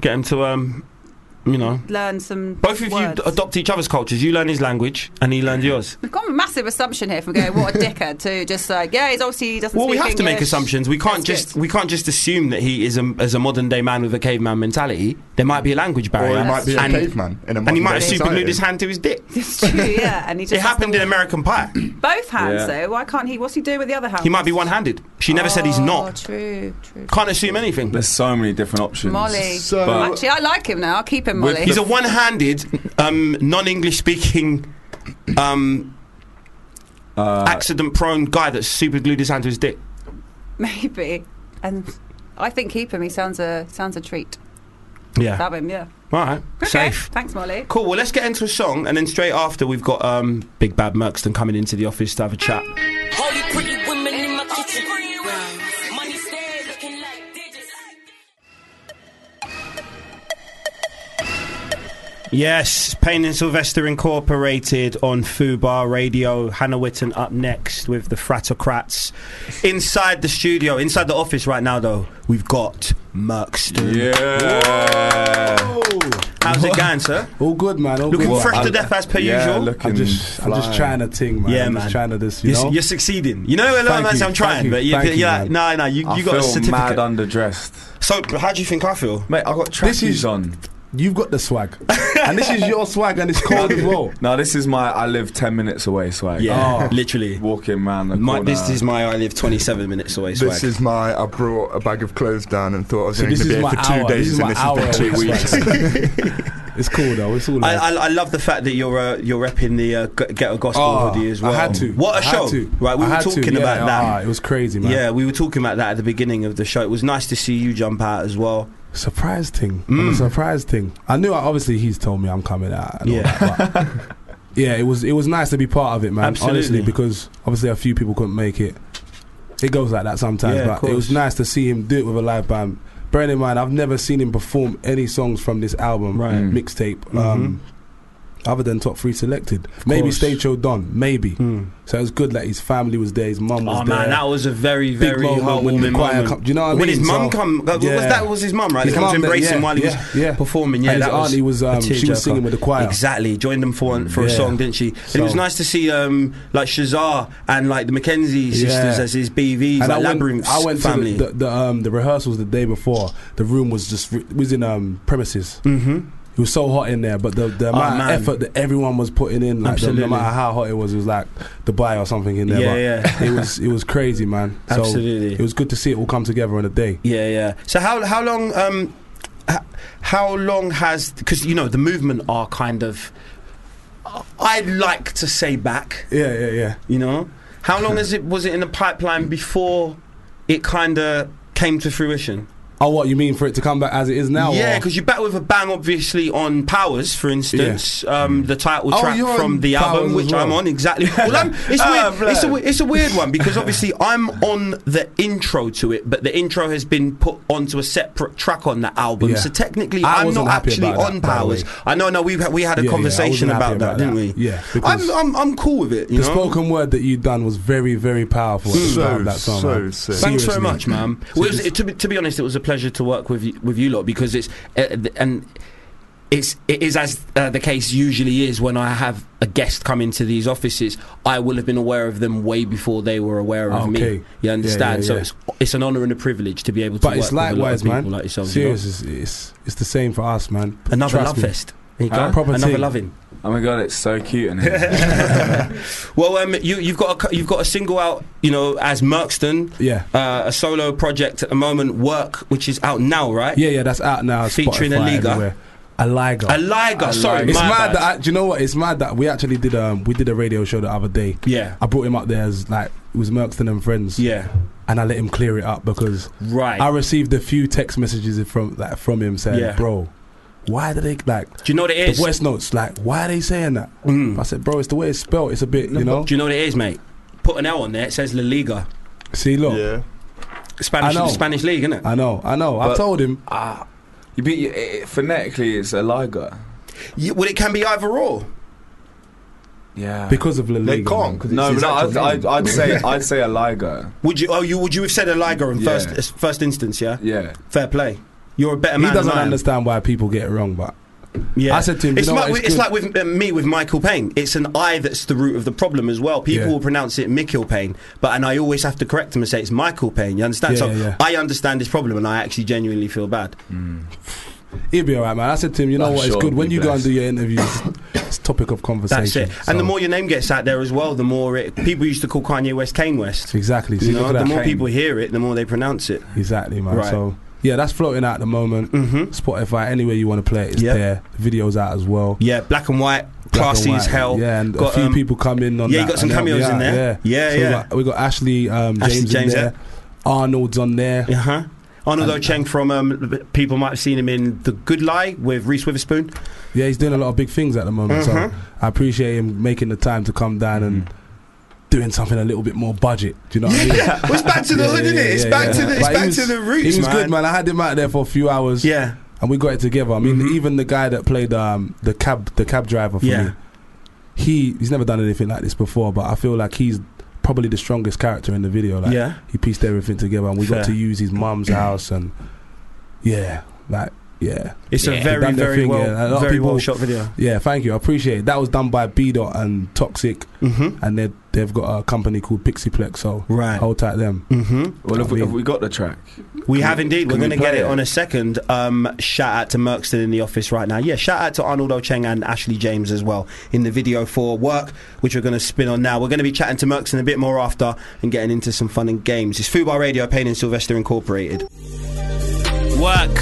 [SPEAKER 3] Get him to um, You know,
[SPEAKER 6] learn some.
[SPEAKER 3] both of
[SPEAKER 6] words.
[SPEAKER 3] you d- adopt each other's cultures. You learn his language, and he learned yours.
[SPEAKER 6] We've got a massive assumption here from going, what a dickhead, to just like, yeah, he's obviously he doesn't
[SPEAKER 3] Well, we
[SPEAKER 6] speak
[SPEAKER 3] have to make
[SPEAKER 6] English.
[SPEAKER 3] assumptions. We can't
[SPEAKER 6] That's
[SPEAKER 3] just
[SPEAKER 6] good.
[SPEAKER 3] we can't just assume that he is a, as a modern day man with a caveman mentality. There might be a language barrier,
[SPEAKER 5] Or he might be a
[SPEAKER 3] and,
[SPEAKER 5] caveman in a
[SPEAKER 3] and he might have
[SPEAKER 5] modern-day
[SPEAKER 3] super glued
[SPEAKER 5] society.
[SPEAKER 3] his hand to his dick.
[SPEAKER 6] It's true, yeah. And he just
[SPEAKER 3] It happened in American Pie.
[SPEAKER 6] both hands,
[SPEAKER 4] Yeah.
[SPEAKER 6] though. Why can't he? What's he doing with the other hand?
[SPEAKER 3] He might be one-handed. She never said he's
[SPEAKER 6] Oh,
[SPEAKER 3] not.
[SPEAKER 6] True, true.
[SPEAKER 3] Can't assume anything.
[SPEAKER 4] There's so many different options.
[SPEAKER 6] Molly.
[SPEAKER 5] So-
[SPEAKER 3] Uh,
[SPEAKER 4] But-
[SPEAKER 6] Actually, I like him now. I'll keep him,
[SPEAKER 4] With-
[SPEAKER 6] Molly.
[SPEAKER 3] He's a one-handed, um, non-English speaking, um,
[SPEAKER 5] Uh,
[SPEAKER 3] accident-prone guy that super glued his hand to his dick.
[SPEAKER 6] Maybe. And I think keep him. He sounds a sounds a treat.
[SPEAKER 3] Yeah.
[SPEAKER 6] Love him, yeah.
[SPEAKER 3] All right.
[SPEAKER 6] Okay.
[SPEAKER 3] Safe.
[SPEAKER 6] Thanks, Molly.
[SPEAKER 3] Cool. Well, let's get into a song, and then straight after we've got um, Big Bad Merkston coming into the office to have a chat.
[SPEAKER 8] Holy pretty women in my kitchen. Money stairs looking like digits.
[SPEAKER 3] Yes, Payne and Sylvester Incorporated on Fubar Radio. Hannah Witten up next with the Fratocrats. Inside the studio, inside the office right now, though, we've got Merkston.
[SPEAKER 4] Yeah.
[SPEAKER 3] How's it going, sir?
[SPEAKER 9] All good, man. All
[SPEAKER 3] Looking
[SPEAKER 9] good.
[SPEAKER 3] fresh to
[SPEAKER 9] I'm-
[SPEAKER 3] death as per
[SPEAKER 4] yeah,
[SPEAKER 3] usual.
[SPEAKER 4] Looking
[SPEAKER 9] I'm just, I'm just
[SPEAKER 4] fly.
[SPEAKER 9] trying to ting, man.
[SPEAKER 3] Yeah,
[SPEAKER 9] I'm
[SPEAKER 3] man.
[SPEAKER 9] Just trying to this, you
[SPEAKER 3] You're,
[SPEAKER 9] know.
[SPEAKER 3] you're succeeding. You know, a lot of
[SPEAKER 9] Thank
[SPEAKER 3] man say
[SPEAKER 9] you,
[SPEAKER 3] I'm trying,
[SPEAKER 9] thank you,
[SPEAKER 3] but you,
[SPEAKER 9] thank you,
[SPEAKER 3] are like,
[SPEAKER 9] man.
[SPEAKER 3] no, no, you,
[SPEAKER 4] I
[SPEAKER 3] you got
[SPEAKER 4] feel
[SPEAKER 3] a certificate.
[SPEAKER 4] mad underdressed.
[SPEAKER 3] so, how do you think I feel?
[SPEAKER 4] Mate, I got
[SPEAKER 9] This is-
[SPEAKER 4] trackies on.
[SPEAKER 9] You've got the swag, and this is your swag, and it's cold as well.
[SPEAKER 4] No, this is my I live 10 minutes away swag.
[SPEAKER 3] Yeah, Oh, literally.
[SPEAKER 4] Walking round the
[SPEAKER 3] My,
[SPEAKER 4] corner.
[SPEAKER 3] this is my I live 27 minutes away swag.
[SPEAKER 5] This is my. I brought a bag of clothes down and thought I was
[SPEAKER 9] So
[SPEAKER 5] going
[SPEAKER 9] this
[SPEAKER 5] to be
[SPEAKER 9] is
[SPEAKER 5] here
[SPEAKER 9] my
[SPEAKER 5] for two
[SPEAKER 9] hour.
[SPEAKER 5] days,
[SPEAKER 9] This is
[SPEAKER 5] and
[SPEAKER 9] my
[SPEAKER 5] this has
[SPEAKER 9] hour.
[SPEAKER 5] been two
[SPEAKER 9] That's
[SPEAKER 5] weeks.
[SPEAKER 9] It's cool though. It's all.
[SPEAKER 3] I,
[SPEAKER 9] right.
[SPEAKER 3] I, I love the fact that you're uh, you're repping the uh, G- ghetto gospel
[SPEAKER 9] Oh,
[SPEAKER 3] hoodie as well.
[SPEAKER 9] I had to.
[SPEAKER 3] What a
[SPEAKER 9] I had
[SPEAKER 3] show!
[SPEAKER 9] to.
[SPEAKER 3] Right, we were
[SPEAKER 9] I had to,
[SPEAKER 3] talking
[SPEAKER 9] yeah,
[SPEAKER 3] about that.
[SPEAKER 9] ah, it was crazy, man.
[SPEAKER 3] Yeah, we were talking about that at the beginning of the show. It was nice to see you jump out as well.
[SPEAKER 9] surprise thing.
[SPEAKER 3] Mm.
[SPEAKER 9] I'm a surprise thing. I knew. I, obviously, he's told me I'm coming out. And
[SPEAKER 3] Yeah.
[SPEAKER 9] yeah. All that, but yeah. It was. It was nice to be part of it, man.
[SPEAKER 3] Absolutely.
[SPEAKER 9] Honestly, because obviously a few people couldn't make it. It goes like that sometimes,
[SPEAKER 3] Yeah, of
[SPEAKER 9] but it was
[SPEAKER 3] course.
[SPEAKER 9] nice to see him do it with a live band. Bearing in mind, I've never seen him perform any songs from this album
[SPEAKER 3] Right. Mm-hmm.
[SPEAKER 4] Mm.
[SPEAKER 9] mixtape, um, other than top three selected. maybe
[SPEAKER 3] course. Hmm.
[SPEAKER 9] Stage Show Don, maybe. So it was good that his family was there, his mum was
[SPEAKER 3] Oh
[SPEAKER 9] there.
[SPEAKER 3] man, that was a very
[SPEAKER 9] Big
[SPEAKER 3] very
[SPEAKER 9] moment when the
[SPEAKER 3] heartwarming
[SPEAKER 9] choir
[SPEAKER 3] moment.
[SPEAKER 9] come- do you know what I
[SPEAKER 3] when
[SPEAKER 9] mean?
[SPEAKER 3] his mum
[SPEAKER 9] So-
[SPEAKER 3] come, uh, was
[SPEAKER 9] Yeah.
[SPEAKER 3] that was his mum right?
[SPEAKER 9] His
[SPEAKER 3] that was
[SPEAKER 9] mum,
[SPEAKER 3] embracing
[SPEAKER 9] yeah,
[SPEAKER 3] while he was
[SPEAKER 9] yeah, yeah.
[SPEAKER 3] performing. Yeah,
[SPEAKER 9] And his
[SPEAKER 3] that was
[SPEAKER 9] auntie was, um,
[SPEAKER 3] a
[SPEAKER 9] she was
[SPEAKER 3] tearjerker.
[SPEAKER 9] singing with the choir.
[SPEAKER 3] Exactly, joined them for for a
[SPEAKER 9] Yeah.
[SPEAKER 3] song, didn't she? And it was
[SPEAKER 9] So-
[SPEAKER 3] nice to see um, like Shazar and like the Mackenzie sisters
[SPEAKER 9] Yeah.
[SPEAKER 3] as his BVs, like Labyrinth
[SPEAKER 9] I went
[SPEAKER 3] family.
[SPEAKER 9] to the, the, the, um, the rehearsals the day before. The room was just re- was in um, premises. Mm-hmm. It was so hot in there, but the, the amount
[SPEAKER 3] Oh, man.
[SPEAKER 9] of effort that everyone was putting in, like the, no
[SPEAKER 3] Absolutely.
[SPEAKER 9] matter how hot it was, it was like Dubai or something in there.
[SPEAKER 3] Yeah,
[SPEAKER 9] but
[SPEAKER 3] yeah.
[SPEAKER 9] it was it was crazy, man. So
[SPEAKER 3] Absolutely.
[SPEAKER 9] it was good to see it all come together on a day.
[SPEAKER 3] Yeah, yeah. So how how long um h- how long has because you know the movement are kind of I'd like to say back,
[SPEAKER 9] Yeah, yeah, yeah.
[SPEAKER 3] you know. How long is it was it in the pipeline before it kind of came to fruition?
[SPEAKER 9] Oh, what you mean for it to come back as it is now?
[SPEAKER 3] yeah,
[SPEAKER 9] or-
[SPEAKER 3] because you're back with a bang, obviously on Powers, for instance, um, the title
[SPEAKER 9] Oh,
[SPEAKER 3] track
[SPEAKER 9] you're
[SPEAKER 3] from
[SPEAKER 9] on
[SPEAKER 3] the album,
[SPEAKER 9] Powers
[SPEAKER 3] which
[SPEAKER 9] as well. Oh,
[SPEAKER 3] I'm on exactly. Well, I'm, it's,
[SPEAKER 4] Ah,
[SPEAKER 3] weird. it's, a,
[SPEAKER 4] blood.
[SPEAKER 3] it's a weird one because obviously I'm on the intro to it, but the intro has been put onto a separate track on the album.
[SPEAKER 9] Yeah.
[SPEAKER 3] So technically,
[SPEAKER 9] I
[SPEAKER 3] I'm
[SPEAKER 9] wasn't
[SPEAKER 3] not
[SPEAKER 9] happy
[SPEAKER 3] actually
[SPEAKER 9] about that,
[SPEAKER 3] on
[SPEAKER 9] by the
[SPEAKER 3] Powers.
[SPEAKER 9] way.
[SPEAKER 3] I know, no, we we had a
[SPEAKER 9] Yeah, yeah, I
[SPEAKER 3] conversation
[SPEAKER 9] wasn't happy
[SPEAKER 3] about, that, didn't
[SPEAKER 9] about that.
[SPEAKER 3] we?
[SPEAKER 9] Yeah,
[SPEAKER 3] I'm,
[SPEAKER 9] because-
[SPEAKER 3] I'm I'm cool with it. You
[SPEAKER 9] the
[SPEAKER 3] know?
[SPEAKER 9] spoken word that you done was very, very powerful. at the start of
[SPEAKER 5] So
[SPEAKER 9] that song,
[SPEAKER 5] so
[SPEAKER 9] man.
[SPEAKER 5] sick.
[SPEAKER 3] Thanks very
[SPEAKER 9] Seriously.
[SPEAKER 3] much, man. Well, it was,
[SPEAKER 9] just-
[SPEAKER 3] to, be, to be honest, it was a pleasure to work with you, with you lot because it's uh, th- and it's it is as uh, the case usually is when I have a guest come into these offices. I will have been aware of them way before they were aware of
[SPEAKER 9] Ah, Okay.
[SPEAKER 3] me. You understand?
[SPEAKER 9] yeah,
[SPEAKER 3] so
[SPEAKER 9] yeah.
[SPEAKER 3] it's it's an honor and a privilege to be able to.
[SPEAKER 9] But
[SPEAKER 3] work
[SPEAKER 9] it's
[SPEAKER 3] with a lot of
[SPEAKER 9] likewise,
[SPEAKER 3] people
[SPEAKER 9] man.
[SPEAKER 3] Like yourselves, you know?
[SPEAKER 9] Serious, it's, it's it's the same for us, man.
[SPEAKER 3] Another
[SPEAKER 9] Trust
[SPEAKER 3] love
[SPEAKER 9] me. Ah,
[SPEAKER 3] fest. There you go.
[SPEAKER 4] Huh?
[SPEAKER 9] Proper
[SPEAKER 3] Another
[SPEAKER 9] thing.
[SPEAKER 3] loving.
[SPEAKER 4] Oh my god, it's so cute in here.
[SPEAKER 3] Well, um, you, you've got a, cu- you've got a single out, you know, as Merkston,
[SPEAKER 9] Yeah.
[SPEAKER 3] uh, a solo project at the moment, work, which is out now, right?
[SPEAKER 9] Yeah, yeah, that's out now.
[SPEAKER 3] Featuring
[SPEAKER 9] Spotify,
[SPEAKER 3] Aliga.
[SPEAKER 9] everywhere. Aliga.
[SPEAKER 3] A liger, sorry,
[SPEAKER 9] It's
[SPEAKER 3] my
[SPEAKER 9] mad
[SPEAKER 3] bad.
[SPEAKER 9] that I, do you know what? It's mad that we actually did um we did a radio show the other day.
[SPEAKER 3] Yeah.
[SPEAKER 9] I brought him up there as like it was Merkston and friends.
[SPEAKER 3] Yeah.
[SPEAKER 9] and I let him clear it up because
[SPEAKER 3] Right.
[SPEAKER 9] I received a few text messages from like from him saying,
[SPEAKER 3] Yeah.
[SPEAKER 9] "Bro, why do they like
[SPEAKER 3] Do you know what it
[SPEAKER 9] the
[SPEAKER 3] is?
[SPEAKER 9] West Notes? Like, why are they saying that?" I said, "Bro, it's the way it's spelled. It's a bit, you know."
[SPEAKER 3] Mm. Do you know what it is, mate? Put an L on there. It says La Liga,
[SPEAKER 9] See, look,
[SPEAKER 5] Yeah.
[SPEAKER 3] Spanish
[SPEAKER 9] I know.
[SPEAKER 3] Spanish league, isn't it?
[SPEAKER 9] I know, I know. I
[SPEAKER 4] But-
[SPEAKER 9] told him.
[SPEAKER 4] ah, you be, it, it- phonetically, it's a liger.
[SPEAKER 3] Yeah, well, it can be either or.
[SPEAKER 4] Yeah.
[SPEAKER 9] Because of La Liga.
[SPEAKER 5] They can't.
[SPEAKER 9] man.
[SPEAKER 5] 'cause
[SPEAKER 4] no,
[SPEAKER 5] it's
[SPEAKER 4] but I'd,
[SPEAKER 5] his actual
[SPEAKER 4] I'd, I'd
[SPEAKER 5] name.
[SPEAKER 4] say I'd say a liger.
[SPEAKER 3] Would you? Oh, you would you have said a Liga in
[SPEAKER 4] Yeah.
[SPEAKER 3] first as- first instance? Yeah.
[SPEAKER 4] Yeah.
[SPEAKER 3] Fair play. You're a better
[SPEAKER 9] He
[SPEAKER 3] man.
[SPEAKER 9] doesn't
[SPEAKER 3] than I am.
[SPEAKER 9] understand why people get it wrong, but
[SPEAKER 3] Yeah,
[SPEAKER 9] I said to him, you
[SPEAKER 3] it's,
[SPEAKER 9] know
[SPEAKER 3] like
[SPEAKER 9] what,
[SPEAKER 3] with,
[SPEAKER 9] it's
[SPEAKER 3] it's
[SPEAKER 9] good.
[SPEAKER 3] like with uh, me with Michael Payne. It's an I that's the root of the problem as well. People
[SPEAKER 9] Yeah.
[SPEAKER 3] will pronounce it Michael Payne, but and I always have to correct them and say it's Michael Payne. You understand?
[SPEAKER 9] Yeah,
[SPEAKER 3] so
[SPEAKER 9] yeah, yeah.
[SPEAKER 3] I understand this problem, and I actually genuinely feel bad.
[SPEAKER 9] He'll be all right, man. I said to him, you know
[SPEAKER 4] I'm
[SPEAKER 9] what?
[SPEAKER 4] sure
[SPEAKER 9] it's good
[SPEAKER 4] he'll
[SPEAKER 9] when
[SPEAKER 4] be
[SPEAKER 9] you go and
[SPEAKER 4] blessed.
[SPEAKER 9] do your interviews. it's topic of
[SPEAKER 3] That's
[SPEAKER 9] conversation.
[SPEAKER 3] it. And the
[SPEAKER 9] So-
[SPEAKER 3] more your name gets out there as well, the more it, people used to call Kanye West Kane West.
[SPEAKER 9] exactly. So
[SPEAKER 3] You
[SPEAKER 9] look
[SPEAKER 3] know,
[SPEAKER 9] at
[SPEAKER 3] the
[SPEAKER 9] that.
[SPEAKER 3] more people hear it, the more they pronounce it.
[SPEAKER 9] Exactly, man.
[SPEAKER 3] Right.
[SPEAKER 9] So yeah, that's floating out at the moment.
[SPEAKER 3] Mm-hmm.
[SPEAKER 9] Spotify, anywhere you want to play it, it's
[SPEAKER 3] Yep.
[SPEAKER 9] there. The video's out as well.
[SPEAKER 3] Yeah, black and white,
[SPEAKER 9] Black and
[SPEAKER 3] classy as
[SPEAKER 9] white.
[SPEAKER 3] hell.
[SPEAKER 9] Yeah, and
[SPEAKER 3] Got,
[SPEAKER 9] a few
[SPEAKER 3] um,
[SPEAKER 9] people come in on
[SPEAKER 3] yeah, you
[SPEAKER 9] that
[SPEAKER 3] got some
[SPEAKER 9] and help me
[SPEAKER 3] cameos in
[SPEAKER 9] out,
[SPEAKER 3] there. Yeah,
[SPEAKER 9] Yeah,
[SPEAKER 3] yeah.
[SPEAKER 9] we, got, we got Ashley um,
[SPEAKER 3] Ashley
[SPEAKER 9] James,
[SPEAKER 3] James,
[SPEAKER 9] in there. Arnold's on there.
[SPEAKER 3] Uh huh. Arnold
[SPEAKER 9] And- uh,
[SPEAKER 3] Ocheng from um, people might have seen him in The Good Lie with Reese Witherspoon.
[SPEAKER 9] Yeah, he's doing a lot of big things at the moment.
[SPEAKER 3] Mhm.
[SPEAKER 9] So I appreciate him making the time to come down and doing something a little bit more budget. Do you know what I mean?
[SPEAKER 3] Mm-hmm. Yeah, well, it's back to the
[SPEAKER 9] Yeah,
[SPEAKER 3] hood,
[SPEAKER 9] yeah,
[SPEAKER 3] isn't it? It's
[SPEAKER 9] yeah,
[SPEAKER 3] back
[SPEAKER 9] yeah.
[SPEAKER 3] to the it's
[SPEAKER 9] But he
[SPEAKER 3] back
[SPEAKER 9] was-
[SPEAKER 3] to the roots,
[SPEAKER 9] He was
[SPEAKER 3] man.
[SPEAKER 9] good, man. I had him out there for a few hours.
[SPEAKER 3] Yeah,
[SPEAKER 9] and we got it together. I mean,
[SPEAKER 3] Mhm.
[SPEAKER 9] even the guy that played um, the cab, the cab driver for
[SPEAKER 3] Yeah.
[SPEAKER 9] me, he he's never done anything like this before. But I feel like he's probably the strongest character in the video. Like
[SPEAKER 3] yeah.
[SPEAKER 9] he pieced everything together, and we
[SPEAKER 3] Fair.
[SPEAKER 9] got to use his mum's house, and yeah, like yeah,
[SPEAKER 3] It's
[SPEAKER 9] Yeah.
[SPEAKER 3] a very
[SPEAKER 9] Done their
[SPEAKER 3] very
[SPEAKER 9] thing,
[SPEAKER 3] well
[SPEAKER 9] yeah. A lot of
[SPEAKER 3] very
[SPEAKER 9] people-
[SPEAKER 3] well shot video.
[SPEAKER 9] yeah. Thank you, I appreciate it. That was done by B Dot and Toxic,
[SPEAKER 3] Mm-hmm.
[SPEAKER 9] and they they've got a company called Pixieplex. So
[SPEAKER 3] Right.
[SPEAKER 9] hold tight them.
[SPEAKER 3] Mm-hmm.
[SPEAKER 4] Well, have we,
[SPEAKER 9] I mean-
[SPEAKER 4] have we got the track?
[SPEAKER 3] We
[SPEAKER 4] Can
[SPEAKER 3] have
[SPEAKER 4] we-
[SPEAKER 3] indeed. We're
[SPEAKER 4] can we
[SPEAKER 3] going to get
[SPEAKER 4] play
[SPEAKER 3] it
[SPEAKER 4] it?
[SPEAKER 3] on a second. Um, shout out to Merkston in the office right now. Yeah, shout out to Arnold Ocheng and Ashley James as well in the video for work, which we're going to spin on now. We're going to be chatting to Merkston a bit more after and getting into some fun and games. It's Fubar Radio, Payne and Sylvester Incorporated. Work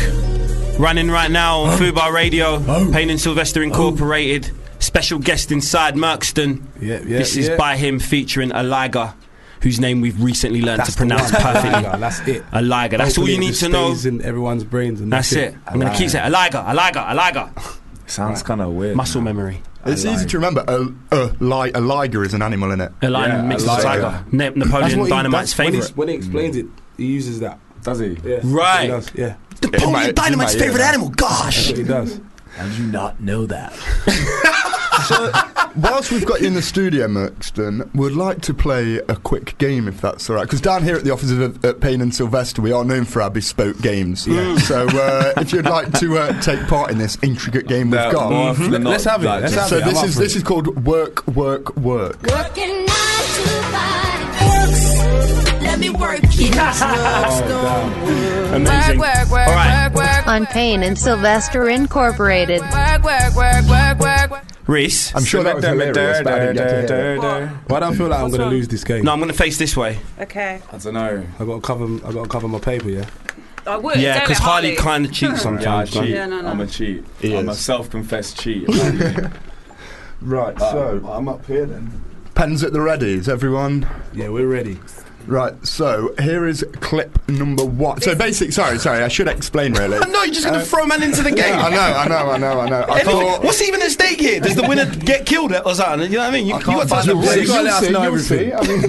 [SPEAKER 3] running right now on Fubar Radio,
[SPEAKER 9] Oh.
[SPEAKER 3] Payne and Sylvester Incorporated. Special guest inside Merkston.
[SPEAKER 9] Yeah, yeah,
[SPEAKER 3] this is
[SPEAKER 9] yeah.
[SPEAKER 3] by him featuring a liger whose name we've recently learned to
[SPEAKER 9] the
[SPEAKER 3] pronounce
[SPEAKER 9] one.
[SPEAKER 3] perfectly.
[SPEAKER 9] That's it.
[SPEAKER 3] A liger. That's all
[SPEAKER 9] Hopefully
[SPEAKER 3] you
[SPEAKER 9] it
[SPEAKER 3] need
[SPEAKER 9] just
[SPEAKER 3] to know.
[SPEAKER 9] stays in everyone's brains, and
[SPEAKER 3] That's it. I'm gonna keep saying a liger, a liger, a liger.
[SPEAKER 4] Sounds kind of weird.
[SPEAKER 3] Muscle memory.
[SPEAKER 5] It's easy to remember. A, a, li- a liger is an animal, in it?
[SPEAKER 3] A lion
[SPEAKER 4] Yeah,
[SPEAKER 3] mixed
[SPEAKER 4] a
[SPEAKER 3] with a
[SPEAKER 4] liger.
[SPEAKER 3] tiger. Na- Napoleon Dynamite's favorite.
[SPEAKER 9] When he explains it, he uses that.
[SPEAKER 4] Does he?
[SPEAKER 9] Yeah.
[SPEAKER 3] Right.
[SPEAKER 9] He does, yeah.
[SPEAKER 3] Napoleon
[SPEAKER 5] might- you
[SPEAKER 3] Dynamite's
[SPEAKER 5] might hear
[SPEAKER 3] favorite
[SPEAKER 5] that.
[SPEAKER 3] animal. Gosh.
[SPEAKER 9] That's what he does.
[SPEAKER 4] How do you not know that?
[SPEAKER 5] So, whilst we've got you in the studio, Merkston, we'd like to play a quick game, if that's all right. Because down here at the office of, at Payne and Sylvester, we are known for our bespoke games. So, uh, if you'd like to uh, take part in this intricate game we've got, Mhm.
[SPEAKER 9] Mm-hmm. Let's have it. Let's have
[SPEAKER 5] so
[SPEAKER 9] it. I'm
[SPEAKER 5] this
[SPEAKER 9] up
[SPEAKER 5] is
[SPEAKER 9] for
[SPEAKER 5] this
[SPEAKER 9] it.
[SPEAKER 5] is called work, work, work.
[SPEAKER 8] Working nine to five. Works. Let me work it.
[SPEAKER 3] Amazing.
[SPEAKER 8] Work, work,
[SPEAKER 3] All right.
[SPEAKER 8] work, work,
[SPEAKER 10] on Payne and Sylvester Incorporated.
[SPEAKER 8] work, work, work, work, work, work.
[SPEAKER 3] Reese.
[SPEAKER 5] I'm sure that was hilarious, but I didn't get to hear it.
[SPEAKER 9] Why do I feel like I'm
[SPEAKER 6] What's
[SPEAKER 9] going to
[SPEAKER 6] wrong?
[SPEAKER 9] lose this game?
[SPEAKER 3] No, I'm gonna face this way.
[SPEAKER 6] Okay.
[SPEAKER 4] I don't know.
[SPEAKER 9] I got to cover. I got to cover my paper. Yeah.
[SPEAKER 6] I would.
[SPEAKER 3] Yeah,
[SPEAKER 6] don't
[SPEAKER 3] because
[SPEAKER 6] let
[SPEAKER 3] Harley
[SPEAKER 6] Harley
[SPEAKER 3] kind of cheats
[SPEAKER 4] Yeah, I
[SPEAKER 3] sometimes. man.
[SPEAKER 4] cheat.
[SPEAKER 6] Yeah, no, no.
[SPEAKER 4] I'm a cheat.
[SPEAKER 5] He
[SPEAKER 4] I'm a
[SPEAKER 5] is.
[SPEAKER 4] self-confessed cheat.
[SPEAKER 5] Right. So I'm up here then. Pens at the ready, is everyone?
[SPEAKER 9] Yeah, we're ready.
[SPEAKER 5] Right, so here is clip number one. So basic, sorry, sorry, I should explain really.
[SPEAKER 3] No, you're just gonna throw man into the game.
[SPEAKER 5] Yeah, I know, I know, I know, I know. I
[SPEAKER 3] Anything-
[SPEAKER 5] thought,
[SPEAKER 3] What's even at stake here? Does the winner get killed or something? You know what I mean? You, you got time to
[SPEAKER 9] find the
[SPEAKER 3] play.
[SPEAKER 9] you gotta let us know everything.
[SPEAKER 5] I mean,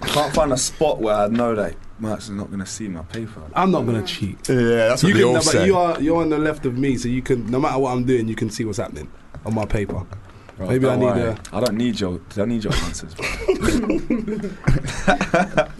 [SPEAKER 4] I can't find a spot where I know that Merck's not going to see my paper.
[SPEAKER 9] I'm not going to cheat.
[SPEAKER 5] yeah, that's what
[SPEAKER 9] You
[SPEAKER 5] they
[SPEAKER 9] can,
[SPEAKER 5] all
[SPEAKER 9] no,
[SPEAKER 5] say.
[SPEAKER 9] but you are you're on the left of me, so you can. No matter what I'm doing, you can see what's happening on my paper.
[SPEAKER 4] Bro,
[SPEAKER 9] Maybe I
[SPEAKER 4] don't
[SPEAKER 9] need
[SPEAKER 4] worry.
[SPEAKER 9] a-
[SPEAKER 4] I don't need your. I don't need your answers. Bro.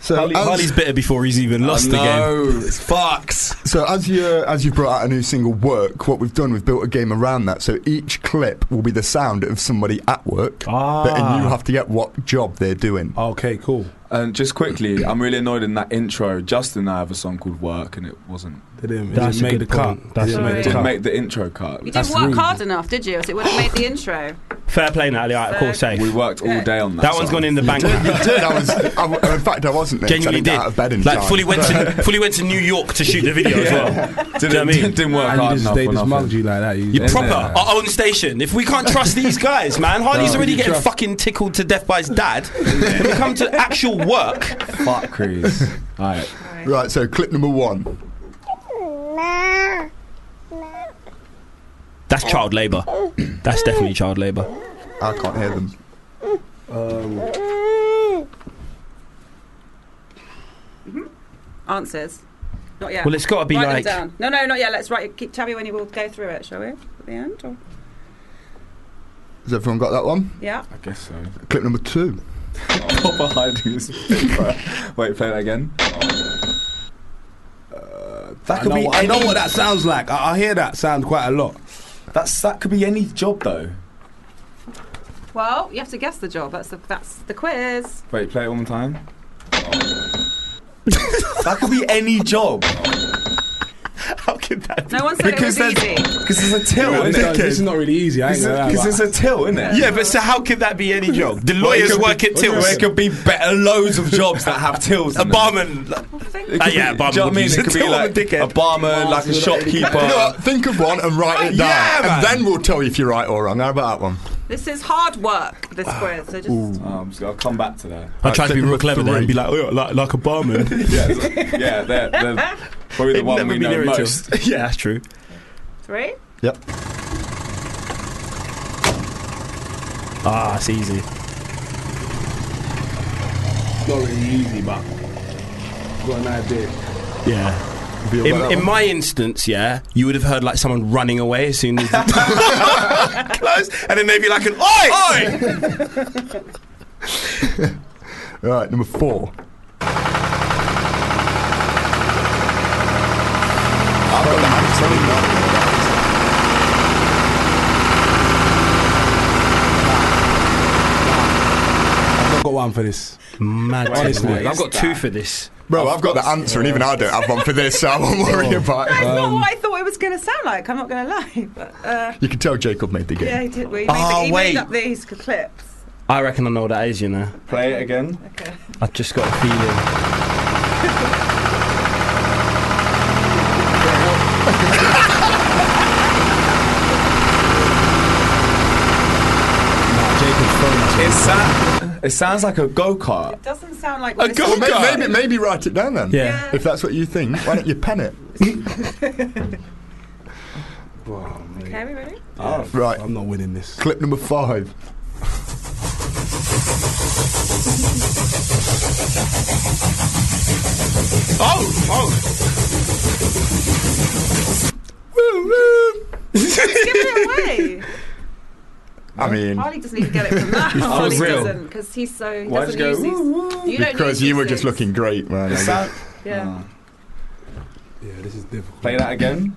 [SPEAKER 5] so, as,
[SPEAKER 3] Harley's bitter before he's even lost the game.
[SPEAKER 4] It's fucked.
[SPEAKER 5] so as you as you brought out a new single, work. What we've done, we've built a game around that. So each clip will be the sound of somebody at work, but and
[SPEAKER 3] Ah.
[SPEAKER 5] you have to get what job they're doing.
[SPEAKER 9] Okay, cool.
[SPEAKER 4] And just quickly, I'm really annoyed in that intro. Justin and I have a song called Work, and it wasn't.
[SPEAKER 9] They didn't, it
[SPEAKER 1] That's
[SPEAKER 9] didn't
[SPEAKER 1] a
[SPEAKER 9] make the
[SPEAKER 1] good point.
[SPEAKER 9] cut. They
[SPEAKER 1] That's
[SPEAKER 9] didn't
[SPEAKER 6] a
[SPEAKER 9] make
[SPEAKER 6] good
[SPEAKER 9] the
[SPEAKER 4] Didn't
[SPEAKER 9] cut.
[SPEAKER 4] make the intro cut.
[SPEAKER 6] You
[SPEAKER 9] That's
[SPEAKER 6] didn't work
[SPEAKER 9] rude.
[SPEAKER 6] hard enough, did you? So it would have made the intro.
[SPEAKER 3] Fair play, Natalie. All right, cool, safe.
[SPEAKER 4] We worked all day on that.
[SPEAKER 3] That one's
[SPEAKER 4] song.
[SPEAKER 3] gone in the bank.
[SPEAKER 5] That was, I, in fact, I wasn't there. 'cause I
[SPEAKER 3] Genuinely did.
[SPEAKER 5] didn't Get out of bed in
[SPEAKER 3] like
[SPEAKER 5] time.
[SPEAKER 3] fully went to fully went to New York to shoot the video as well.
[SPEAKER 4] Didn't,
[SPEAKER 3] Do you know what I mean?
[SPEAKER 4] didn't work
[SPEAKER 9] And you
[SPEAKER 4] hard
[SPEAKER 9] just,
[SPEAKER 4] enough.
[SPEAKER 9] they
[SPEAKER 4] for
[SPEAKER 9] just
[SPEAKER 4] nothing.
[SPEAKER 9] mugged you like that. You,
[SPEAKER 3] You
[SPEAKER 9] just-
[SPEAKER 3] proper
[SPEAKER 4] Yeah.
[SPEAKER 3] our own station. If we can't trust these guys, man, Harley's already getting
[SPEAKER 9] trust-
[SPEAKER 3] fucking tickled to death by his dad. When we come to actual work,
[SPEAKER 4] Fuck, Chris. all right.
[SPEAKER 5] Right, so clip number one.
[SPEAKER 3] that's child labour. That's definitely child labour.
[SPEAKER 5] I can't hear them.
[SPEAKER 6] Answers. Not yet.
[SPEAKER 3] Well, it's got to be
[SPEAKER 6] write
[SPEAKER 3] like
[SPEAKER 6] them down. No, no, not yet. Let's write. Keep tell me when you will go through it, shall we? At the end. Or?
[SPEAKER 5] Has everyone got that one?
[SPEAKER 6] Yeah.
[SPEAKER 4] I guess so.
[SPEAKER 5] Clip number two.
[SPEAKER 4] Proper hiding his paper. Wait, play that again. Uh, that
[SPEAKER 9] I know, I know what that sounds like. I, I hear that sound quite a lot.
[SPEAKER 4] That's that could be any job though.
[SPEAKER 6] Well, you have to guess the job. That's the that's the quiz.
[SPEAKER 4] Wait, play it one more time. that could be any job.
[SPEAKER 3] How could that?
[SPEAKER 6] No one said
[SPEAKER 4] Because
[SPEAKER 6] it was
[SPEAKER 4] there's-
[SPEAKER 6] easy.
[SPEAKER 4] Because it's a till,
[SPEAKER 9] This,
[SPEAKER 4] isn't
[SPEAKER 9] guy-
[SPEAKER 4] it?
[SPEAKER 9] this is not really easy. I ain't gonna lie,
[SPEAKER 4] Because
[SPEAKER 9] but-
[SPEAKER 4] it's a till, isn't it?
[SPEAKER 3] Yeah, but so how could that be any job? The lawyers work at
[SPEAKER 4] Well,
[SPEAKER 3] tills.
[SPEAKER 4] There could be better loads of jobs that have tills.
[SPEAKER 3] A
[SPEAKER 4] in them.
[SPEAKER 3] barman. like-
[SPEAKER 6] Think-
[SPEAKER 3] Uh, yeah, a barman.
[SPEAKER 4] Do you know what I
[SPEAKER 3] would
[SPEAKER 4] mean?
[SPEAKER 3] use
[SPEAKER 4] It
[SPEAKER 3] a
[SPEAKER 4] could be
[SPEAKER 3] till, I'm a
[SPEAKER 4] like a
[SPEAKER 3] dickhead.
[SPEAKER 4] barber, like a shopkeeper.
[SPEAKER 5] You know what? Think of one and write it down,
[SPEAKER 3] Yeah, man.
[SPEAKER 5] and then we'll tell you if you're right or wrong. How about that one?
[SPEAKER 6] This is hard work. This
[SPEAKER 3] Ah,
[SPEAKER 6] quiz. So just
[SPEAKER 4] Um, so I'll come back to that.
[SPEAKER 9] I tried to be
[SPEAKER 5] Number
[SPEAKER 9] real clever there and be like, oh, like, like a barman.
[SPEAKER 4] Yeah, so- yeah, they're, they're probably the
[SPEAKER 3] It'd
[SPEAKER 4] one
[SPEAKER 3] never
[SPEAKER 4] we
[SPEAKER 3] be
[SPEAKER 4] know
[SPEAKER 3] near a till.
[SPEAKER 4] most.
[SPEAKER 3] yeah, that's true.
[SPEAKER 6] three.
[SPEAKER 5] Yep.
[SPEAKER 3] Ah, it's easy.
[SPEAKER 9] not really easy, but got an idea.
[SPEAKER 3] Yeah.
[SPEAKER 5] Be all
[SPEAKER 3] In,
[SPEAKER 5] about that
[SPEAKER 3] in
[SPEAKER 5] one.
[SPEAKER 3] my instance, yeah, you would have heard like someone running away as soon as close, and then they'd be like an oi, oi.
[SPEAKER 5] Right, number four.
[SPEAKER 9] I've got one for this.
[SPEAKER 3] Mad
[SPEAKER 9] Honestly,
[SPEAKER 3] technique.
[SPEAKER 9] what
[SPEAKER 3] I've got two for this.
[SPEAKER 5] Bro, I've got the answer, and even I don't have one for this, so I won't worry about
[SPEAKER 6] That's
[SPEAKER 5] it.
[SPEAKER 3] Um,
[SPEAKER 6] not what I thought it was going to sound like. I'm not going to lie. But uh,
[SPEAKER 5] You can tell Jacob made the game.
[SPEAKER 6] yeah, he did. We made,
[SPEAKER 3] Oh,
[SPEAKER 6] the, he
[SPEAKER 3] wait.
[SPEAKER 6] made up these clips.
[SPEAKER 3] I reckon I know what that is. You know,
[SPEAKER 4] Play it again.
[SPEAKER 6] Okay.
[SPEAKER 3] I've just got a feeling.
[SPEAKER 4] It, sa- it sounds like a go kart.
[SPEAKER 6] Doesn't sound like.
[SPEAKER 5] Well,
[SPEAKER 6] what it's-
[SPEAKER 5] may- maybe, maybe, write it down then.
[SPEAKER 3] Yeah.
[SPEAKER 5] If that's what you think, why don't you pen it?
[SPEAKER 6] Okay, we ready?
[SPEAKER 5] Right.
[SPEAKER 9] I'm not winning this.
[SPEAKER 5] Clip number five.
[SPEAKER 3] Oh, oh.
[SPEAKER 6] Give it away.
[SPEAKER 5] I mean,
[SPEAKER 6] Harley doesn't even get it from that. Harley
[SPEAKER 3] was real.
[SPEAKER 6] doesn't because he's so he
[SPEAKER 4] Why
[SPEAKER 6] doesn't
[SPEAKER 4] just
[SPEAKER 6] use
[SPEAKER 4] go,
[SPEAKER 6] these. You don't
[SPEAKER 5] because
[SPEAKER 6] use
[SPEAKER 5] you
[SPEAKER 6] these
[SPEAKER 5] were just
[SPEAKER 6] things.
[SPEAKER 5] looking great, man. I
[SPEAKER 4] It sound-
[SPEAKER 6] Yeah.
[SPEAKER 9] Yeah, this is difficult.
[SPEAKER 4] Play that again.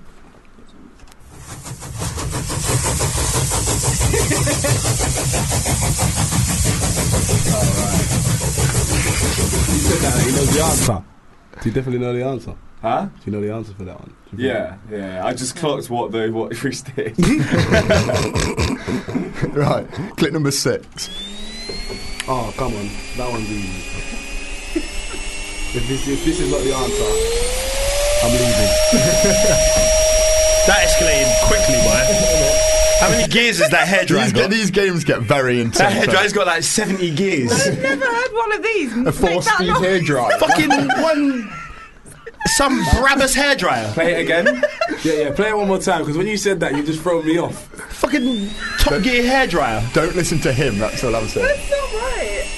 [SPEAKER 9] He knows the answer. Do you definitely know the answer?
[SPEAKER 4] Huh?
[SPEAKER 9] Do you know the answer for that one? Do you
[SPEAKER 4] Yeah, yeah. I just clocked what the what Chris did.
[SPEAKER 5] guess. Right. Clip number six.
[SPEAKER 9] think- Oh, come on. That one's easy. if, this, if this is not the answer, I'm leaving.
[SPEAKER 3] That escalated quickly, boy. How many gears has that
[SPEAKER 5] These,
[SPEAKER 3] hairdryer
[SPEAKER 5] get,
[SPEAKER 3] got?
[SPEAKER 5] these games get very
[SPEAKER 3] That
[SPEAKER 5] intense.
[SPEAKER 3] hairdryer's got like 70 gears.
[SPEAKER 6] I've never heard one of these.
[SPEAKER 5] a four-speed hairdryer.
[SPEAKER 3] Fucking one. Some Brabus hairdryer.
[SPEAKER 4] Play it again.
[SPEAKER 9] Yeah, yeah, play it one more time because when you said that, you just thrown me off.
[SPEAKER 3] Fucking Top Gear hairdryer.
[SPEAKER 5] Don't listen to him. That's all I'm saying.
[SPEAKER 6] That's not right.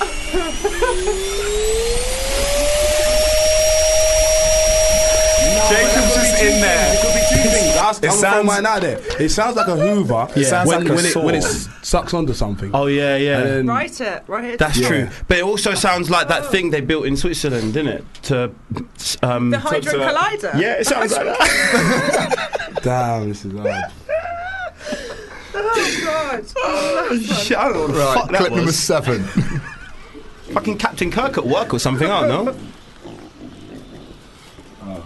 [SPEAKER 4] Jacob's just in there.
[SPEAKER 9] It
[SPEAKER 4] It
[SPEAKER 9] sounds
[SPEAKER 4] sounds-
[SPEAKER 9] mine out there. It sounds like a Hoover.
[SPEAKER 3] It sounds
[SPEAKER 9] when,
[SPEAKER 4] like a
[SPEAKER 9] when it when it
[SPEAKER 4] saw.
[SPEAKER 9] sucks onto something.
[SPEAKER 3] Oh, yeah, yeah.
[SPEAKER 9] And then-
[SPEAKER 6] Write it. Write it.
[SPEAKER 3] That's
[SPEAKER 9] Yeah.
[SPEAKER 3] true. But it also sounds like that thing they built in Switzerland, didn't it? To. Um,
[SPEAKER 6] the Hydro
[SPEAKER 4] to-
[SPEAKER 6] Collider.
[SPEAKER 3] yeah, it sounds like that.
[SPEAKER 9] Damn, this is hard.
[SPEAKER 6] Oh God.
[SPEAKER 3] Shit, I don't know what the
[SPEAKER 5] Right.
[SPEAKER 3] fuck
[SPEAKER 5] clip
[SPEAKER 3] that
[SPEAKER 5] number
[SPEAKER 3] was.
[SPEAKER 5] seven.
[SPEAKER 3] Fucking Captain Kirk at work or something, I don't know. Oh.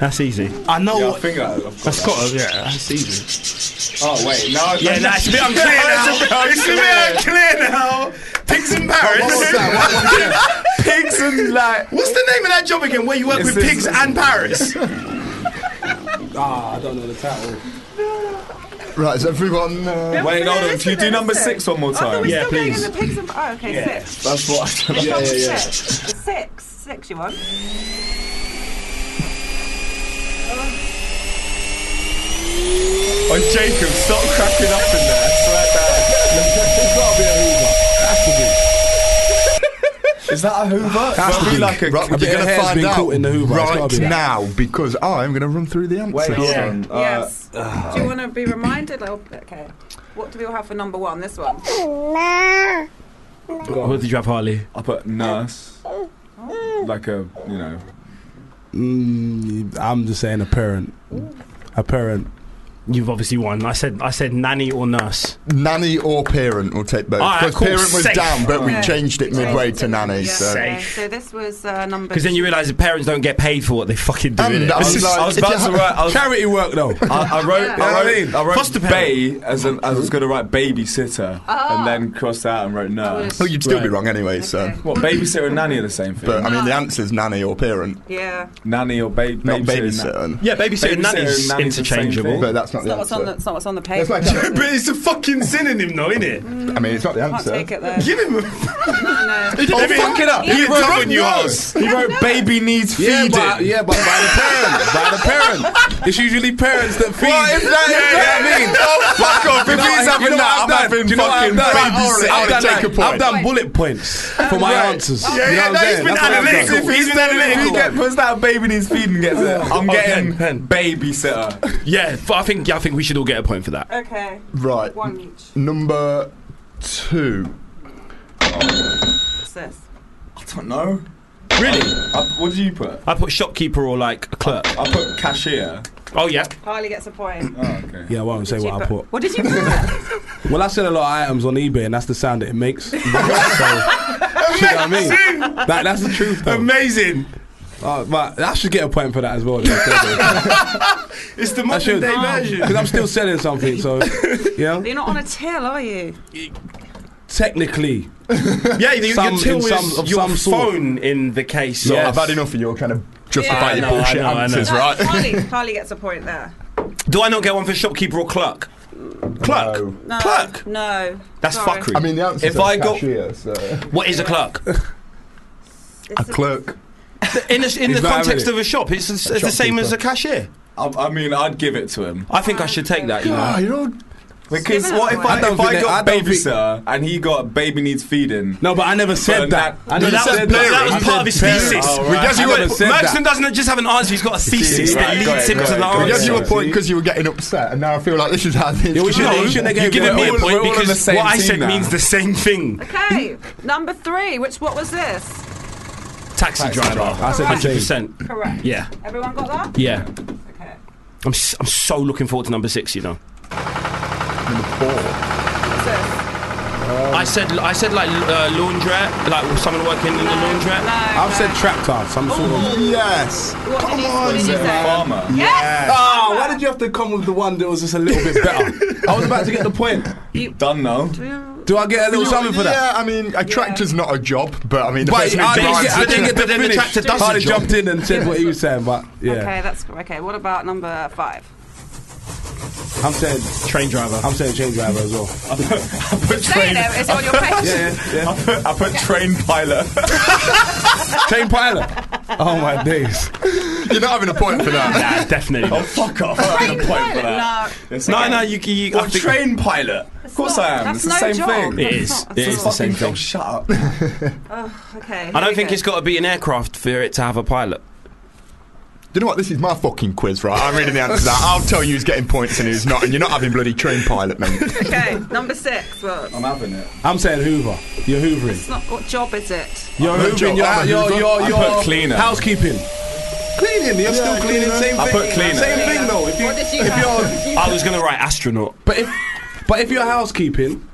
[SPEAKER 3] That's easy. I know.
[SPEAKER 4] Yeah, I
[SPEAKER 3] what-
[SPEAKER 4] think I- I've got
[SPEAKER 3] that's
[SPEAKER 4] that.
[SPEAKER 3] got. Yeah, that's easy.
[SPEAKER 4] Oh wait, now I've
[SPEAKER 3] Yeah,
[SPEAKER 4] done
[SPEAKER 3] nah,
[SPEAKER 4] that.
[SPEAKER 3] it's a bit unclear now. It's a bit unclear now. Pigs and parrots.
[SPEAKER 4] pigs and like.
[SPEAKER 3] What's the name of that job again? Where you work
[SPEAKER 4] It's
[SPEAKER 3] with
[SPEAKER 4] this-
[SPEAKER 3] pigs and parrots?
[SPEAKER 9] Ah, I don't know the title.
[SPEAKER 5] Right. Is everyone? Uh,
[SPEAKER 4] Wait, hold on.
[SPEAKER 6] Listen,
[SPEAKER 4] Can you do number
[SPEAKER 6] listen.
[SPEAKER 4] six one more
[SPEAKER 6] I thought
[SPEAKER 4] time?
[SPEAKER 6] we
[SPEAKER 3] Yeah,
[SPEAKER 6] still getting
[SPEAKER 3] please.
[SPEAKER 6] in the pigs and oh, okay, six.
[SPEAKER 4] That's what. I
[SPEAKER 6] yeah,
[SPEAKER 9] yeah, yeah.
[SPEAKER 6] Six. six, six. You want?
[SPEAKER 4] On Jacob, stop cracking up in there. I swear
[SPEAKER 9] It's gotta be a Hoover. Has to be.
[SPEAKER 4] down. Is that a Hoover?
[SPEAKER 9] Has
[SPEAKER 4] That'll
[SPEAKER 9] to
[SPEAKER 4] be
[SPEAKER 9] be.
[SPEAKER 4] like a.
[SPEAKER 5] right, we're
[SPEAKER 9] bit of
[SPEAKER 5] gonna
[SPEAKER 9] hair's
[SPEAKER 5] find
[SPEAKER 9] been
[SPEAKER 5] out
[SPEAKER 9] caught in the Hoover, it's gotta
[SPEAKER 5] right
[SPEAKER 9] be that.
[SPEAKER 5] now because I'm gonna run through the
[SPEAKER 4] Wait,
[SPEAKER 5] answers.
[SPEAKER 4] hold on. Uh,
[SPEAKER 6] yes. do you want to be reminded? Or, okay. What do we all have for number one? This one.
[SPEAKER 3] What did you have, Harley?
[SPEAKER 9] Oh.
[SPEAKER 4] I put nurse. Like a, you know,
[SPEAKER 9] Mm, I'm just saying a parent. A parent.
[SPEAKER 11] You've obviously won. I said I said nanny or nurse.
[SPEAKER 5] Nanny or parent will take both.
[SPEAKER 11] Alright,
[SPEAKER 5] Because
[SPEAKER 11] cool,
[SPEAKER 5] parent was
[SPEAKER 11] safe.
[SPEAKER 5] down, but we
[SPEAKER 6] Yeah.
[SPEAKER 5] changed it midway to nanny.
[SPEAKER 6] Yeah,
[SPEAKER 5] So.
[SPEAKER 6] yeah. So this was uh, number.
[SPEAKER 3] Because then you realise the parents don't get paid for what they fucking do.
[SPEAKER 5] And
[SPEAKER 3] innit?
[SPEAKER 5] I was like,
[SPEAKER 3] I was
[SPEAKER 5] if
[SPEAKER 3] about
[SPEAKER 5] you
[SPEAKER 3] to
[SPEAKER 5] have-
[SPEAKER 3] write. I was,
[SPEAKER 9] Charity work though.
[SPEAKER 4] I, I wrote,
[SPEAKER 6] Yeah.
[SPEAKER 4] I wrote, I wrote
[SPEAKER 3] Foster parent.
[SPEAKER 4] bay as, an, as I was going to write babysitter and then crossed out and wrote nurse.
[SPEAKER 5] Well, Oh, you'd still be
[SPEAKER 4] Right.
[SPEAKER 5] wrong anyway. So,
[SPEAKER 6] Okay.
[SPEAKER 4] What, babysitter and nanny are the same thing?
[SPEAKER 5] but I mean, the answer's nanny or parent,
[SPEAKER 6] yeah.
[SPEAKER 4] nanny or ba-
[SPEAKER 5] not
[SPEAKER 4] babysitter? and
[SPEAKER 5] babysitter.
[SPEAKER 3] yeah, babysitter and
[SPEAKER 4] Babysitter
[SPEAKER 3] nanny's
[SPEAKER 4] and nanny's the same
[SPEAKER 3] interchangeable.
[SPEAKER 4] thing.
[SPEAKER 5] But that's not
[SPEAKER 6] It's
[SPEAKER 5] the
[SPEAKER 6] not what's on
[SPEAKER 5] answer.
[SPEAKER 6] the. It's not what's on the
[SPEAKER 9] That's
[SPEAKER 6] paper.
[SPEAKER 9] like
[SPEAKER 11] but it's a fucking synonym, though, isn't it?
[SPEAKER 5] I mean, it's not the
[SPEAKER 6] Can't
[SPEAKER 5] answer.
[SPEAKER 6] take it though.
[SPEAKER 11] Give him a
[SPEAKER 6] No, no.
[SPEAKER 5] Oh, fuck it up.
[SPEAKER 6] He
[SPEAKER 11] He
[SPEAKER 6] You're
[SPEAKER 11] wrote
[SPEAKER 6] wrote
[SPEAKER 11] on yours.
[SPEAKER 4] He wrote baby needs
[SPEAKER 9] yeah,
[SPEAKER 4] feeding.
[SPEAKER 9] but, yeah, but by the parent. By the parent. It's usually parents that feed.
[SPEAKER 4] What if that,
[SPEAKER 9] Yeah,
[SPEAKER 4] if that
[SPEAKER 9] yeah.
[SPEAKER 4] mean? Oh, fuck off. If
[SPEAKER 9] You know
[SPEAKER 4] he's
[SPEAKER 9] what-
[SPEAKER 4] having
[SPEAKER 9] you know
[SPEAKER 4] that, I'm
[SPEAKER 9] what I've
[SPEAKER 4] having
[SPEAKER 9] done? Do you know what
[SPEAKER 4] fucking
[SPEAKER 9] I've done?
[SPEAKER 4] babysitter.
[SPEAKER 9] I've done,
[SPEAKER 5] take a
[SPEAKER 9] like, I've
[SPEAKER 5] point.
[SPEAKER 9] done bullet points for my answers.
[SPEAKER 11] Yeah,
[SPEAKER 9] You know
[SPEAKER 11] yeah, no,
[SPEAKER 9] what I'm
[SPEAKER 11] he's
[SPEAKER 9] saying?
[SPEAKER 11] been
[SPEAKER 9] That's what I've done.
[SPEAKER 11] analytical.
[SPEAKER 4] If he's
[SPEAKER 11] He's
[SPEAKER 4] telling it, if he
[SPEAKER 11] analytical.
[SPEAKER 4] get, puts that baby needs feeding gets it, I'm
[SPEAKER 11] Oh,
[SPEAKER 4] getting
[SPEAKER 11] pen, pen.
[SPEAKER 4] babysitter.
[SPEAKER 11] Yeah, but I think yeah, I think we should all get a point for that.
[SPEAKER 6] Okay.
[SPEAKER 5] Right.
[SPEAKER 6] One each.
[SPEAKER 5] Number two.
[SPEAKER 6] What's this?
[SPEAKER 4] I don't know.
[SPEAKER 11] Really?
[SPEAKER 4] I, what did you put?
[SPEAKER 3] I put shopkeeper or like a clerk.
[SPEAKER 4] I put cashier.
[SPEAKER 11] Oh yeah.
[SPEAKER 6] Harley gets a point.
[SPEAKER 4] Oh, okay.
[SPEAKER 9] Yeah, I won't say
[SPEAKER 6] Did you
[SPEAKER 9] what I put.
[SPEAKER 6] What did you put?
[SPEAKER 9] Well, I sell a lot of items on eBay, and that's the sound that it makes. so, you know what I mean? That, that's the truth, though.
[SPEAKER 11] Amazing.
[SPEAKER 9] Uh, but I should get a point for that as well. though.
[SPEAKER 11] It's the
[SPEAKER 9] I
[SPEAKER 11] modern
[SPEAKER 9] should.
[SPEAKER 11] day version.
[SPEAKER 9] Because I'm still selling something, so, you know,
[SPEAKER 6] You're not on a till, are you?
[SPEAKER 9] technically.
[SPEAKER 11] Yeah, you can
[SPEAKER 9] Some-
[SPEAKER 11] tell
[SPEAKER 9] in
[SPEAKER 11] with
[SPEAKER 9] some- of
[SPEAKER 11] your
[SPEAKER 9] some sort.
[SPEAKER 11] phone in the case.
[SPEAKER 5] So
[SPEAKER 11] of-
[SPEAKER 5] I've had enough of your kind of
[SPEAKER 6] Yeah,
[SPEAKER 5] justify
[SPEAKER 6] I know,
[SPEAKER 5] your
[SPEAKER 6] I
[SPEAKER 5] bullshit
[SPEAKER 11] know, I know.
[SPEAKER 5] answers,
[SPEAKER 6] No,
[SPEAKER 5] right?
[SPEAKER 6] Harley, Harley gets a point there.
[SPEAKER 11] Do I not get one for shopkeeper or clerk? Clerk.
[SPEAKER 5] No.
[SPEAKER 6] No.
[SPEAKER 11] Clerk.
[SPEAKER 6] No.
[SPEAKER 11] That's
[SPEAKER 6] Sorry.
[SPEAKER 11] fuckery.
[SPEAKER 5] I mean, the answer
[SPEAKER 11] If I got-
[SPEAKER 5] cashier, so.
[SPEAKER 11] what is a clerk?
[SPEAKER 6] It's
[SPEAKER 5] a clerk.
[SPEAKER 11] In, a, in
[SPEAKER 9] He's
[SPEAKER 11] the
[SPEAKER 9] not
[SPEAKER 11] context
[SPEAKER 9] having it.
[SPEAKER 11] of a shop, it's, it's, the same as a cashier.
[SPEAKER 4] I, I mean, I'd give it to him
[SPEAKER 11] I think I should take that. You know.
[SPEAKER 5] Ah, you know,
[SPEAKER 4] because
[SPEAKER 6] Give it
[SPEAKER 4] what
[SPEAKER 6] a
[SPEAKER 4] if
[SPEAKER 6] point.
[SPEAKER 4] I,
[SPEAKER 9] I don't
[SPEAKER 4] if I
[SPEAKER 9] think
[SPEAKER 4] got
[SPEAKER 9] that- I don't think-
[SPEAKER 4] babysitter and he got baby needs feeding?
[SPEAKER 9] No, but I never said
[SPEAKER 4] But
[SPEAKER 9] that.
[SPEAKER 4] that-
[SPEAKER 9] I
[SPEAKER 11] No,
[SPEAKER 9] never
[SPEAKER 11] that, was,
[SPEAKER 9] said
[SPEAKER 11] that
[SPEAKER 9] I
[SPEAKER 11] was
[SPEAKER 9] said
[SPEAKER 11] part of his
[SPEAKER 9] parent.
[SPEAKER 11] thesis.
[SPEAKER 4] Oh,
[SPEAKER 9] We
[SPEAKER 4] right.
[SPEAKER 9] guess
[SPEAKER 11] You
[SPEAKER 9] you
[SPEAKER 11] know,
[SPEAKER 9] never said
[SPEAKER 11] Merckson
[SPEAKER 9] that.
[SPEAKER 11] doesn't just have an answer; he's got a thesis
[SPEAKER 4] Right,
[SPEAKER 11] that
[SPEAKER 4] got
[SPEAKER 11] leads
[SPEAKER 4] it,
[SPEAKER 11] him
[SPEAKER 4] got
[SPEAKER 11] to
[SPEAKER 4] it,
[SPEAKER 11] the
[SPEAKER 4] got it.
[SPEAKER 5] we
[SPEAKER 4] Oh,
[SPEAKER 5] gave
[SPEAKER 11] answer.
[SPEAKER 5] you a
[SPEAKER 4] yeah.
[SPEAKER 5] point because you were getting upset, and now I feel like this is how this.
[SPEAKER 9] Yeah, we should-
[SPEAKER 11] No,
[SPEAKER 9] you shouldn't have
[SPEAKER 11] you're
[SPEAKER 9] gave
[SPEAKER 11] giving
[SPEAKER 9] it.
[SPEAKER 11] me a
[SPEAKER 9] We're all-
[SPEAKER 11] point
[SPEAKER 4] we're all on the
[SPEAKER 11] because
[SPEAKER 4] same
[SPEAKER 11] what I
[SPEAKER 4] team
[SPEAKER 11] said
[SPEAKER 4] now.
[SPEAKER 11] means the same thing.
[SPEAKER 6] Okay. Number three. Which what was this?
[SPEAKER 11] Taxi driver.
[SPEAKER 9] I said
[SPEAKER 11] Hundred
[SPEAKER 9] James.
[SPEAKER 11] percent.
[SPEAKER 6] Correct.
[SPEAKER 11] Yeah,
[SPEAKER 6] Everyone got that?
[SPEAKER 11] yeah.
[SPEAKER 6] Okay.
[SPEAKER 11] I'm s- I'm so looking forward to number six. You know.
[SPEAKER 6] What's this?
[SPEAKER 9] Oh.
[SPEAKER 11] I said I said like uh, laundrette, like someone working in the laundrette.
[SPEAKER 9] I've said trap time, some sort of.
[SPEAKER 5] Yes.
[SPEAKER 6] What did you, what did you say?
[SPEAKER 4] Farmer.
[SPEAKER 6] Yes.
[SPEAKER 5] Ah,
[SPEAKER 9] Oh, why did you have to come with the one that was just a little bit better? I was about to get the point.
[SPEAKER 4] Done now.
[SPEAKER 9] Do I get a little something for that?
[SPEAKER 5] Yeah, I mean, a tractor's not a job, but I mean, the
[SPEAKER 9] But
[SPEAKER 5] person who
[SPEAKER 9] I didn't
[SPEAKER 5] drives it-
[SPEAKER 9] get, I didn't get
[SPEAKER 11] But
[SPEAKER 9] the
[SPEAKER 11] then the
[SPEAKER 9] finish.
[SPEAKER 11] tractor does
[SPEAKER 9] Harley
[SPEAKER 11] the job.
[SPEAKER 9] jumped in and said what he was saying, but yeah,
[SPEAKER 6] Okay, that's okay. What about number five?
[SPEAKER 9] I'm saying train driver. I'm saying train driver as well.
[SPEAKER 6] Say it. Is it on your page?
[SPEAKER 4] I put, I put train pilot.
[SPEAKER 9] train pilot. Oh my days.
[SPEAKER 5] You're not having a point for that.
[SPEAKER 11] Nah, definitely.
[SPEAKER 4] oh,
[SPEAKER 11] Not.
[SPEAKER 4] fuck off. I'm having a point for that. It's
[SPEAKER 11] No,
[SPEAKER 4] okay.
[SPEAKER 11] no, you, you, you
[SPEAKER 4] Or train pilot. Of course I am. It's
[SPEAKER 6] That's
[SPEAKER 4] the
[SPEAKER 6] no
[SPEAKER 4] same
[SPEAKER 6] job.
[SPEAKER 4] thing.
[SPEAKER 11] It
[SPEAKER 6] That's
[SPEAKER 11] is.
[SPEAKER 6] not-
[SPEAKER 11] It
[SPEAKER 6] that's
[SPEAKER 11] is
[SPEAKER 6] not-
[SPEAKER 11] the same
[SPEAKER 4] Oh,
[SPEAKER 11] thing.
[SPEAKER 4] shut up.
[SPEAKER 6] Okay.
[SPEAKER 11] I
[SPEAKER 6] here we
[SPEAKER 11] don't think
[SPEAKER 6] go.
[SPEAKER 11] it's got to be an aircraft for it to have a pilot.
[SPEAKER 5] You know what? This is my fucking quiz, right? I'm reading the answer to that. I'll tell you who's getting points and who's not, and you're not having bloody train pilot, mate.
[SPEAKER 6] Okay, number six. Well,
[SPEAKER 4] I'm having it.
[SPEAKER 9] I'm saying Hoover. You're hoovering.
[SPEAKER 6] it's not. What job is it?
[SPEAKER 9] You're
[SPEAKER 5] I'm a
[SPEAKER 9] hoovering.
[SPEAKER 5] job-
[SPEAKER 9] You're,
[SPEAKER 5] I'm a
[SPEAKER 9] you're,
[SPEAKER 5] Hoover.
[SPEAKER 9] you're,
[SPEAKER 4] I
[SPEAKER 9] you're
[SPEAKER 4] put cleaner.
[SPEAKER 9] Housekeeping. Cleaning. You're still cleaning. Same
[SPEAKER 4] I
[SPEAKER 9] thing.
[SPEAKER 4] put cleaner.
[SPEAKER 9] Same thing though. If you,
[SPEAKER 6] What did you
[SPEAKER 9] if
[SPEAKER 6] have?
[SPEAKER 9] you're,
[SPEAKER 11] I was going to write astronaut.
[SPEAKER 9] but if, but if you're housekeeping.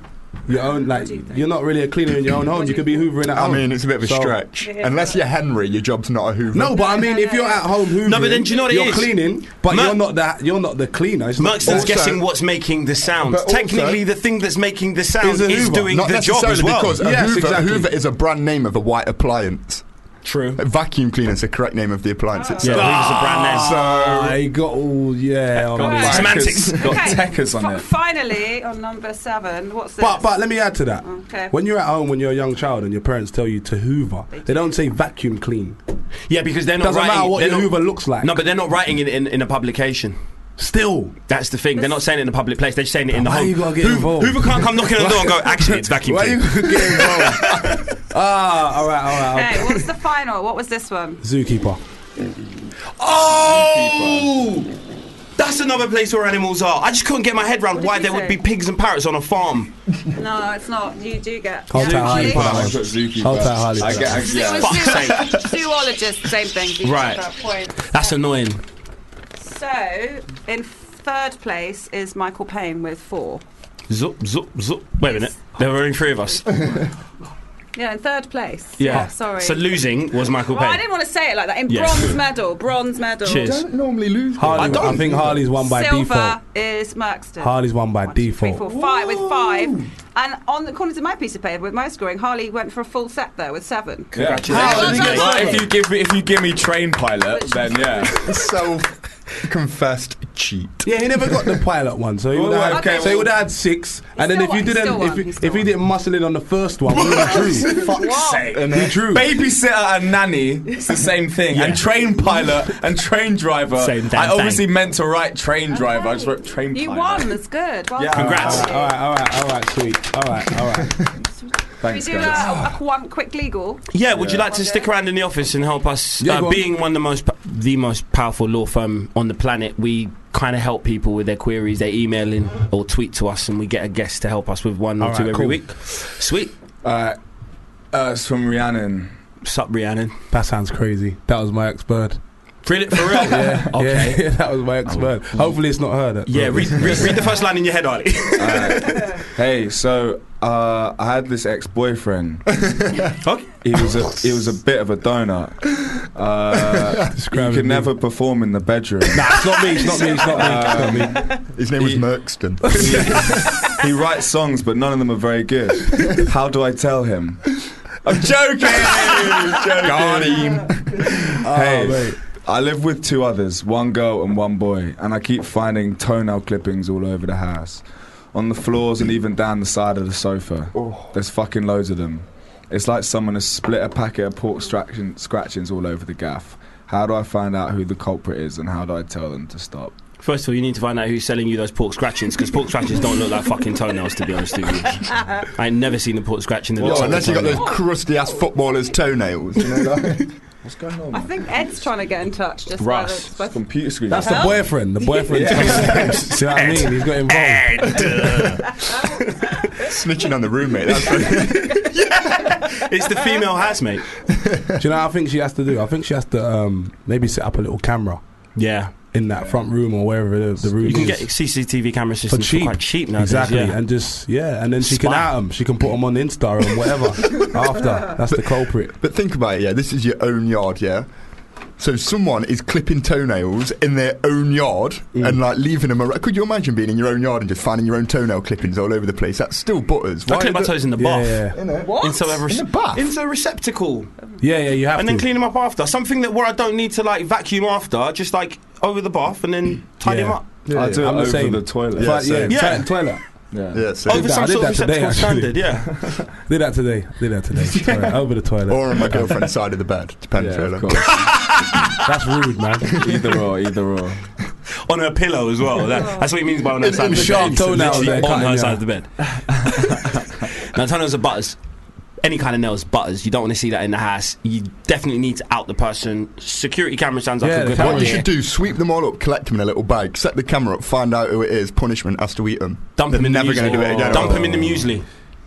[SPEAKER 9] Your own, like you're not really a cleaner in your own home. You could be hoovering at
[SPEAKER 5] I
[SPEAKER 9] home.
[SPEAKER 5] mean, it's a bit of a
[SPEAKER 9] Oh, So-
[SPEAKER 5] stretch. Unless you're Henry, your job's not a Hoover.
[SPEAKER 9] No, but I mean, if you're at home hoovering,
[SPEAKER 11] No, but then do you know what it
[SPEAKER 9] you're
[SPEAKER 11] is?
[SPEAKER 9] cleaning, but
[SPEAKER 11] Mer-
[SPEAKER 9] you're not that. You're not the cleaner. It's not-
[SPEAKER 11] Merkston's
[SPEAKER 5] Also-
[SPEAKER 11] guessing what's making the sound.
[SPEAKER 5] But also-
[SPEAKER 11] Technically, the thing that's making the sound
[SPEAKER 9] Is
[SPEAKER 11] is,
[SPEAKER 9] a Hoover,
[SPEAKER 11] doing
[SPEAKER 5] not
[SPEAKER 11] the job
[SPEAKER 5] necessarily
[SPEAKER 11] as well.
[SPEAKER 5] because a,
[SPEAKER 9] Yes,
[SPEAKER 5] Hoover, a
[SPEAKER 9] exactly.
[SPEAKER 5] Hoover is a brand name of a white appliance.
[SPEAKER 11] True.
[SPEAKER 5] A vacuum cleaner is the correct name of the appliance
[SPEAKER 11] Yeah,
[SPEAKER 5] itself.
[SPEAKER 11] Hoover's a brand name.
[SPEAKER 9] Ah, he got all yeah. on
[SPEAKER 4] Got
[SPEAKER 9] me.
[SPEAKER 6] Right.
[SPEAKER 11] Semantics.
[SPEAKER 4] Got
[SPEAKER 6] okay.
[SPEAKER 4] techers on
[SPEAKER 6] fi-
[SPEAKER 4] it.
[SPEAKER 6] Finally, on number seven. What's this?
[SPEAKER 9] But but let me add to that.
[SPEAKER 6] Okay.
[SPEAKER 9] When you're at home, when you're a young child, and your parents tell you to Hoover, they don't say vacuum clean.
[SPEAKER 11] Yeah, because they're not
[SPEAKER 9] Doesn't
[SPEAKER 11] writing.
[SPEAKER 9] matter what
[SPEAKER 11] they're
[SPEAKER 9] your
[SPEAKER 11] not-
[SPEAKER 9] Hoover looks like.
[SPEAKER 11] No, but they're not writing it in, in a publication.
[SPEAKER 9] Still,
[SPEAKER 11] That's the thing. They're not saying it in a public place. They're saying it in the
[SPEAKER 9] Why
[SPEAKER 11] home.
[SPEAKER 9] you gotta get
[SPEAKER 11] Hoover,
[SPEAKER 9] involved?
[SPEAKER 11] Hoover can't come knocking on the door and go, actually, it's vacuum
[SPEAKER 9] why are you
[SPEAKER 11] clean.
[SPEAKER 9] getting involved? ah, all right, all right.
[SPEAKER 6] Okay, what's the final? What was this one?
[SPEAKER 9] Zookeeper.
[SPEAKER 11] Oh!
[SPEAKER 12] That's another place where animals are. I just couldn't get my head around
[SPEAKER 6] What did
[SPEAKER 12] why
[SPEAKER 6] you
[SPEAKER 12] there would
[SPEAKER 6] say?
[SPEAKER 12] be pigs and parrots on a farm.
[SPEAKER 6] No, it's not. You do get.
[SPEAKER 12] Hold tight, Harley.
[SPEAKER 9] Hold tight, Harley.
[SPEAKER 4] I get, I,
[SPEAKER 6] Zoo-
[SPEAKER 4] yeah.
[SPEAKER 6] zoo- Zoologist, same thing. you
[SPEAKER 12] Right.
[SPEAKER 6] got that point.
[SPEAKER 12] That's annoying.
[SPEAKER 6] So, in third place is Michael Payne with four.
[SPEAKER 3] Zup, zup, zup. Wait a minute. There were only three of us.
[SPEAKER 6] Yeah, in third place.
[SPEAKER 3] Yeah.
[SPEAKER 6] sorry.
[SPEAKER 3] So losing was Michael
[SPEAKER 6] Well, I
[SPEAKER 3] Payne.
[SPEAKER 6] didn't want to say it like that. In
[SPEAKER 3] Yeah.
[SPEAKER 6] bronze medal, bronze medal.
[SPEAKER 3] Cheers.
[SPEAKER 5] don't normally lose.
[SPEAKER 9] Harley, I,
[SPEAKER 5] don't.
[SPEAKER 9] think Harley's won by
[SPEAKER 6] Silver
[SPEAKER 9] default.
[SPEAKER 6] is Merkston.
[SPEAKER 9] Harley's won by
[SPEAKER 6] Three,
[SPEAKER 9] default.
[SPEAKER 6] four, five with five. And on the corners of my piece of paper with my scoring, Harley went for a full set there with seven.
[SPEAKER 4] Congratulations.
[SPEAKER 6] How did you
[SPEAKER 4] Well,
[SPEAKER 6] get
[SPEAKER 4] if you give me if you give me train pilot, then yeah.
[SPEAKER 5] Self confessed cheat.
[SPEAKER 9] Yeah, he never got the pilot one, so he
[SPEAKER 4] Oh,
[SPEAKER 9] would have
[SPEAKER 4] okay,
[SPEAKER 9] had, so he would have had six. And then
[SPEAKER 6] still
[SPEAKER 9] if you
[SPEAKER 6] won, he
[SPEAKER 9] didn't,
[SPEAKER 6] still
[SPEAKER 9] if
[SPEAKER 6] won,
[SPEAKER 9] you,
[SPEAKER 6] he
[SPEAKER 9] if
[SPEAKER 6] still
[SPEAKER 9] you
[SPEAKER 6] won.
[SPEAKER 9] didn't muscle in on the first one, we drew.
[SPEAKER 4] Fuck's sake.
[SPEAKER 9] We drew.
[SPEAKER 4] Babysitter and nanny, it's the same thing. And train pilot and train driver.
[SPEAKER 3] Same damn
[SPEAKER 4] I obviously meant to write train driver. I just wrote train
[SPEAKER 6] You
[SPEAKER 4] pilot.
[SPEAKER 6] won. That's good. Well
[SPEAKER 4] Yeah.
[SPEAKER 6] done.
[SPEAKER 3] Congrats.
[SPEAKER 9] All right, all right, all right, sweet. All right, all right.
[SPEAKER 6] Should we
[SPEAKER 4] Thanks,
[SPEAKER 6] do a,
[SPEAKER 4] guys.
[SPEAKER 6] a- a one quick legal?
[SPEAKER 3] Yeah, would you like to
[SPEAKER 6] Okay.
[SPEAKER 3] stick around in the office and help us?
[SPEAKER 9] Yeah,
[SPEAKER 3] uh,
[SPEAKER 9] go on.
[SPEAKER 3] being one of the most p- the most powerful law firm on the planet, we kind of help people with their queries. They email in or tweet to us, and we get a guest to help us with one or
[SPEAKER 9] All
[SPEAKER 3] two
[SPEAKER 9] right,
[SPEAKER 3] every
[SPEAKER 9] cool.
[SPEAKER 3] week. Sweet,
[SPEAKER 4] Uh, uh, it's from Rhiannon.
[SPEAKER 3] sup, Rhiannon?
[SPEAKER 9] That sounds crazy. That was my ex bird.
[SPEAKER 3] For real? For real? yeah. Okay.
[SPEAKER 9] Yeah, that was my ex bird. Hopefully, it's not her. That
[SPEAKER 3] Yeah, read, read, read the first line in your head, Ollie.
[SPEAKER 4] Uh, hey, so uh, I had this ex-boyfriend.
[SPEAKER 3] Okay.
[SPEAKER 4] He was a he was a bit of a donut. Uh, he
[SPEAKER 9] Describe
[SPEAKER 4] could
[SPEAKER 9] him.
[SPEAKER 4] never perform in the bedroom. Uh,
[SPEAKER 9] Nah, it's not me. It's not me. It's not me. It's not me.
[SPEAKER 5] His name was
[SPEAKER 4] He-
[SPEAKER 5] Merkston.
[SPEAKER 4] he, he writes songs, but none of them are very good. How do I tell him? I'm joking. joking. Got hey,
[SPEAKER 9] mate.
[SPEAKER 4] I live with two others, one girl and one boy, and I keep finding toenail clippings all over the house, on the floors and even down the side of the sofa. There's fucking loads of them. It's like someone has split a packet of pork scratching, scratchings all over the gaff. How do I find out who the culprit is and how do I tell them to stop?
[SPEAKER 3] First of all, you need to find out who's selling you those pork scratchings because pork scratchings don't look like fucking toenails, to be honest with you. I ain't never seen a pork scratching that
[SPEAKER 5] Yo,
[SPEAKER 3] looks like
[SPEAKER 5] unless
[SPEAKER 3] a
[SPEAKER 5] you got
[SPEAKER 3] toenail.
[SPEAKER 5] those crusty ass footballers' toenails. You know, like,
[SPEAKER 4] What's going on?
[SPEAKER 6] I think Ed's trying to get in touch. Just by
[SPEAKER 3] Russ.
[SPEAKER 6] the- by the-
[SPEAKER 4] Computer screen.
[SPEAKER 9] That's the boyfriend. The boyfriend. See what I mean? He's got involved.
[SPEAKER 5] snitching on the roommate. That's what-
[SPEAKER 3] It's the female has, mate.
[SPEAKER 9] Do you know? what I think she has to do. I think she has to um, maybe set up a little camera
[SPEAKER 3] Yeah.
[SPEAKER 9] in that front room or wherever the, the room
[SPEAKER 3] You can
[SPEAKER 9] is.
[SPEAKER 3] get CCTV camera
[SPEAKER 9] for
[SPEAKER 3] systems for
[SPEAKER 9] cheap,
[SPEAKER 3] quite cheap nowadays.
[SPEAKER 9] exactly,
[SPEAKER 3] yeah.
[SPEAKER 9] and just yeah, and then she can
[SPEAKER 3] Spy.
[SPEAKER 9] out them. She can put them on Insta or whatever. after that's the culprit.
[SPEAKER 5] but think about it. Yeah, this is your own yard. Yeah. So someone is clipping toenails in their own yard
[SPEAKER 4] Mm.
[SPEAKER 5] and like leaving them around. Could you imagine being in your own yard and just finding your own toenail clippings all over the place? That's still butters.
[SPEAKER 3] I clip my toes in the
[SPEAKER 9] Yeah,
[SPEAKER 3] bath.
[SPEAKER 9] yeah, yeah.
[SPEAKER 5] What?
[SPEAKER 3] Into a, rece-
[SPEAKER 5] In the bath?
[SPEAKER 3] Into a receptacle.
[SPEAKER 9] yeah, yeah. You have
[SPEAKER 3] and
[SPEAKER 9] to.
[SPEAKER 3] then clean them up after. Something that where I don't need to like vacuum after, just like over the bath and then tidy
[SPEAKER 9] Yeah.
[SPEAKER 3] them up.
[SPEAKER 9] Yeah,
[SPEAKER 4] I do it
[SPEAKER 9] I'm the
[SPEAKER 4] over
[SPEAKER 9] same.
[SPEAKER 4] the toilet.
[SPEAKER 9] But, yeah,
[SPEAKER 5] same.
[SPEAKER 3] Yeah.
[SPEAKER 9] yeah. toilet.
[SPEAKER 4] Yeah.
[SPEAKER 5] Yeah. So
[SPEAKER 3] over
[SPEAKER 9] that-
[SPEAKER 3] some
[SPEAKER 9] I
[SPEAKER 3] sort
[SPEAKER 9] did
[SPEAKER 3] of
[SPEAKER 9] that today,
[SPEAKER 3] receptacle
[SPEAKER 9] actually.
[SPEAKER 3] standard, yeah.
[SPEAKER 9] Did that today. Did that today. Sorry, over the toilet.
[SPEAKER 5] or on my girlfriend's side of the bed. Depends.
[SPEAKER 4] Yeah,
[SPEAKER 5] really.
[SPEAKER 4] of course.
[SPEAKER 9] That's rude, man.
[SPEAKER 4] either or, either or.
[SPEAKER 3] on her pillow as well. That- that's what he means by on her
[SPEAKER 9] In-
[SPEAKER 3] side
[SPEAKER 9] in
[SPEAKER 3] of the
[SPEAKER 9] sharp
[SPEAKER 3] bed.
[SPEAKER 9] toenails
[SPEAKER 3] Literally
[SPEAKER 9] there,
[SPEAKER 3] on
[SPEAKER 9] cutting
[SPEAKER 3] her
[SPEAKER 9] you
[SPEAKER 3] side
[SPEAKER 9] out.
[SPEAKER 3] of the bed. now, toenails are butters. Any kind of nails, butters. You don't want to see that in the house. You definitely need to out the person. Security camera sounds like
[SPEAKER 9] Yeah,
[SPEAKER 3] a
[SPEAKER 9] the
[SPEAKER 3] good
[SPEAKER 9] camera.
[SPEAKER 5] What you
[SPEAKER 3] idea.
[SPEAKER 5] should do, sweep them all up, collect them in a little bag, set the camera up, find out who it is, punishment has to eat them.
[SPEAKER 3] Dump
[SPEAKER 5] They're
[SPEAKER 3] him in
[SPEAKER 5] never
[SPEAKER 3] the muesli.
[SPEAKER 5] going to do it again.
[SPEAKER 3] Dump him in the muesli.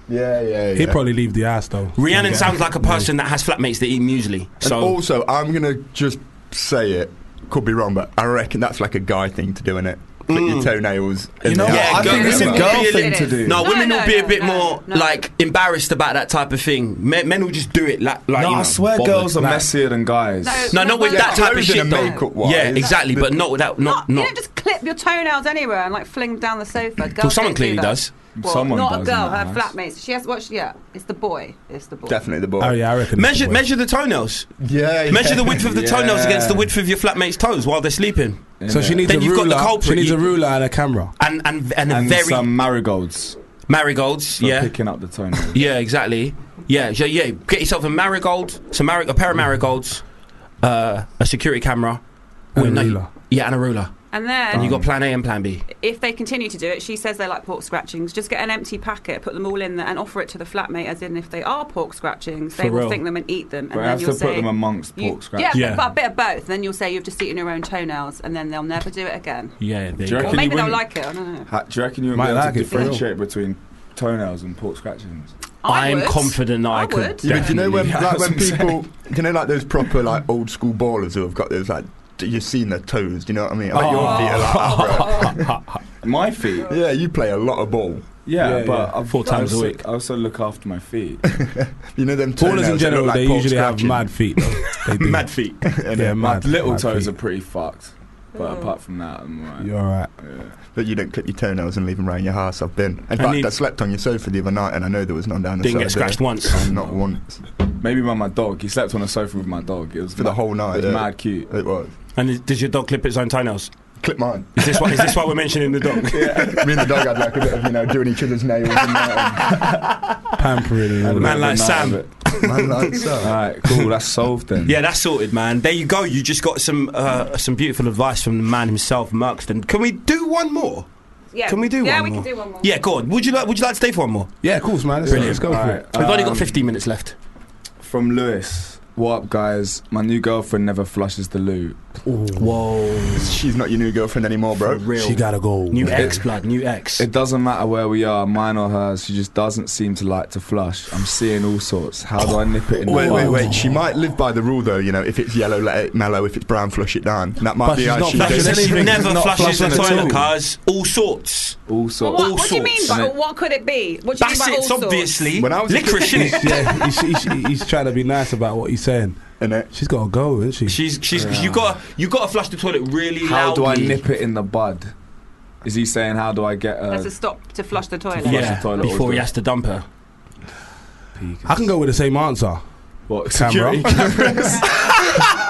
[SPEAKER 5] Yeah, yeah, yeah.
[SPEAKER 9] He'd probably leave the ass though.
[SPEAKER 3] Rhiannon sounds like a person that has flatmates that eat muesli.
[SPEAKER 5] and
[SPEAKER 3] So
[SPEAKER 5] also, I'm going to just say it. Could be wrong, but I reckon that's like a guy thing to do, in it? Clip your toenails. in
[SPEAKER 4] You know
[SPEAKER 5] the
[SPEAKER 4] what?
[SPEAKER 3] Yeah,
[SPEAKER 5] house.
[SPEAKER 4] I
[SPEAKER 3] go-
[SPEAKER 4] think it's a
[SPEAKER 3] women
[SPEAKER 4] girl
[SPEAKER 3] will be
[SPEAKER 4] thing
[SPEAKER 6] a
[SPEAKER 4] to
[SPEAKER 6] little-
[SPEAKER 4] do.
[SPEAKER 3] No,
[SPEAKER 6] No,
[SPEAKER 3] women
[SPEAKER 6] no,
[SPEAKER 3] will be a
[SPEAKER 6] no,
[SPEAKER 3] bit
[SPEAKER 6] no,
[SPEAKER 3] more
[SPEAKER 6] no.
[SPEAKER 3] like embarrassed about that type of thing. Men, men will just do it. Like, like
[SPEAKER 4] No,
[SPEAKER 3] you know,
[SPEAKER 4] I swear
[SPEAKER 3] bothered.
[SPEAKER 4] girls are messier than guys.
[SPEAKER 3] No, not with
[SPEAKER 6] Yeah,
[SPEAKER 3] that type of
[SPEAKER 5] clothing
[SPEAKER 3] shit.
[SPEAKER 5] and
[SPEAKER 3] though.
[SPEAKER 5] makeup-wise.
[SPEAKER 3] yeah, exactly, but not without
[SPEAKER 6] Not,
[SPEAKER 3] not
[SPEAKER 6] you
[SPEAKER 3] not.
[SPEAKER 6] don't just clip your toenails anywhere and like fling them down the sofa. Girls
[SPEAKER 3] Well, someone
[SPEAKER 6] don't do
[SPEAKER 3] clearly
[SPEAKER 6] that.
[SPEAKER 3] does.
[SPEAKER 6] Well,
[SPEAKER 4] Someone
[SPEAKER 6] not
[SPEAKER 4] does
[SPEAKER 6] a girl,
[SPEAKER 4] in that
[SPEAKER 6] her
[SPEAKER 4] house.
[SPEAKER 6] flatmate. She has what? She, yeah, it's the boy. It's the boy.
[SPEAKER 5] Definitely the boy.
[SPEAKER 9] Oh yeah, I reckon. that's
[SPEAKER 3] Measure
[SPEAKER 9] the way.
[SPEAKER 3] measure the toenails.
[SPEAKER 5] Yeah, yeah.
[SPEAKER 3] Measure the width of the toenails
[SPEAKER 4] Yeah.
[SPEAKER 3] against the width of your flatmate's toes while they're sleeping,
[SPEAKER 9] So she needs
[SPEAKER 3] Then
[SPEAKER 9] a
[SPEAKER 3] you've got
[SPEAKER 9] ruler.
[SPEAKER 3] the culprit.
[SPEAKER 9] she needs
[SPEAKER 3] You-
[SPEAKER 9] a ruler and a camera.
[SPEAKER 3] and and and, a
[SPEAKER 4] and
[SPEAKER 3] very
[SPEAKER 4] some marigolds
[SPEAKER 3] marigolds.
[SPEAKER 4] for
[SPEAKER 3] Yeah,
[SPEAKER 4] picking up the toenail.
[SPEAKER 3] yeah, exactly. Yeah, yeah, yeah. Get yourself a marigold, some marig- a pair of marigolds, uh, a security camera.
[SPEAKER 9] And
[SPEAKER 3] Wait,
[SPEAKER 9] a
[SPEAKER 3] no,
[SPEAKER 9] ruler.
[SPEAKER 3] Yeah, and a ruler.
[SPEAKER 6] And then
[SPEAKER 3] And you got plan A and plan B.
[SPEAKER 6] if they continue to do it, she says they like pork scratchings. Just get an empty packet, put them all in there, and offer it to the flatmate. As in, if they are pork scratchings, they
[SPEAKER 4] For
[SPEAKER 6] will
[SPEAKER 4] real?
[SPEAKER 6] think them and eat them. And
[SPEAKER 4] But I
[SPEAKER 6] then
[SPEAKER 4] have
[SPEAKER 6] you'll
[SPEAKER 4] to
[SPEAKER 6] say,
[SPEAKER 4] put them amongst
[SPEAKER 6] you-
[SPEAKER 4] pork scratchings.
[SPEAKER 6] Yeah,
[SPEAKER 4] Yeah.
[SPEAKER 6] but a bit of both. Then you'll say you've just eaten your own toenails, and then they'll never do it again.
[SPEAKER 4] Yeah,
[SPEAKER 6] Or maybe they'll like it. I don't know.
[SPEAKER 4] Do you reckon you would
[SPEAKER 3] Might
[SPEAKER 4] be able
[SPEAKER 3] like
[SPEAKER 4] to
[SPEAKER 3] it for real.
[SPEAKER 4] differentiate between toenails and pork scratchings?
[SPEAKER 6] I
[SPEAKER 3] am
[SPEAKER 6] would.
[SPEAKER 3] confident that I,
[SPEAKER 6] I
[SPEAKER 3] could.
[SPEAKER 6] would.
[SPEAKER 5] Yeah, but do you know when,
[SPEAKER 4] Definitely.
[SPEAKER 5] like, when
[SPEAKER 4] That's what I'm
[SPEAKER 5] people, do you know, like those proper, like, old school ballers who have got those, like, d- you've seen their toes, do you know what I mean? I bet
[SPEAKER 4] Oh.
[SPEAKER 5] your feet are like that,
[SPEAKER 4] bro. My feet?
[SPEAKER 5] Yeah, you play a lot of ball.
[SPEAKER 4] Yeah, but I've,
[SPEAKER 5] Four times a
[SPEAKER 4] I also-
[SPEAKER 5] week.
[SPEAKER 4] I also look after my feet.
[SPEAKER 5] You know
[SPEAKER 4] Ballers
[SPEAKER 5] them
[SPEAKER 4] in
[SPEAKER 5] toenails that
[SPEAKER 4] general,
[SPEAKER 5] look like
[SPEAKER 4] they
[SPEAKER 5] Paul
[SPEAKER 4] usually have
[SPEAKER 5] Scratching?
[SPEAKER 4] mad
[SPEAKER 9] feet, though.
[SPEAKER 5] mad feet.
[SPEAKER 4] yeah,
[SPEAKER 5] they're
[SPEAKER 4] my
[SPEAKER 5] mad-
[SPEAKER 4] little
[SPEAKER 5] mad
[SPEAKER 4] toes
[SPEAKER 5] feet.
[SPEAKER 4] are pretty fucked. But
[SPEAKER 6] Mm.
[SPEAKER 4] apart from that, I'm alright.
[SPEAKER 5] You're
[SPEAKER 9] alright.
[SPEAKER 5] But you don't clip your toenails and leave them around your house. I've been. In
[SPEAKER 4] I
[SPEAKER 5] fact,
[SPEAKER 4] need-
[SPEAKER 5] I slept on your sofa the other night, and I know there was none down the
[SPEAKER 4] Didn't
[SPEAKER 5] side
[SPEAKER 4] get
[SPEAKER 5] there.
[SPEAKER 4] scratched once.
[SPEAKER 5] Not once.
[SPEAKER 4] Maybe by my dog. He slept on a sofa with my dog. It was
[SPEAKER 5] For the whole night,
[SPEAKER 4] It was
[SPEAKER 5] yeah.
[SPEAKER 4] mad cute.
[SPEAKER 5] It was.
[SPEAKER 3] And is- does your dog clip its own toenails?
[SPEAKER 5] Clip mine.
[SPEAKER 3] Is this what, is this what we're mentioning the dog?
[SPEAKER 5] Me and the dog had like a bit of you know doing each other's nails. And that,
[SPEAKER 9] Pampering.
[SPEAKER 5] all
[SPEAKER 3] Man
[SPEAKER 5] that.
[SPEAKER 3] like
[SPEAKER 5] None
[SPEAKER 3] Sam.
[SPEAKER 5] of and man like
[SPEAKER 4] All
[SPEAKER 5] so.
[SPEAKER 4] right, cool. That's solved then.
[SPEAKER 3] Yeah, that's sorted, man. There you go. You just got some uh, some beautiful advice from the man himself, Merkston. Can we do one more?
[SPEAKER 6] Yeah.
[SPEAKER 3] Can we do
[SPEAKER 6] Yeah,
[SPEAKER 3] one
[SPEAKER 6] we
[SPEAKER 3] more?
[SPEAKER 6] can do one more.
[SPEAKER 3] Yeah, go on. Would you like Would you like to stay for one more?
[SPEAKER 9] Yeah, of course, man. Let's,
[SPEAKER 3] Brilliant.
[SPEAKER 9] let's go for
[SPEAKER 4] All
[SPEAKER 9] it.
[SPEAKER 4] right,
[SPEAKER 3] We've only got
[SPEAKER 4] um,
[SPEAKER 3] 15 minutes left.
[SPEAKER 4] From Lewis. What up, guys? My new girlfriend never flushes the loo.
[SPEAKER 3] Whoa.
[SPEAKER 5] She's not your new girlfriend anymore, bro.
[SPEAKER 3] Real.
[SPEAKER 9] She gotta go.
[SPEAKER 3] New ex, blood. New ex.
[SPEAKER 4] It doesn't matter where we are, mine or hers. She just doesn't seem to like to flush. I'm seeing all sorts. How do I nip it in
[SPEAKER 5] Wait,
[SPEAKER 4] the
[SPEAKER 5] wait,
[SPEAKER 4] bud?
[SPEAKER 5] wait. She might live by the rule though. You know, if it's yellow, let it mellow. If it's brown, flush it down. That might
[SPEAKER 9] But
[SPEAKER 5] be
[SPEAKER 9] she's
[SPEAKER 5] how
[SPEAKER 9] not
[SPEAKER 5] she
[SPEAKER 9] flushing
[SPEAKER 5] does it.
[SPEAKER 9] it.
[SPEAKER 3] She
[SPEAKER 9] anything.
[SPEAKER 3] never
[SPEAKER 9] Not
[SPEAKER 3] flushes the
[SPEAKER 9] flushing at all.
[SPEAKER 3] toilet, cuz. All sorts.
[SPEAKER 4] All
[SPEAKER 6] Well,
[SPEAKER 4] sorts.
[SPEAKER 6] what,
[SPEAKER 3] all
[SPEAKER 6] what do you mean
[SPEAKER 3] sorts.
[SPEAKER 6] by what could it be? What do you mean by all
[SPEAKER 3] Bassett's,
[SPEAKER 6] sorts?
[SPEAKER 3] obviously.
[SPEAKER 5] When I was a
[SPEAKER 3] Licorice,
[SPEAKER 9] He's,
[SPEAKER 3] innit?
[SPEAKER 9] yeah, he's, he's, he's trying to be nice about what he's saying.
[SPEAKER 5] Innit?
[SPEAKER 9] She's got to go, isn't she?
[SPEAKER 3] She's, she's, you got you got to flush the toilet really
[SPEAKER 4] How do I
[SPEAKER 3] loudly.
[SPEAKER 4] nip it in the bud? Is he saying how do I get her?
[SPEAKER 6] There's a stop to flush the toilet.
[SPEAKER 4] flush
[SPEAKER 3] Yeah,
[SPEAKER 4] the toilet
[SPEAKER 3] before he
[SPEAKER 4] altogether?
[SPEAKER 3] has to dump her.
[SPEAKER 9] I can go with the same answer.
[SPEAKER 4] What
[SPEAKER 9] Camera.
[SPEAKER 4] security cameras?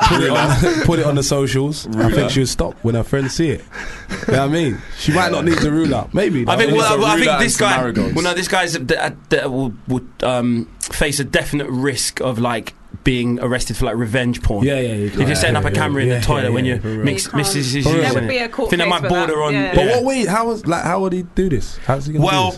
[SPEAKER 9] Put it, on, put it on the socials. I
[SPEAKER 4] Ruler.
[SPEAKER 9] think she'll stop when her friends see it. you know what I mean? She might not need the ruler. Maybe.
[SPEAKER 3] I
[SPEAKER 9] though.
[SPEAKER 3] think,
[SPEAKER 4] It's
[SPEAKER 3] well,
[SPEAKER 4] a
[SPEAKER 3] well, I
[SPEAKER 4] ruler
[SPEAKER 3] think
[SPEAKER 4] and
[SPEAKER 3] this
[SPEAKER 4] some
[SPEAKER 3] guy.
[SPEAKER 4] marigolds.
[SPEAKER 3] Well, no, this guy's d- uh, d- uh, will, would um, face a definite risk of like being arrested for like revenge porn.
[SPEAKER 9] Yeah, yeah.
[SPEAKER 3] If you're setting up a camera in the toilet when you mix
[SPEAKER 6] You can't-
[SPEAKER 3] mixes, is
[SPEAKER 9] There
[SPEAKER 3] using
[SPEAKER 6] would
[SPEAKER 3] it.
[SPEAKER 6] be a court
[SPEAKER 3] Think that
[SPEAKER 6] case
[SPEAKER 3] might
[SPEAKER 6] for that.
[SPEAKER 3] border on.
[SPEAKER 6] Yeah.
[SPEAKER 9] But what? Wait, how was like? How would he do this? How's he gonna
[SPEAKER 3] Well,
[SPEAKER 9] do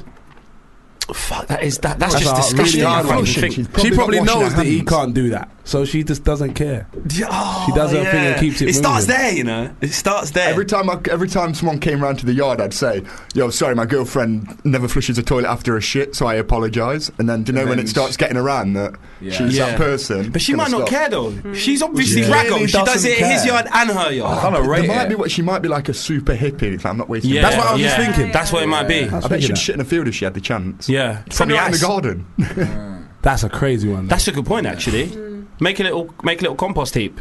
[SPEAKER 9] this?
[SPEAKER 3] fuck, that is that. That's,
[SPEAKER 9] That's
[SPEAKER 3] just
[SPEAKER 9] a
[SPEAKER 3] disgusting.
[SPEAKER 9] really
[SPEAKER 3] I
[SPEAKER 9] hard
[SPEAKER 3] fucking
[SPEAKER 9] one.
[SPEAKER 3] think.
[SPEAKER 5] She's
[SPEAKER 9] she probably
[SPEAKER 5] not washing
[SPEAKER 9] knows
[SPEAKER 5] her
[SPEAKER 9] that he
[SPEAKER 5] hands.
[SPEAKER 9] can't do that, so she just doesn't care.
[SPEAKER 3] Yeah, oh,
[SPEAKER 9] She does her thing and keeps it
[SPEAKER 3] It starts
[SPEAKER 9] moving.
[SPEAKER 3] there, you know. It starts there.
[SPEAKER 5] Every time, I, every time someone came round to the yard, I'd say, "Yo, sorry, my girlfriend never flushes the toilet after a shit, so I apologise." And then, do you know
[SPEAKER 4] And
[SPEAKER 5] when
[SPEAKER 4] then
[SPEAKER 5] it starts
[SPEAKER 4] she-
[SPEAKER 5] getting around that
[SPEAKER 4] Yeah.
[SPEAKER 5] she's
[SPEAKER 3] Yeah.
[SPEAKER 5] that person?
[SPEAKER 3] but she
[SPEAKER 5] gonna
[SPEAKER 3] might not
[SPEAKER 5] stop.
[SPEAKER 3] care though. She's obviously
[SPEAKER 4] She
[SPEAKER 3] raggle.
[SPEAKER 4] really
[SPEAKER 3] She does
[SPEAKER 4] doesn't
[SPEAKER 3] it in his
[SPEAKER 4] care.
[SPEAKER 3] yard and her yard.
[SPEAKER 4] I don't
[SPEAKER 5] There
[SPEAKER 4] rate
[SPEAKER 5] might
[SPEAKER 4] it.
[SPEAKER 5] be what she might be like a super hippie. It's like, I'm not wasting.
[SPEAKER 3] Yeah,
[SPEAKER 5] That's
[SPEAKER 9] what I was
[SPEAKER 3] yeah.
[SPEAKER 9] just thinking.
[SPEAKER 3] That's what it might be.
[SPEAKER 9] That's
[SPEAKER 5] I bet
[SPEAKER 9] thinking
[SPEAKER 5] she'd
[SPEAKER 9] that.
[SPEAKER 5] shit in a field if she had the chance.
[SPEAKER 3] Yeah, from
[SPEAKER 5] Probably
[SPEAKER 3] the
[SPEAKER 5] out in the
[SPEAKER 3] ass.
[SPEAKER 5] garden.
[SPEAKER 9] That's a crazy one. though.
[SPEAKER 3] That's a good point, actually.
[SPEAKER 6] Mm.
[SPEAKER 3] Make a little, make a little compost heap.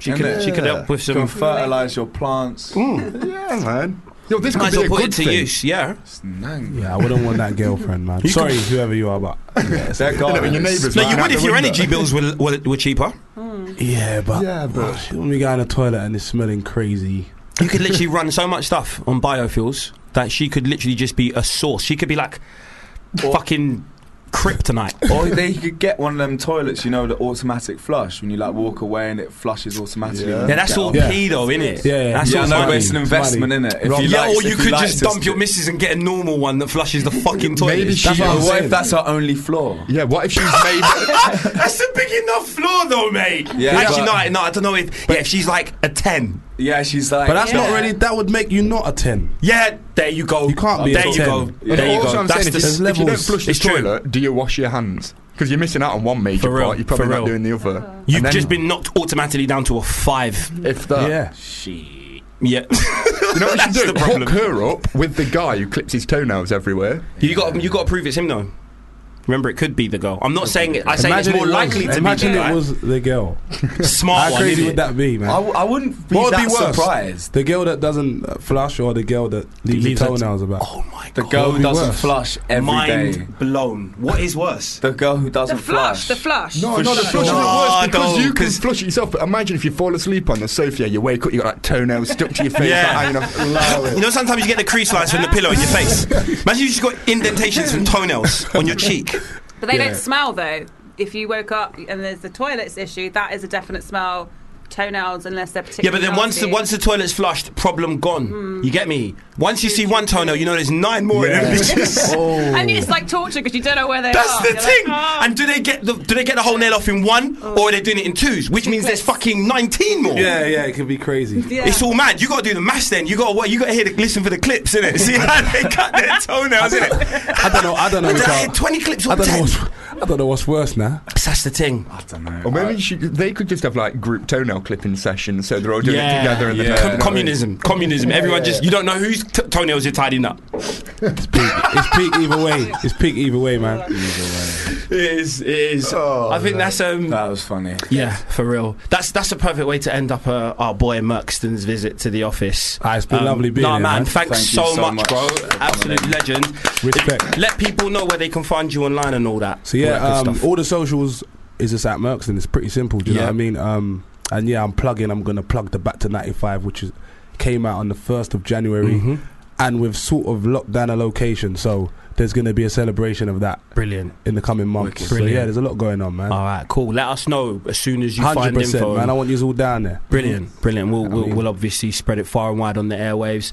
[SPEAKER 3] She
[SPEAKER 4] Isn't
[SPEAKER 3] could,
[SPEAKER 4] it?
[SPEAKER 3] she could help with
[SPEAKER 4] You can
[SPEAKER 3] some.
[SPEAKER 4] fertilize your plants.
[SPEAKER 5] yeah, man. Yo, this
[SPEAKER 3] Might as
[SPEAKER 5] could be
[SPEAKER 3] well
[SPEAKER 5] a
[SPEAKER 3] put it
[SPEAKER 5] good
[SPEAKER 3] to
[SPEAKER 5] thing.
[SPEAKER 3] use. Yeah.
[SPEAKER 4] It's nang.
[SPEAKER 9] yeah, I wouldn't want that girlfriend, man. Sorry, whoever you are, but
[SPEAKER 4] Their
[SPEAKER 5] You know, when your
[SPEAKER 4] garden is-
[SPEAKER 5] neighbours.
[SPEAKER 3] No, you
[SPEAKER 5] lying out
[SPEAKER 3] would
[SPEAKER 5] the
[SPEAKER 3] if your
[SPEAKER 5] window.
[SPEAKER 3] energy bills were, were, were cheaper.
[SPEAKER 9] yeah, but
[SPEAKER 5] Yeah, but
[SPEAKER 9] when we go in the toilet and it's smelling crazy,
[SPEAKER 3] You could literally run so much stuff on biofuels that she could literally just be a source. She could be like fucking kryptonite.
[SPEAKER 4] or they could get one of them toilets, you know, the automatic flush when you like walk away and it flushes automatically.
[SPEAKER 5] Yeah.
[SPEAKER 3] Yeah, that's all
[SPEAKER 9] Yeah.
[SPEAKER 3] pee though, innit?
[SPEAKER 9] Yeah, yeah.
[SPEAKER 3] that's
[SPEAKER 4] Yeah, I
[SPEAKER 3] all
[SPEAKER 4] know, but
[SPEAKER 3] money.
[SPEAKER 4] it's an investment in it. If
[SPEAKER 5] Right.
[SPEAKER 4] you
[SPEAKER 3] Yeah,
[SPEAKER 4] like-
[SPEAKER 3] or
[SPEAKER 4] if
[SPEAKER 3] you could
[SPEAKER 4] like
[SPEAKER 3] just
[SPEAKER 4] this-
[SPEAKER 3] dump your missus and get a normal one that flushes the fucking toilet.
[SPEAKER 5] Maybe she
[SPEAKER 4] That's what, I'm-
[SPEAKER 5] is.
[SPEAKER 4] what if that's her only flaw?
[SPEAKER 5] Yeah, what if she's made?
[SPEAKER 3] That's a big enough floor, though, mate.
[SPEAKER 4] Yeah,
[SPEAKER 3] Actually,
[SPEAKER 4] but-
[SPEAKER 3] no, no, I don't know if. yeah, if she's like a ten.
[SPEAKER 4] Yeah, she's like.
[SPEAKER 9] but that's not
[SPEAKER 6] Yeah.
[SPEAKER 9] really. That would make you not a ten.
[SPEAKER 3] Yeah, there you go.
[SPEAKER 9] You can't be
[SPEAKER 3] There
[SPEAKER 9] a
[SPEAKER 3] you
[SPEAKER 9] 10.
[SPEAKER 3] go.
[SPEAKER 4] Yeah.
[SPEAKER 3] There you
[SPEAKER 5] Also,
[SPEAKER 3] go.
[SPEAKER 5] I'm
[SPEAKER 3] That's
[SPEAKER 5] saying
[SPEAKER 3] the,
[SPEAKER 5] if,
[SPEAKER 9] there's
[SPEAKER 5] you- if you don't
[SPEAKER 9] levels.
[SPEAKER 5] flush the
[SPEAKER 3] It's true.
[SPEAKER 5] toilet, do you wash your hands? Because you're missing out on one major
[SPEAKER 3] For real,
[SPEAKER 5] part. You're probably
[SPEAKER 3] for
[SPEAKER 5] not
[SPEAKER 3] real.
[SPEAKER 5] doing the other.
[SPEAKER 3] You've
[SPEAKER 5] And then
[SPEAKER 3] just been knocked automatically down to a five.
[SPEAKER 5] If that,
[SPEAKER 9] Yeah,
[SPEAKER 3] She. Yeah.
[SPEAKER 5] you know what you
[SPEAKER 3] That's
[SPEAKER 5] should do?
[SPEAKER 3] the problem.
[SPEAKER 5] Hook her up with the guy who clips his toenails everywhere.
[SPEAKER 3] you got. You got to prove it's him though. Remember, it could be the girl. I'm not saying it. I say it's
[SPEAKER 9] Imagine
[SPEAKER 3] more
[SPEAKER 9] it was-
[SPEAKER 3] likely to
[SPEAKER 9] imagine
[SPEAKER 3] be the
[SPEAKER 9] it
[SPEAKER 3] guy.
[SPEAKER 9] was the girl.
[SPEAKER 3] smart
[SPEAKER 9] How
[SPEAKER 3] one.
[SPEAKER 9] crazy
[SPEAKER 3] innit?
[SPEAKER 9] would that be, man?
[SPEAKER 4] I, w- I wouldn't be
[SPEAKER 9] What would
[SPEAKER 4] that
[SPEAKER 9] be worse?
[SPEAKER 4] surprised.
[SPEAKER 9] The girl that doesn't uh, flush or the girl that leaves,
[SPEAKER 3] Leaves
[SPEAKER 9] her
[SPEAKER 3] her
[SPEAKER 9] toenails about.
[SPEAKER 3] Oh my
[SPEAKER 4] The
[SPEAKER 3] god.
[SPEAKER 4] girl who
[SPEAKER 9] be
[SPEAKER 4] doesn't
[SPEAKER 9] worse?
[SPEAKER 4] flush every day.
[SPEAKER 3] Mind blown. What is worse?
[SPEAKER 4] The girl who
[SPEAKER 6] The
[SPEAKER 4] doesn't
[SPEAKER 6] flush, the flush.
[SPEAKER 5] No, no, the
[SPEAKER 4] sure.
[SPEAKER 5] flush is
[SPEAKER 3] No,
[SPEAKER 5] worse
[SPEAKER 3] no,
[SPEAKER 5] because you can
[SPEAKER 3] Oh, 'cause-
[SPEAKER 5] flush it yourself. But imagine if you fall asleep on the sofa, you wake up, you got like toenails stuck to your face,
[SPEAKER 3] Yeah.
[SPEAKER 5] like, hanging off.
[SPEAKER 3] You know, sometimes you get the crease lines from the pillow in your face. Imagine you just got indentations from toenails on your cheek.
[SPEAKER 6] But they don't smell though. If you woke up and there's the toilets issue, that is a definite smell. toenails unless they're
[SPEAKER 3] Yeah,
[SPEAKER 6] particularly.
[SPEAKER 3] but then once the
[SPEAKER 6] nasty.
[SPEAKER 3] once the toilet's flushed, problem gone. You get me? Once you see one toenail, you know there's nine more in them bitches.
[SPEAKER 6] and it's like torture because you don't know where they
[SPEAKER 3] That's
[SPEAKER 6] are.
[SPEAKER 3] the
[SPEAKER 6] You're
[SPEAKER 3] thing.
[SPEAKER 6] Like, "Oh."
[SPEAKER 3] And do they get the do they get the whole nail off in one, or are they doing it in twos? Which means there's fucking nineteen more.
[SPEAKER 13] Yeah, yeah, it could be crazy.
[SPEAKER 6] Yeah.
[SPEAKER 3] It's all mad. You got to do the maths then. You got to what? You got to hear the listen for the clips in it. See how they cut their toenails in it.
[SPEAKER 13] I don't know. I don't know.
[SPEAKER 3] Did
[SPEAKER 13] which
[SPEAKER 3] I
[SPEAKER 13] I-
[SPEAKER 3] hit 20 clips or
[SPEAKER 13] I don't know.
[SPEAKER 3] 10?
[SPEAKER 13] What's, I don't know what's worse now.
[SPEAKER 3] That's the thing.
[SPEAKER 4] I don't know.
[SPEAKER 5] Or maybe you should, they could just have like group toenail clipping sessions, so they're all doing it together. And
[SPEAKER 3] Com-
[SPEAKER 5] then
[SPEAKER 3] communism, communism. Everyone just you don't know whose t- toenails you're tidying up.
[SPEAKER 13] It's peak either way. It's peak either way, man.
[SPEAKER 3] It is, it is.
[SPEAKER 13] Oh,
[SPEAKER 3] I think that's um.
[SPEAKER 4] That was funny.
[SPEAKER 3] Yeah, for real. That's that's a perfect way to end up uh, our boy Merkston's visit to the office. Um,
[SPEAKER 13] Ah, it's been lovely being
[SPEAKER 3] nah,
[SPEAKER 13] here,
[SPEAKER 3] man.
[SPEAKER 13] man.
[SPEAKER 3] Thanks
[SPEAKER 4] Thank you
[SPEAKER 3] so,
[SPEAKER 4] so
[SPEAKER 3] much,
[SPEAKER 4] much
[SPEAKER 3] bro.
[SPEAKER 4] for coming
[SPEAKER 3] Absolute
[SPEAKER 4] in.
[SPEAKER 3] legend.
[SPEAKER 13] Respect.
[SPEAKER 3] Let people know where they can find you online and all that.
[SPEAKER 13] So
[SPEAKER 3] all that
[SPEAKER 13] yeah,
[SPEAKER 3] good
[SPEAKER 13] um, all the socials is just at Merckx, and It's pretty simple. Do you know
[SPEAKER 3] Yeah.
[SPEAKER 13] what I mean? Um, and yeah, I'm plugging. I'm gonna plug the Back to '95, which is came out on the first of January,
[SPEAKER 3] Mhm.
[SPEAKER 13] and we've sort of locked down a location. So there's gonna be a celebration of that
[SPEAKER 3] Brilliant.
[SPEAKER 13] in the coming months.
[SPEAKER 3] Wicked.
[SPEAKER 13] So
[SPEAKER 3] Brilliant.
[SPEAKER 13] yeah, there's a lot going on, man.
[SPEAKER 3] All right, cool. Let us know as soon as you
[SPEAKER 13] Hundred
[SPEAKER 3] find
[SPEAKER 13] percent,
[SPEAKER 3] info.
[SPEAKER 13] man. I want you all down there.
[SPEAKER 3] Brilliant, brilliant. We'll, we'll, we'll obviously spread it far and wide on the airwaves.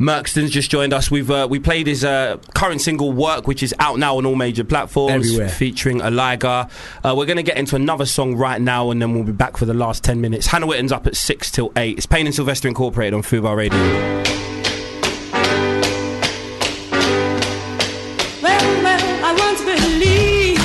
[SPEAKER 3] Merkston's just joined us. We've uh, we played his uh, current single "Work," which is out now on all major platforms,
[SPEAKER 13] Everywhere.
[SPEAKER 3] featuring Aliga. Uh, we're going to get into another song right now, and then we'll be back for the last ten minutes. Hannah Witten's up at six till eight. It's Payne and Sylvester Incorporated on Fubar Radio.
[SPEAKER 6] "Oh."
[SPEAKER 8] Well, well, I once believed.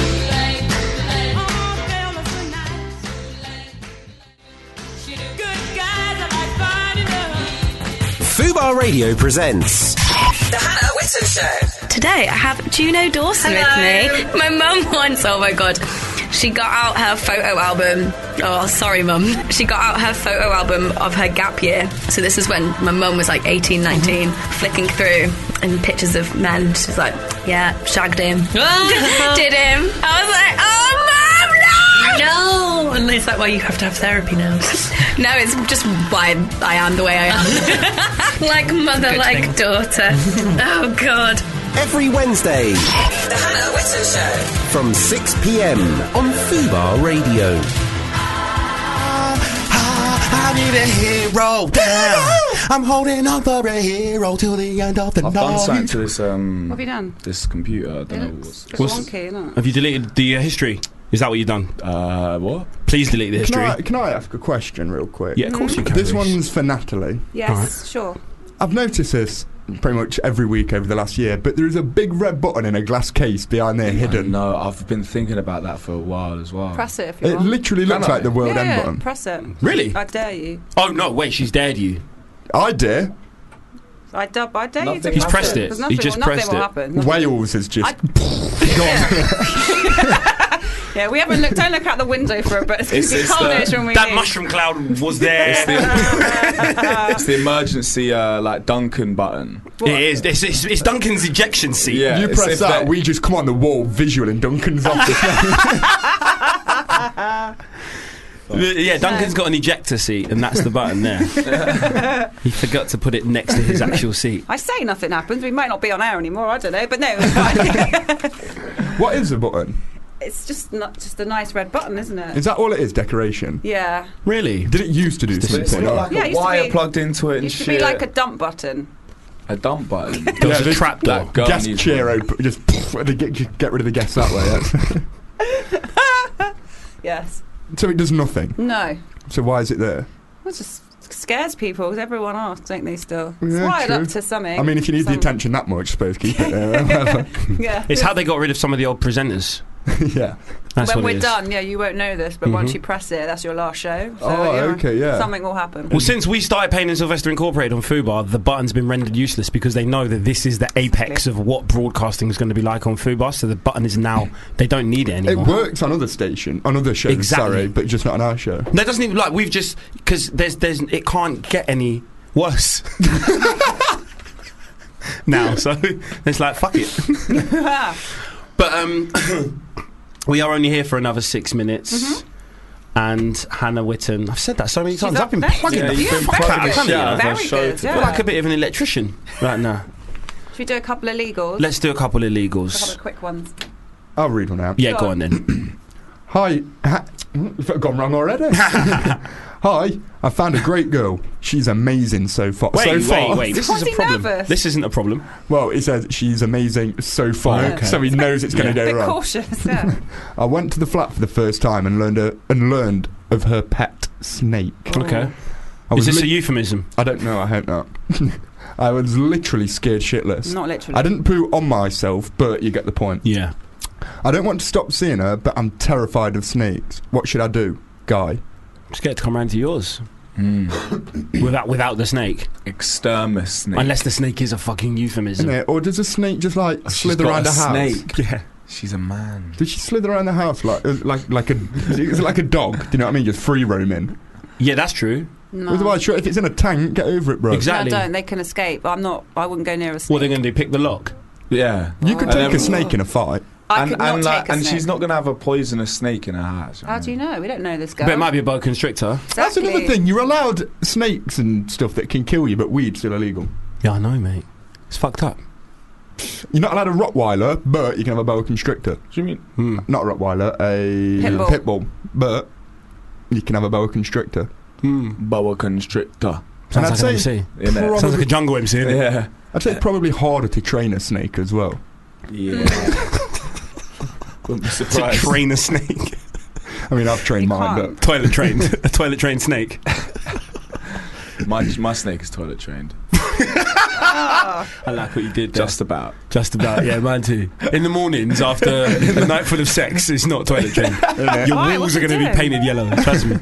[SPEAKER 1] Fubar Radio presents
[SPEAKER 14] The Hannah Witten Show.
[SPEAKER 15] Today I have Juno Dawson with me. My mum once, oh my god, she got out her photo album. Oh, sorry, mum. She got out her photo album of her gap year. So this is when my mum was like 18, 19, flicking through and pictures of men. She's like, yeah, shagged him, did him. I was like, oh, mum, no! No! And it's like, well, you have to have therapy now. no, it's just why I am the way I am. like mother,
[SPEAKER 14] Good
[SPEAKER 15] like daughter. oh, God.
[SPEAKER 1] every Wednesday
[SPEAKER 14] The Hannah Witten Show.
[SPEAKER 1] from 6 p.m. on Fubar Radio.
[SPEAKER 3] I need a hero. I'm holding on for a hero till the end of the
[SPEAKER 4] I've done something to this um.
[SPEAKER 6] What have you done?
[SPEAKER 4] This computer. I don't know
[SPEAKER 6] It's
[SPEAKER 4] what's.
[SPEAKER 6] wonky, isn't it?
[SPEAKER 3] Have you deleted the uh, history? Is that what you've done?
[SPEAKER 4] Uh, what?
[SPEAKER 3] Please delete the
[SPEAKER 5] Can
[SPEAKER 3] history.
[SPEAKER 5] I, can I ask a question real quick?
[SPEAKER 3] Yeah, of course you can.
[SPEAKER 5] This
[SPEAKER 3] Reece.
[SPEAKER 5] one's for Natalie.
[SPEAKER 6] Yes, sure.
[SPEAKER 5] I've noticed this pretty much every week over the last year, but there is a big red button in a glass case behind there hidden.
[SPEAKER 4] No, I've been thinking about that for a while as well.
[SPEAKER 6] Press it if you
[SPEAKER 5] It
[SPEAKER 6] want.
[SPEAKER 5] literally looks
[SPEAKER 4] Can I?
[SPEAKER 5] like the world
[SPEAKER 6] yeah,
[SPEAKER 5] end button.
[SPEAKER 6] press it.
[SPEAKER 3] Really?
[SPEAKER 6] I dare you.
[SPEAKER 3] Oh no! Wait, she's dared you.
[SPEAKER 5] I dare.
[SPEAKER 6] I, d- I dare you to
[SPEAKER 4] Nothing. He's
[SPEAKER 6] press
[SPEAKER 3] pressed
[SPEAKER 6] it.
[SPEAKER 3] it.
[SPEAKER 6] 'cause
[SPEAKER 3] He
[SPEAKER 6] Nothing
[SPEAKER 3] just
[SPEAKER 6] will, nothing
[SPEAKER 3] pressed
[SPEAKER 6] will
[SPEAKER 3] it.
[SPEAKER 6] happen. Nothing-
[SPEAKER 5] Wales is just.
[SPEAKER 6] Yeah, we haven't looked. Don't look out the window for it, but it's,
[SPEAKER 4] It's-
[SPEAKER 6] it's,
[SPEAKER 4] it's
[SPEAKER 6] coldish
[SPEAKER 4] the-
[SPEAKER 6] when we
[SPEAKER 3] That
[SPEAKER 6] leave.
[SPEAKER 3] mushroom cloud was there.
[SPEAKER 4] It's the, it's the emergency uh, like Duncan button.
[SPEAKER 3] It is. It's, it's, it's Duncan's ejection seat.
[SPEAKER 4] Yeah,
[SPEAKER 5] you
[SPEAKER 4] it's
[SPEAKER 5] press
[SPEAKER 4] if
[SPEAKER 5] that,
[SPEAKER 4] they-
[SPEAKER 5] we just come on the wall visual and Duncan's off the
[SPEAKER 3] Yeah, Duncan's got an ejector seat, and that's the button there. he forgot to put it next to his actual seat.
[SPEAKER 6] I say nothing happens. We might not be on air anymore. I don't know, but no, it's fine.
[SPEAKER 5] What is the button?
[SPEAKER 6] it's just not just a nice red button, isn't it?
[SPEAKER 5] Is that all it is? Decoration?
[SPEAKER 6] yeah,
[SPEAKER 3] Really?
[SPEAKER 5] Did it used to do
[SPEAKER 4] But it's
[SPEAKER 5] something?
[SPEAKER 4] not like
[SPEAKER 5] Oh.
[SPEAKER 6] Yeah, it
[SPEAKER 4] a
[SPEAKER 6] used to
[SPEAKER 4] wire
[SPEAKER 6] be-
[SPEAKER 4] plugged into it and
[SPEAKER 6] used to
[SPEAKER 4] shit.
[SPEAKER 6] be like a dump button.
[SPEAKER 4] a dump button.
[SPEAKER 3] There was
[SPEAKER 5] Yeah,
[SPEAKER 3] a
[SPEAKER 5] this-
[SPEAKER 3] trap door.
[SPEAKER 4] that gun
[SPEAKER 5] Gas
[SPEAKER 4] needs
[SPEAKER 5] chair
[SPEAKER 4] one.
[SPEAKER 5] open, just they get, just get rid of the gas that way. yeah.
[SPEAKER 6] Yes.
[SPEAKER 5] so it does nothing.
[SPEAKER 6] No.
[SPEAKER 5] So why is it there?
[SPEAKER 6] It just scares people 'cause everyone asks, don't they? Still, it's
[SPEAKER 5] Yeah,
[SPEAKER 6] wired
[SPEAKER 5] true.
[SPEAKER 6] up to something.
[SPEAKER 5] I mean, if you need the
[SPEAKER 6] Some-
[SPEAKER 5] attention that much, I suppose keep it there. whatever.
[SPEAKER 6] yeah.
[SPEAKER 3] It's how they got rid of some of the old presenters.
[SPEAKER 5] yeah.
[SPEAKER 3] That's
[SPEAKER 6] when
[SPEAKER 3] what it
[SPEAKER 6] we're
[SPEAKER 3] is.
[SPEAKER 6] done, yeah, you won't know this, but once
[SPEAKER 3] Mhm.
[SPEAKER 6] you press it, that's your last show. So
[SPEAKER 5] Oh,
[SPEAKER 6] you're-
[SPEAKER 5] okay, yeah.
[SPEAKER 6] Something will happen.
[SPEAKER 3] Well, since we started Payne and Sylvester Incorporated on Fubar, the button's been rendered useless because they know that this is the apex of what broadcasting is going to be like on Fubar. So the button is now they don't need it
[SPEAKER 5] It
[SPEAKER 3] anymore.
[SPEAKER 5] works on other station, on other shows.
[SPEAKER 3] Exactly.
[SPEAKER 5] Sorry, but just not on our show.
[SPEAKER 3] No, it doesn't even like we've just because there's there's it can't get any worse. now, so it's like fuck it. But um, we are only here for another six minutes. And Hannah Witten, I've said that so many times.
[SPEAKER 6] up
[SPEAKER 3] I've been
[SPEAKER 6] there.
[SPEAKER 3] plugging
[SPEAKER 6] Yeah,
[SPEAKER 3] the
[SPEAKER 6] you've
[SPEAKER 3] fuck
[SPEAKER 6] been plugging
[SPEAKER 3] out. I
[SPEAKER 6] the
[SPEAKER 3] can't
[SPEAKER 6] shit
[SPEAKER 3] even-
[SPEAKER 6] out of
[SPEAKER 3] I
[SPEAKER 6] that Very show. good, yeah.
[SPEAKER 3] feel like a bit of an electrician right now.
[SPEAKER 6] Should we do a couple of legals?
[SPEAKER 3] Let's do a couple of
[SPEAKER 6] a couple
[SPEAKER 3] illegals.
[SPEAKER 6] of quick ones.
[SPEAKER 5] I'll read one out.
[SPEAKER 3] Yeah,
[SPEAKER 6] Go
[SPEAKER 3] go
[SPEAKER 6] on.
[SPEAKER 3] on then.
[SPEAKER 5] Hi, ha- Mm, You've gone wrong already. Hi, I found a great girl. She's amazing so far.
[SPEAKER 3] Wait,
[SPEAKER 5] so
[SPEAKER 3] wait,
[SPEAKER 5] far.
[SPEAKER 3] wait. This is a problem. This isn't a problem.
[SPEAKER 5] Well, he says she's amazing so far,
[SPEAKER 3] Okay.
[SPEAKER 5] so he knows it's going to
[SPEAKER 6] Bit
[SPEAKER 5] go wrong.
[SPEAKER 6] cautious. Yeah.
[SPEAKER 5] I went to the flat for the first time and learned her, and learned of her pet snake.
[SPEAKER 3] Okay.
[SPEAKER 5] I
[SPEAKER 3] Is
[SPEAKER 5] was
[SPEAKER 3] this
[SPEAKER 5] lit-
[SPEAKER 3] a euphemism?
[SPEAKER 5] I don't know. I hope not. I was literally scared shitless.
[SPEAKER 6] Not literally.
[SPEAKER 5] I didn't poo on myself, but you get the point.
[SPEAKER 3] Yeah.
[SPEAKER 5] I don't want to stop seeing her, but I'm terrified of snakes. What should I do, guy?
[SPEAKER 3] Just get to come round to yours.
[SPEAKER 4] Hmm.
[SPEAKER 3] without without the snake.
[SPEAKER 4] Extermis snake.
[SPEAKER 3] Unless the snake is a fucking euphemism.
[SPEAKER 5] Innit? Or does a snake just like
[SPEAKER 4] She's
[SPEAKER 5] slither
[SPEAKER 4] got
[SPEAKER 5] around
[SPEAKER 4] a
[SPEAKER 5] the house?
[SPEAKER 4] snake.
[SPEAKER 5] Yeah.
[SPEAKER 4] She's a man.
[SPEAKER 5] Did she slither around the house like uh, like like a is it like a dog? Do you know what I mean? Just free roaming.
[SPEAKER 3] Yeah, that's true.
[SPEAKER 6] No.
[SPEAKER 5] Otherwise, sure, if it's in a tank, get over it, bro.
[SPEAKER 6] No, don't. They can escape. I'm not. I wouldn't go near a snake.
[SPEAKER 3] What are they going to do? Pick the lock?
[SPEAKER 4] Yeah.
[SPEAKER 5] You could
[SPEAKER 4] And
[SPEAKER 5] take
[SPEAKER 4] everyone-
[SPEAKER 5] a snake in a fight.
[SPEAKER 6] I could not take a
[SPEAKER 4] and
[SPEAKER 6] snake.
[SPEAKER 4] she's not going to have a poisonous snake in her house.
[SPEAKER 6] How do you know? We don't know this girl.
[SPEAKER 3] But it might be a boa constrictor.
[SPEAKER 5] That's
[SPEAKER 6] Exactly.
[SPEAKER 5] another thing. You're allowed snakes and stuff that can kill you, but weed's still illegal.
[SPEAKER 3] Yeah, I know, mate. It's fucked up.
[SPEAKER 5] You're not allowed a Rottweiler, but you can have a boa constrictor.
[SPEAKER 4] What do you mean?
[SPEAKER 5] Not a Rottweiler, a
[SPEAKER 6] Pit bull.
[SPEAKER 5] bull, but you can have a boa constrictor.
[SPEAKER 4] Boa constrictor.
[SPEAKER 5] And I'd
[SPEAKER 3] Sounds like an
[SPEAKER 5] say
[SPEAKER 3] MC.
[SPEAKER 4] Innit?
[SPEAKER 3] Sounds like a jungle MC, innit?
[SPEAKER 4] Yeah.
[SPEAKER 5] I'd say probably harder to train a snake as well.
[SPEAKER 4] Yeah. Wouldn't be
[SPEAKER 3] To
[SPEAKER 4] surprised.
[SPEAKER 3] train a snake.
[SPEAKER 5] I mean, I've trained mine,
[SPEAKER 6] can't.
[SPEAKER 5] but
[SPEAKER 3] toilet trained. a toilet trained snake.
[SPEAKER 4] My, my snake is toilet trained.
[SPEAKER 3] I like what you did there.
[SPEAKER 4] Just about.
[SPEAKER 3] Just about, yeah, mine too. In the mornings after a night full of sex, it's not toilet trained. Your
[SPEAKER 6] Why?
[SPEAKER 3] walls
[SPEAKER 6] What's
[SPEAKER 3] are
[SPEAKER 6] it
[SPEAKER 3] going to be
[SPEAKER 6] doing?
[SPEAKER 3] painted yellow, trust me.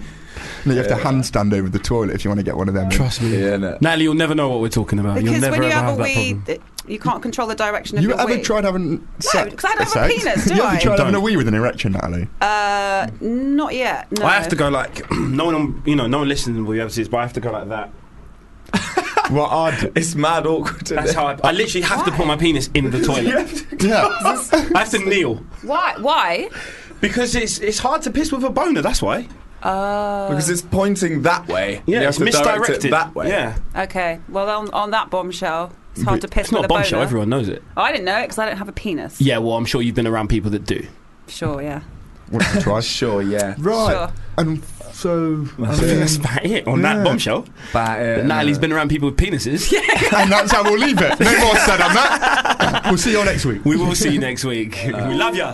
[SPEAKER 5] No, you have to handstand over the toilet if you want to get one of them.
[SPEAKER 3] Trust me.
[SPEAKER 4] Yeah, innit?
[SPEAKER 3] Natalie, you'll never know what we're talking about. you'll
[SPEAKER 6] Because
[SPEAKER 3] never
[SPEAKER 6] when you
[SPEAKER 3] ever
[SPEAKER 6] have a
[SPEAKER 3] that
[SPEAKER 6] wee,
[SPEAKER 3] problem.
[SPEAKER 6] th- you can't control the direction of
[SPEAKER 5] You
[SPEAKER 6] your
[SPEAKER 5] ever
[SPEAKER 6] wee.
[SPEAKER 5] tried having sex?
[SPEAKER 6] 'cause I don't have a
[SPEAKER 5] sex?
[SPEAKER 6] penis, do
[SPEAKER 5] you
[SPEAKER 6] I?
[SPEAKER 5] ever tried having a
[SPEAKER 3] Don't.
[SPEAKER 5] wee with an erection, Natalie?
[SPEAKER 6] uh, not yet. No.
[SPEAKER 3] I have to go like no one, you know, no one listening will be able to see this, but I have to go like that.
[SPEAKER 5] what odd?
[SPEAKER 4] It's mad awkward. isn't
[SPEAKER 3] That's
[SPEAKER 4] it?
[SPEAKER 3] how I. I literally have to put my penis in the toilet.
[SPEAKER 5] Yeah.
[SPEAKER 3] I have to kneel
[SPEAKER 6] Why? Why?
[SPEAKER 3] because it's it's hard to piss with a boner. That's why.
[SPEAKER 6] Uh,
[SPEAKER 4] Because it's pointing that way.
[SPEAKER 3] Yeah,
[SPEAKER 4] you have
[SPEAKER 3] it's
[SPEAKER 4] to Direct it
[SPEAKER 3] misdirected
[SPEAKER 4] that way.
[SPEAKER 3] Yeah,
[SPEAKER 6] okay. Well, on, on that bombshell, it's hard to piss
[SPEAKER 3] it's not
[SPEAKER 6] with
[SPEAKER 3] a bombshell.
[SPEAKER 6] boner. Oh,
[SPEAKER 3] Everyone knows it.
[SPEAKER 6] I didn't know it because I don't have a penis.
[SPEAKER 3] Yeah, well, I'm sure you've been around people that do.
[SPEAKER 6] Sure. Yeah.
[SPEAKER 5] Once or twice.
[SPEAKER 4] Sure, yeah.
[SPEAKER 5] Right.
[SPEAKER 6] Sure.
[SPEAKER 5] And so.
[SPEAKER 3] I think that's about it on
[SPEAKER 5] Yeah.
[SPEAKER 3] that bombshell.
[SPEAKER 4] But, uh,
[SPEAKER 3] But Natalie's been around people with penises. Yeah.
[SPEAKER 5] and that's how we'll leave it. No more said on that. We'll see you all next week.
[SPEAKER 3] We will see you next week. we love ya.